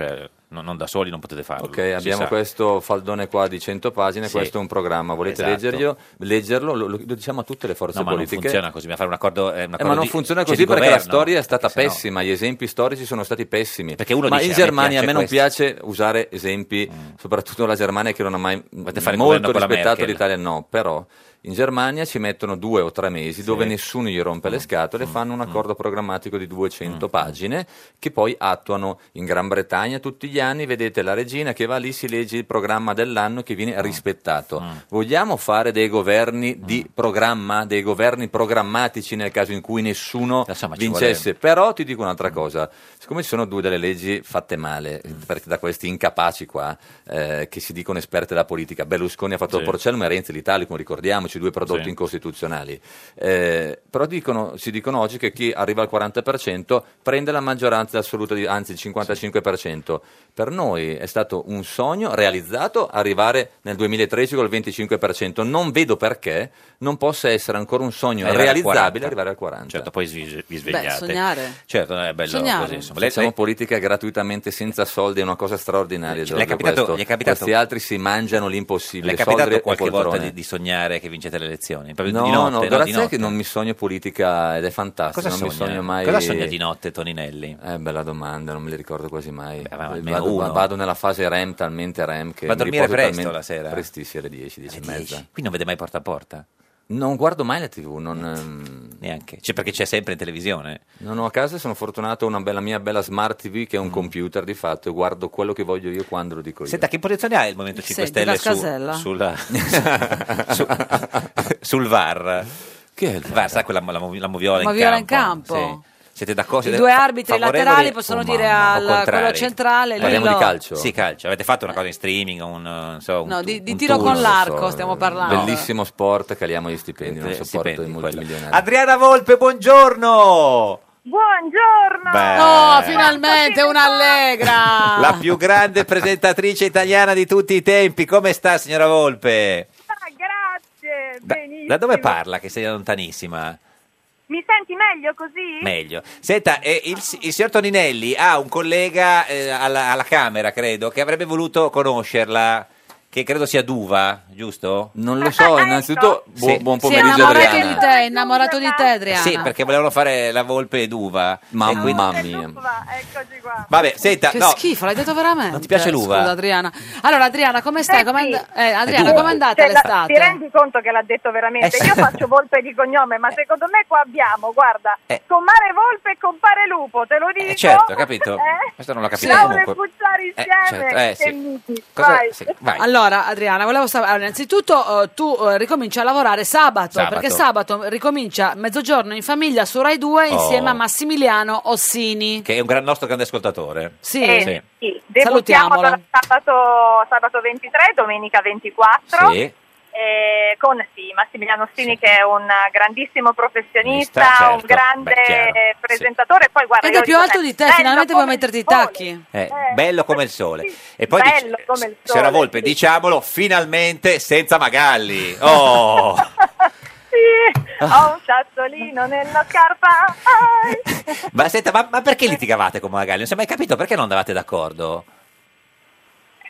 S2: no- non da soli non potete farlo.
S11: Ok,
S2: si
S11: abbiamo
S2: sa.
S11: questo faldone qua di 100 pagine,
S2: Sì.
S11: questo è un programma, volete
S2: Esatto.
S11: leggerlo? leggerlo? Lo, lo diciamo a tutte le forze
S2: No, ma non
S11: politiche.
S2: funziona così, bisogna fare un accordo, eh, un
S11: Eh,
S2: accordo
S11: ma non
S2: di-
S11: funziona
S2: cioè,
S11: così
S2: di
S11: perché la
S2: governo.
S11: storia è stata
S2: Perché sennò-
S11: pessima, gli esempi storici sono stati pessimi.
S2: uno
S11: ma
S2: dice,
S11: in
S2: "A me
S11: Germania a
S2: piace
S11: me non
S2: questo". Mm.
S11: piace usare esempi, soprattutto la Germania che non ha mai
S2: fare il
S11: molto
S2: governo con la
S11: rispettato
S2: Merkel.
S11: l'Italia, no, però in Germania ci mettono due o tre mesi dove nessuno gli rompe
S2: Mm.
S11: le scatole, fanno un accordo programmatico di 200 pagine che poi attuano in Gran Bretagna tutti gli anni, vedete la regina che va lì, si legge il programma dell'anno che
S2: Mm.
S11: viene rispettato. Vogliamo fare dei governi di programma, dei governi programmatici nel caso in cui nessuno
S2: Eh, ci Mm.
S11: vincesse, però ti dico un'altra cosa, siccome ci sono due delle leggi fatte male, perché da questi incapaci qua, eh, che si dicono esperti della politica, Berlusconi ha fatto
S2: Sì.
S11: il Porcellum e Renzi l'Italicum, ricordiamoci, due prodotti
S2: Sì.
S11: incostituzionali, Eh, però dicono, si dicono oggi che chi arriva al 40% prende la maggioranza assoluta, di- anzi il 55%, per noi è stato un sogno realizzato arrivare nel 2013 col 25%, non vedo perché non possa essere ancora un sogno
S2: Arrivare al
S11: realizzabile
S2: 40.
S11: arrivare al 40%.
S2: Certo, poi vi,
S1: Beh,
S2: vi svegliate.
S1: sognare.
S2: Certo, è bello
S1: Sognare.
S2: così, insomma. Lei-
S11: Facciamo politica gratuitamente senza soldi è una cosa straordinaria.
S2: Cioè, le è
S11: Giorgio,
S2: capitato-
S11: questo.
S2: le è capitato-
S11: Questi altri si mangiano l'impossibile.
S2: le è capitato
S11: soldi
S2: qualche
S11: o poltrone.
S2: volta di, di sognare che vincete le elezioni? Proprio
S11: No,
S2: di notte,
S11: no,
S2: no,
S11: grazie
S2: di notte.
S11: che non mi sogno politica ed è fantastico.
S2: Cosa
S11: non mi
S2: sogna?
S11: sogno mai.
S2: Cosa sogna di notte Toninelli?
S11: Eh, bella domanda, non me le ricordo quasi mai.
S2: almeno
S11: vado,
S2: uno.
S11: vado nella fase REM talmente REM che
S2: Va a
S11: mi
S2: dormire
S11: riposo
S2: presto
S11: talmente-
S2: la sera?
S11: Prestissimo, alle 10, 10 e
S2: Alle 10.
S11: mezza.
S2: Quindi non vede mai porta a porta?
S11: Non guardo mai la TV, non... ehm,
S2: Neanche. Cioè, perché c'è sempre in televisione.
S11: Non ho a casa, sono fortunato, ho una bella mia bella smart TV che è un computer di fatto e guardo quello che voglio io quando lo dico io.
S2: Mm. Senta, che posizione ha il Movimento 5
S1: Senti, la
S2: Stelle su-
S1: scasella?
S2: sulla-
S11: [LAUGHS]
S2: [LAUGHS] su- [LAUGHS] sul VAR? Che è il VAR? sa quella la, mu- la moviola,
S1: La moviola
S2: in
S1: in
S2: campo?
S1: campo.
S2: Sì. Siete d'accordo?
S1: I
S2: Siete
S1: due arbitri
S2: Cioè, favorevoli
S1: laterali
S2: o-
S1: possono
S2: o
S1: dire
S2: mamma,
S1: al-
S2: o contrari?
S1: quello centrale, lui
S2: Parliamo
S1: lo-
S2: di calcio? Sì, calcio. Avete fatto una cosa in streaming, un, eh, non so, un
S1: No,
S2: tu-
S1: di, di
S2: un
S1: tiro
S2: turno,
S1: con
S2: non so.
S1: l'arco stiamo parlando.
S11: Bellissimo sport, caliamo gli stipendi, non
S2: Eh,
S11: sopporto i
S2: stipendi, quello. Ah,
S11: multimilionari.
S2: Adriana Volpe, buongiorno!
S12: Buongiorno!
S2: Beh.
S1: No, finalmente un'allegra!
S2: La
S1: [LAUGHS]
S2: più grande presentatrice italiana di tutti i tempi. Come sta, signora Volpe?
S12: Ah, grazie!
S2: Da,
S12: Benissimo.
S2: da dove parla, che sei lontanissima?
S12: Mi senti meglio così?
S2: Meglio. Senta, eh, il, si- il signor Toninelli ha un collega eh, alla, alla Camera, credo, che avrebbe voluto conoscerla, che credo sia Duva, giusto?
S11: Non lo so, innanzitutto buon- buon
S1: Si è
S11: pomeriggio
S1: innamorato
S11: Adriana.
S1: di te, è innamorato di te, Adriana.
S2: Sì, perché volevano fare la Volpe e Duva.
S11: Mamma
S2: mia. Vabbè, senta,
S1: Che
S2: no,
S1: schifo, l'hai detto veramente.
S2: Non ti piace l'uva?
S1: Scusa, Adriana. Allora, Adriana, come stai? Com'è and- eh, Adriana,
S2: l'uva.
S1: com'è andata
S12: Cioè, la-
S1: l'estate?
S12: ti rendi conto che l'ha detto veramente?
S1: Eh, sì.
S12: Io faccio volpe di cognome,
S2: Eh.
S12: ma secondo me qua abbiamo, guarda, compare volpe e compare lupo, te lo dico.
S2: eh, certo, capito.
S12: Eh?
S2: Questo non l'ho capito
S12: Laura e
S2: comunque.
S12: Pucciari
S2: Eh,
S12: insieme,
S2: certo, eh,
S12: che
S2: sì.
S12: miti,
S2: Cosa-
S12: vai.
S2: sì, vai.
S1: Allora, Adriana, volevo sapere. allora, innanzitutto, eh, tu eh, ricominci a lavorare sabato,
S2: Sabato.
S1: perché sabato ricomincia mezzogiorno in famiglia su Rai 2
S2: Oh.
S1: insieme a Massimiliano Ossini.
S2: Che è un gran- nostro grande ascoltatore.
S1: Sì.
S12: Eh,
S2: Sì.
S12: sì, debuttiamo
S1: Salutiamolo.
S12: allora sabato, sabato 23, domenica 24.
S2: Sì.
S12: eh, con sì, Massimiliano Ossini che è un grandissimo professionista,
S2: Sta- certo,
S12: un grande
S2: beh, chiaro,
S12: eh, presentatore, poi guarda,
S1: Ed è
S12: io
S1: più
S12: dico
S1: alto
S12: sempre,
S1: di te,
S12: bello
S1: finalmente puoi
S12: come
S1: metterti i
S12: il sole.
S1: tacchi.
S2: Eh, bello come il sole. E poi dice-
S12: Bello come il sole.
S2: Signora Volpe, diciamolo finalmente senza Magalli. Oh,
S12: Sì, ho un sassolino nella scarpa. ai.
S2: [LAUGHS] ma senta, ma, ma perché litigavate con Magalli? Non si è mai capito perché non andavate d'accordo?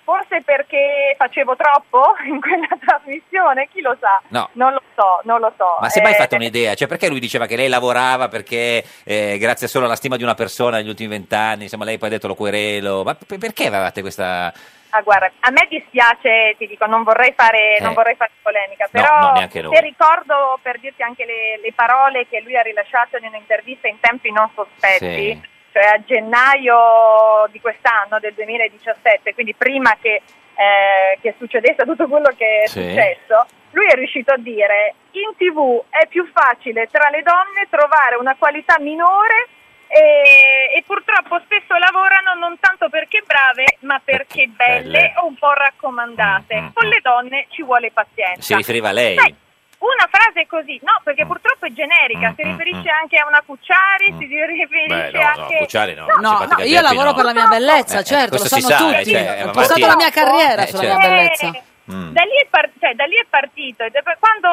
S12: Forse perché facevo troppo in quella trasmissione, chi lo sa?
S2: No.
S12: Non lo so, non lo so.
S2: Ma si è mai
S12: Eh,
S2: fatta un'idea? Cioè, perché lui diceva che lei lavorava perché eh, grazie solo alla stima di una persona negli ultimi vent'anni, insomma, lei poi ha detto lo querelo. Ma p- perché avevate questa.
S12: Ah, guarda, a me dispiace, ti dico, non vorrei fare,
S2: Eh.
S12: non vorrei fare polemica,
S2: No,
S12: però
S2: no, neanche noi.
S12: se ricordo per dirti anche le, le parole che lui ha rilasciato in un'intervista in tempi non sospetti,
S15: Sì.
S12: cioè a gennaio di quest'anno, del 2017, quindi prima che, eh, che succedesse tutto quello che è
S15: Sì.
S12: successo, lui è riuscito a dire in tv è più facile tra le donne trovare una qualità minore e, e purtroppo spesso lavorano non tanto perché brave ma perché belle
S2: belle.
S12: o un po'
S2: Mm,
S12: raccomandate. Con le donne ci vuole pazienza.
S2: Si riferiva a lei.
S12: Sai, una frase così, no,
S2: Mm.
S12: perché purtroppo è generica, si riferisce anche a una Cucciari, si riferisce
S2: Beh, no, no,
S12: anche...
S2: Cucciari no,
S1: No,
S2: simpatica
S1: no, io
S2: Geppi
S1: lavoro
S2: no.
S1: per la mia bellezza,
S2: Eh, eh,
S1: certo, lo
S2: questo si
S1: sanno
S2: sa,
S1: tutti.
S2: cioè, eh,
S1: Ho
S2: ma
S1: passato
S2: infatti-
S1: la mia carriera
S2: Eh,
S1: sulla
S2: certo.
S1: mia bellezza.
S2: Mm.
S12: Da lì, è par- cioè, da lì è partito, ed è per quando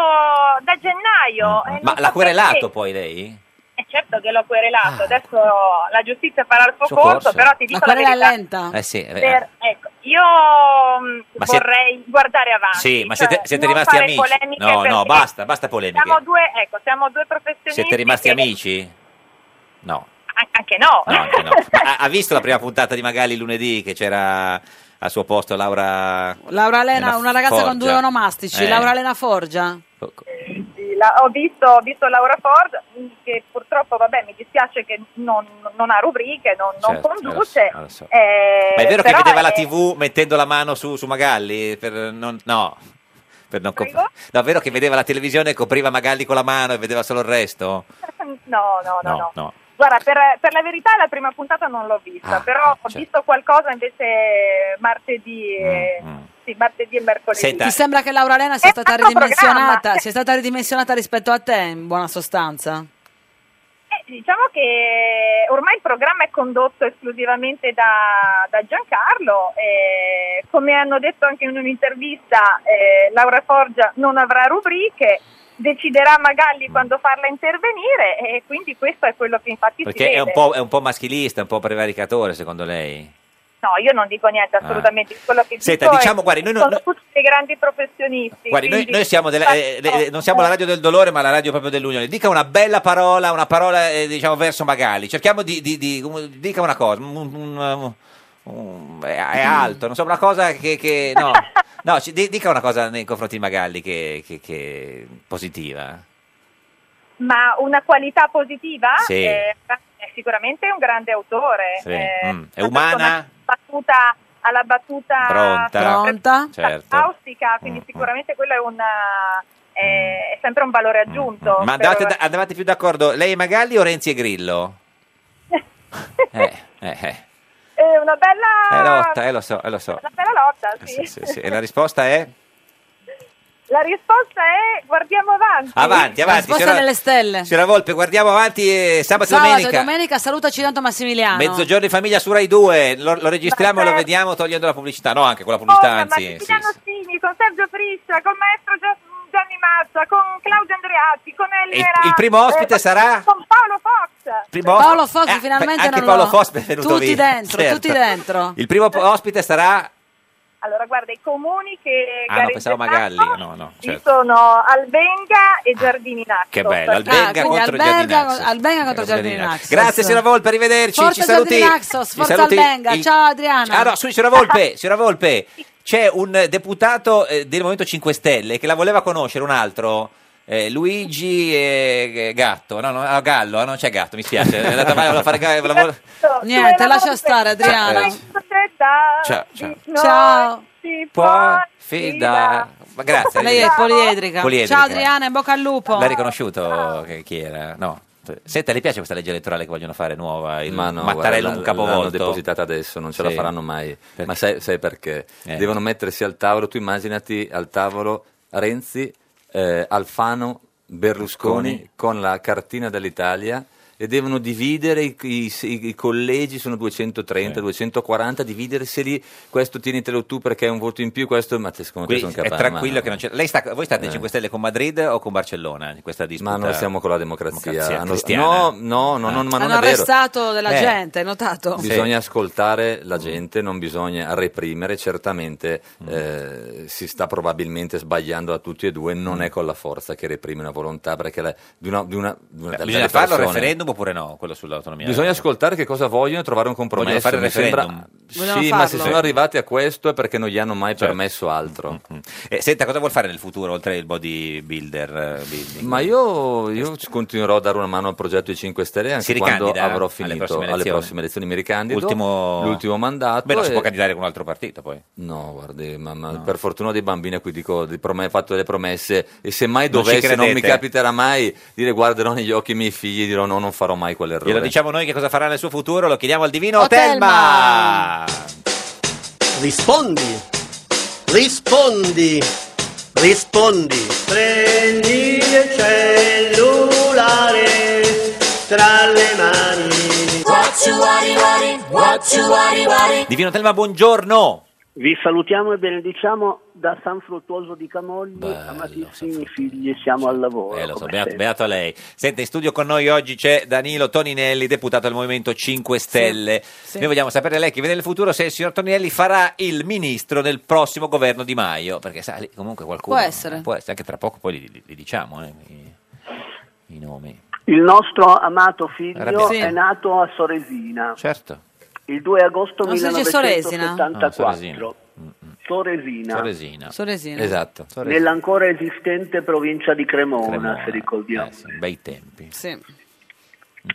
S12: da gennaio... eh, non
S2: Mm, Ma
S12: so
S2: l'ha querelato Ah,
S12: perché-
S2: poi lei?
S12: Eh, certo che l'ho querelato, adesso
S2: ecco.
S12: la giustizia farà il suo
S2: Soccorso.
S12: corso, però ti
S2: La
S12: dico la,
S2: querela è
S12: verità.
S1: lenta.
S2: Eh sì, eh,
S12: Per- ecco, io mh,
S2: Ma siete-
S12: vorrei guardare avanti.
S2: sì, ma
S12: cioè,
S2: siete, siete
S12: non
S2: rimasti
S12: fare
S2: amici?
S12: polemiche
S2: No, no,
S12: perché
S2: basta, basta polemiche.
S12: Siamo due, ecco, siamo due professionisti.
S2: Siete rimasti
S12: che-
S2: amici? No,
S12: an- Anche no.
S2: no, anche no. Ma ha, ha visto la prima puntata di Magali lunedì che c'era al suo posto Laura...
S1: Laura Elena,
S2: Elena
S1: una ragazza con
S2: Forgia.
S1: due onomastici,
S2: Eh.
S1: Laura Elena Forgia.
S12: [LAUGHS] Sì, la- ho, visto, ho visto Laura Ford mh, che purtroppo vabbè mi dispiace che non, non ha rubriche, non, non
S2: Certo,
S12: conduce.
S2: lo so, lo so.
S12: eh,
S2: Ma è vero che
S12: però
S2: vedeva
S12: è-
S2: la TV mettendo la mano su, su Magalli? Per non- no, per non comp- no, è vero che vedeva la televisione e copriva Magalli con la mano e vedeva solo il resto?
S12: [LAUGHS] No, no, no, no.
S2: no. no.
S12: Guarda, per, per la verità la prima puntata non l'ho vista,
S2: Ah,
S12: però ho
S2: certo.
S12: visto qualcosa invece martedì e, sì, martedì e mercoledì.
S2: Mm, Senta,
S1: Ti sembra che Laura Elena sia stata
S12: fatto
S1: ridimensionata,
S12: [LAUGHS] programma.
S1: sia stata ridimensionata rispetto a te, in buona sostanza?
S12: Eh, diciamo che ormai il programma è condotto esclusivamente da, da Giancarlo, e come hanno detto anche in un'intervista eh, Laura Forgia non avrà rubriche, deciderà Magalli quando farla intervenire e quindi questo è quello che infatti si
S2: Perché
S12: vede.
S2: è un, po', è un po' maschilista, un po' prevaricatore secondo lei?
S12: No, io non dico niente
S2: Ah.
S12: assolutamente, quello che
S2: Senta,
S12: dico è-
S2: diciamo, guardi, noi non-
S12: sono tutti dei grandi professionisti.
S2: Guardi, noi,
S12: quindi-
S2: noi siamo della- eh, le- le- non siamo la radio del dolore, ma la radio proprio dell'unione. Dica una bella parola, una parola eh, diciamo verso Magali. Cerchiamo di, di- di- um, dica una cosa. un- un- un- è, è
S12: Mm.
S2: alto, non so, una cosa che, che-
S12: [LAUGHS]
S2: no, no ci- di- dica una cosa nei confronti di Magalli che, che- che- positiva.
S12: Ma una qualità positiva?
S2: Sì.
S12: Eh, è sicuramente un grande autore.
S2: Sì,
S12: eh,
S2: mm. È umana,
S12: battuta alla battuta
S2: pronta, certo.
S12: caustica, quindi sicuramente quello è, una, eh, è sempre un valore aggiunto.
S2: Mm. Ma
S12: per-
S2: andavate, da- andavate più d'accordo lei e Magalli o Renzi e
S12: [LAUGHS]
S2: Grillo? Eh, eh, eh.
S12: È una bella,
S2: È lotta, eh, lo so, eh, lo so.
S12: una bella lotta, sì.
S2: Sì, sì. E la risposta è?
S12: [LAUGHS] La risposta è guardiamo avanti.
S2: Avanti, avanti.
S1: risposta
S2: signora-
S1: nelle stelle.
S2: Signora Volpe, guardiamo avanti eh, sabato,
S1: Sabato
S2: e
S1: e
S2: domenica.
S1: domenica salutaci tanto Massimiliano.
S2: Mezzogiorno in famiglia su Rai 2. Lo, lo registriamo e lo vediamo togliendo la pubblicità. No, anche con la pubblicità, anzi. sì,
S12: Massimiliano
S2: sì.
S12: Sini, con Sergio Friscia, con Maestro Gia- Gianni Mazza, con Claudio Andreatti, con Eh,
S2: Il-
S12: Elvera.
S2: il primo ospite sarà?
S12: Con Paolo Fox.
S2: Primo
S1: Paolo
S2: ospite-
S1: Fox
S2: eh,
S1: finalmente
S2: Anche
S1: non
S2: Paolo
S1: lo-
S2: Fox è venuto
S1: tutti
S2: via.
S1: dentro,
S2: certo.
S1: tutti dentro.
S2: Il primo po- ospite sarà...
S12: Allora, guarda, i comuni che
S2: Ah no, pensavo
S12: gareggeranno
S2: Magalli. No, no,
S12: ci
S2: certo.
S12: sono Albenga e Giardini Ah, Naxos.
S2: Che bello, Albenga
S1: quindi
S2: contro
S1: Alberga-
S2: Giardinaxos.
S1: Albenga contro Giardini Naxos.
S2: Grazie signora Volpe, arrivederci.
S1: Forza
S2: ci saluti.
S1: Giardini Naxos,
S2: ci
S1: forza
S2: saluti
S1: Albenga.
S2: il-
S1: Ciao Adriana.
S2: Ah no, su, signora
S1: [LAUGHS]
S2: Volpe, signora Volpe, c'è un eh, deputato eh, del Movimento 5 Stelle che la voleva conoscere, un altro, eh, Luigi eh, eh, Gatto, no, no, ah, Gallo, ah, non c'è Gatto, mi spiace, è andata male, voleva fare Gallo, voleva-
S1: Niente, lascia stare Adriana.
S2: Eh, Ciao, ciao.
S1: Ciao.
S2: Può fidare. Ma grazie.
S1: Lei è
S2: arrivederci.
S1: poliedrica.
S2: Poliedrica.
S1: Ciao Adriana, in bocca al lupo.
S2: L'ha riconosciuto che- chi era? No. Senta, le piace questa legge elettorale che vogliono fare nuova? Il
S11: Ma no,
S2: Mattarello
S11: guarda,
S2: un
S11: l- L'hanno
S2: capovolto.
S11: depositata adesso, non ce
S2: Sì. Eh.
S11: la faranno mai. Ma sai, sai perché? Devono mettersi al tavolo, tu immaginati al tavolo Renzi, eh, Alfano, Berlusconi con la cartina dell'Italia e devono dividere i, i- i- i collegi, sono 230, 240, dividerseli, questo tienitelo tu perché è un voto in più, questo ma te secondo te
S2: Qui
S11: sono
S2: è
S11: capace, ma
S2: tranquillo
S11: no.
S2: che non c'è. Lei sta, voi state in 5 Stelle con Madrid o con Barcellona in questa disputa?
S11: Ma noi siamo con la democrazia. Hanno-
S2: cristiana. Eh.
S11: no, no, no, no, ma non
S1: Hanno
S11: è vero.
S1: arrestato della
S11: Eh.
S1: gente, hai notato?
S11: Bisogna ascoltare la gente, non bisogna reprimere, certamente
S2: Mm.
S11: eh, si sta probabilmente sbagliando da tutti e due,
S2: Mm.
S11: non è con la forza che reprime una volontà, perché la- di una, di una- di una-
S2: Beh,
S11: delle
S2: Bisogna farlo il
S11: persone-
S2: referendum oppure no? Quello sull'autonomia.
S11: Bisogna ascoltare che cosa vogliono e trovare un
S2: Vogliono
S11: compromesso.
S2: fare il
S11: Mi sembra-
S2: referendum. Certo.
S1: Vogliono
S11: Sì, ma se
S1: farlo.
S11: sono arrivati a questo è perché non gli hanno mai permesso altro.
S2: Eh, senta, cosa vuol fare nel futuro oltre il bodybuilder? eh, building?
S11: Ma io, io continuerò a dare una mano al progetto di 5 Stelle anche
S2: Si
S11: quando
S2: ricandida
S11: avrò
S2: alle
S11: finito
S2: prossime
S11: alle
S2: elezioni?
S11: prossime elezioni. Mi ricandido.
S2: Ultimo-
S11: L'ultimo mandato.
S2: Beh, non si
S11: e-
S2: può candidare con un altro partito poi.
S11: No, guardi, ma, ma per fortuna dei bambini a cui dico di prom- ho fatto delle promesse e se mai
S2: Non ci
S11: dovesse, non, mi
S2: credete?
S11: capiterà mai, dire guarderò negli occhi i miei figli e dirò no, non farò mai quell'errore.
S2: Glielo diciamo noi che cosa farà nel suo futuro, lo chiediamo al divino
S11: Oh,
S2: Telma.
S15: Rispondi. Rispondi. Rispondi. Prendi il cellulare tra le mani.
S2: Divino Telma, buongiorno.
S15: Vi salutiamo e benediciamo da San Fruttuoso di Camogli, amatissimi figli, siamo al lavoro.
S2: Eh, Lo so,
S15: come
S2: beato,
S15: sempre.
S2: beato a lei. Senta, in studio con noi oggi c'è Danilo Toninelli, deputato del Movimento 5 Stelle.
S15: sì.
S2: Noi vogliamo sapere lei che vede nel futuro se il signor Toninelli farà il ministro nel prossimo governo di Maio, perché sa, lì comunque qualcuno...
S1: Può essere.
S2: Può essere, anche tra poco poi li, li- li diciamo eh, i, i nomi.
S15: Il nostro amato figlio
S2: Arrabbiato. Sì.
S15: è nato a Soresina
S2: Certo.
S15: il 2 agosto
S1: Non so se c'è Soresina.
S2: Ah,
S15: 1974.
S2: Soresina.
S15: Soresina.
S2: Soresina.
S1: Soresina.
S2: Esatto.
S15: Nell'ancora esistente provincia di Cremona,
S2: Cremona. Eh,
S15: se ricordiamo.
S2: Bei tempi.
S1: Sì.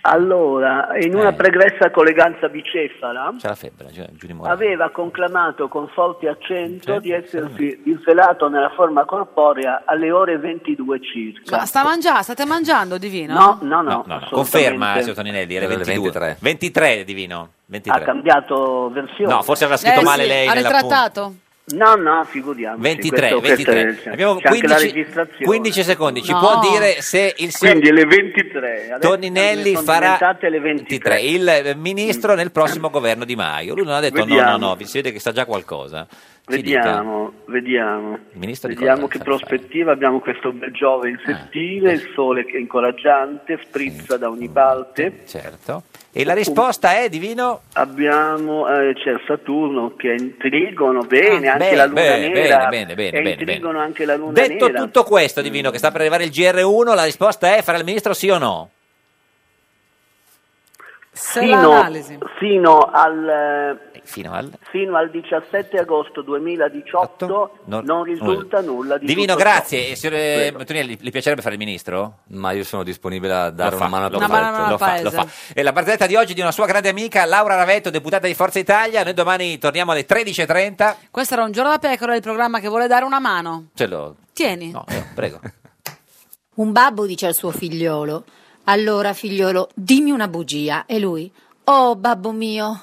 S15: Allora, in una
S2: Eh.
S15: pregressa colleganza bicefala,
S2: C'è la febbre, Giu- Giulia Morano. Certo,
S15: aveva conclamato con forte accento di essersi disvelato nella forma corporea alle ore 22 circa.
S1: Ma sta mangiando, state mangiando, divino?
S15: No, no, no. assolutamente.
S2: Conferma, signor Toninelli, era
S11: Era alle
S2: 22. 23. Divino. 23.
S15: Ha cambiato versione.
S2: No, forse avrà scritto
S1: Eh,
S2: male
S1: sì,
S2: lei
S1: ha
S2: nella
S1: ritrattato?
S15: No, no, figuriamoci.
S2: 23,
S15: questo- questo è il
S2: 23.
S15: senso.
S2: Abbiamo
S15: C'è anche la
S2: 15,
S15: registrazione.
S2: 15 secondi. Ci
S15: No.
S2: può dire se il signor
S15: Quindi le 23. adesso
S2: Toninelli
S15: sono
S2: farà
S15: diventate le
S2: 23, il eh, ministro nel prossimo governo di Maio? Lui non ha detto no,
S15: Vediamo.
S2: no, no, vi si vede che sa già qualcosa. Ci
S15: Vediamo, vediamo.
S2: dica, il ministro di
S15: Vediamo
S2: cosa Ah, eh.
S15: che
S2: sa
S15: prospettiva abbiamo questo bel Giove insettile, il sole che è incoraggiante, sprizza da ogni parte.
S2: fare. Certo. E la risposta è divino?
S15: Abbiamo eh, c'è Saturno che è in trigono, bene,
S2: Ah,
S15: anche
S2: bene,
S15: la luna
S2: bene,
S15: nera.
S2: bene, bene, bene,
S15: è in
S2: bene, bene.
S15: trigono anche la luna
S2: Detto
S15: nera.
S2: tutto questo, divino, che sta per arrivare il GR1, la risposta è farà il ministro sì o no?
S15: Fino, fino al eh,
S2: Fino al...
S15: fino al 17 agosto 2018
S2: non-
S15: non, risulta nulla di
S2: Divino,
S15: tutto ciò.
S2: grazie. E, signor eh, Antonelli, le piacerebbe fare il ministro?
S11: Ma io sono disponibile a dare
S2: Lo
S11: una
S2: fa,
S11: mano a
S2: lo
S11: tutto.
S2: fa, lo fa, lo fa. E la barzelletta di oggi è di una sua grande amica, Laura Ravetto, deputata di Forza Italia. Noi domani torniamo alle 13.30.
S1: Questo era un giorno da pecora, il programma che vuole dare una mano.
S2: Ce l'ho,
S1: Tieni.
S2: prego.
S16: Un babbo dice al suo figliolo: Allora, figliolo, dimmi una bugia. E lui: Oh, babbo mio.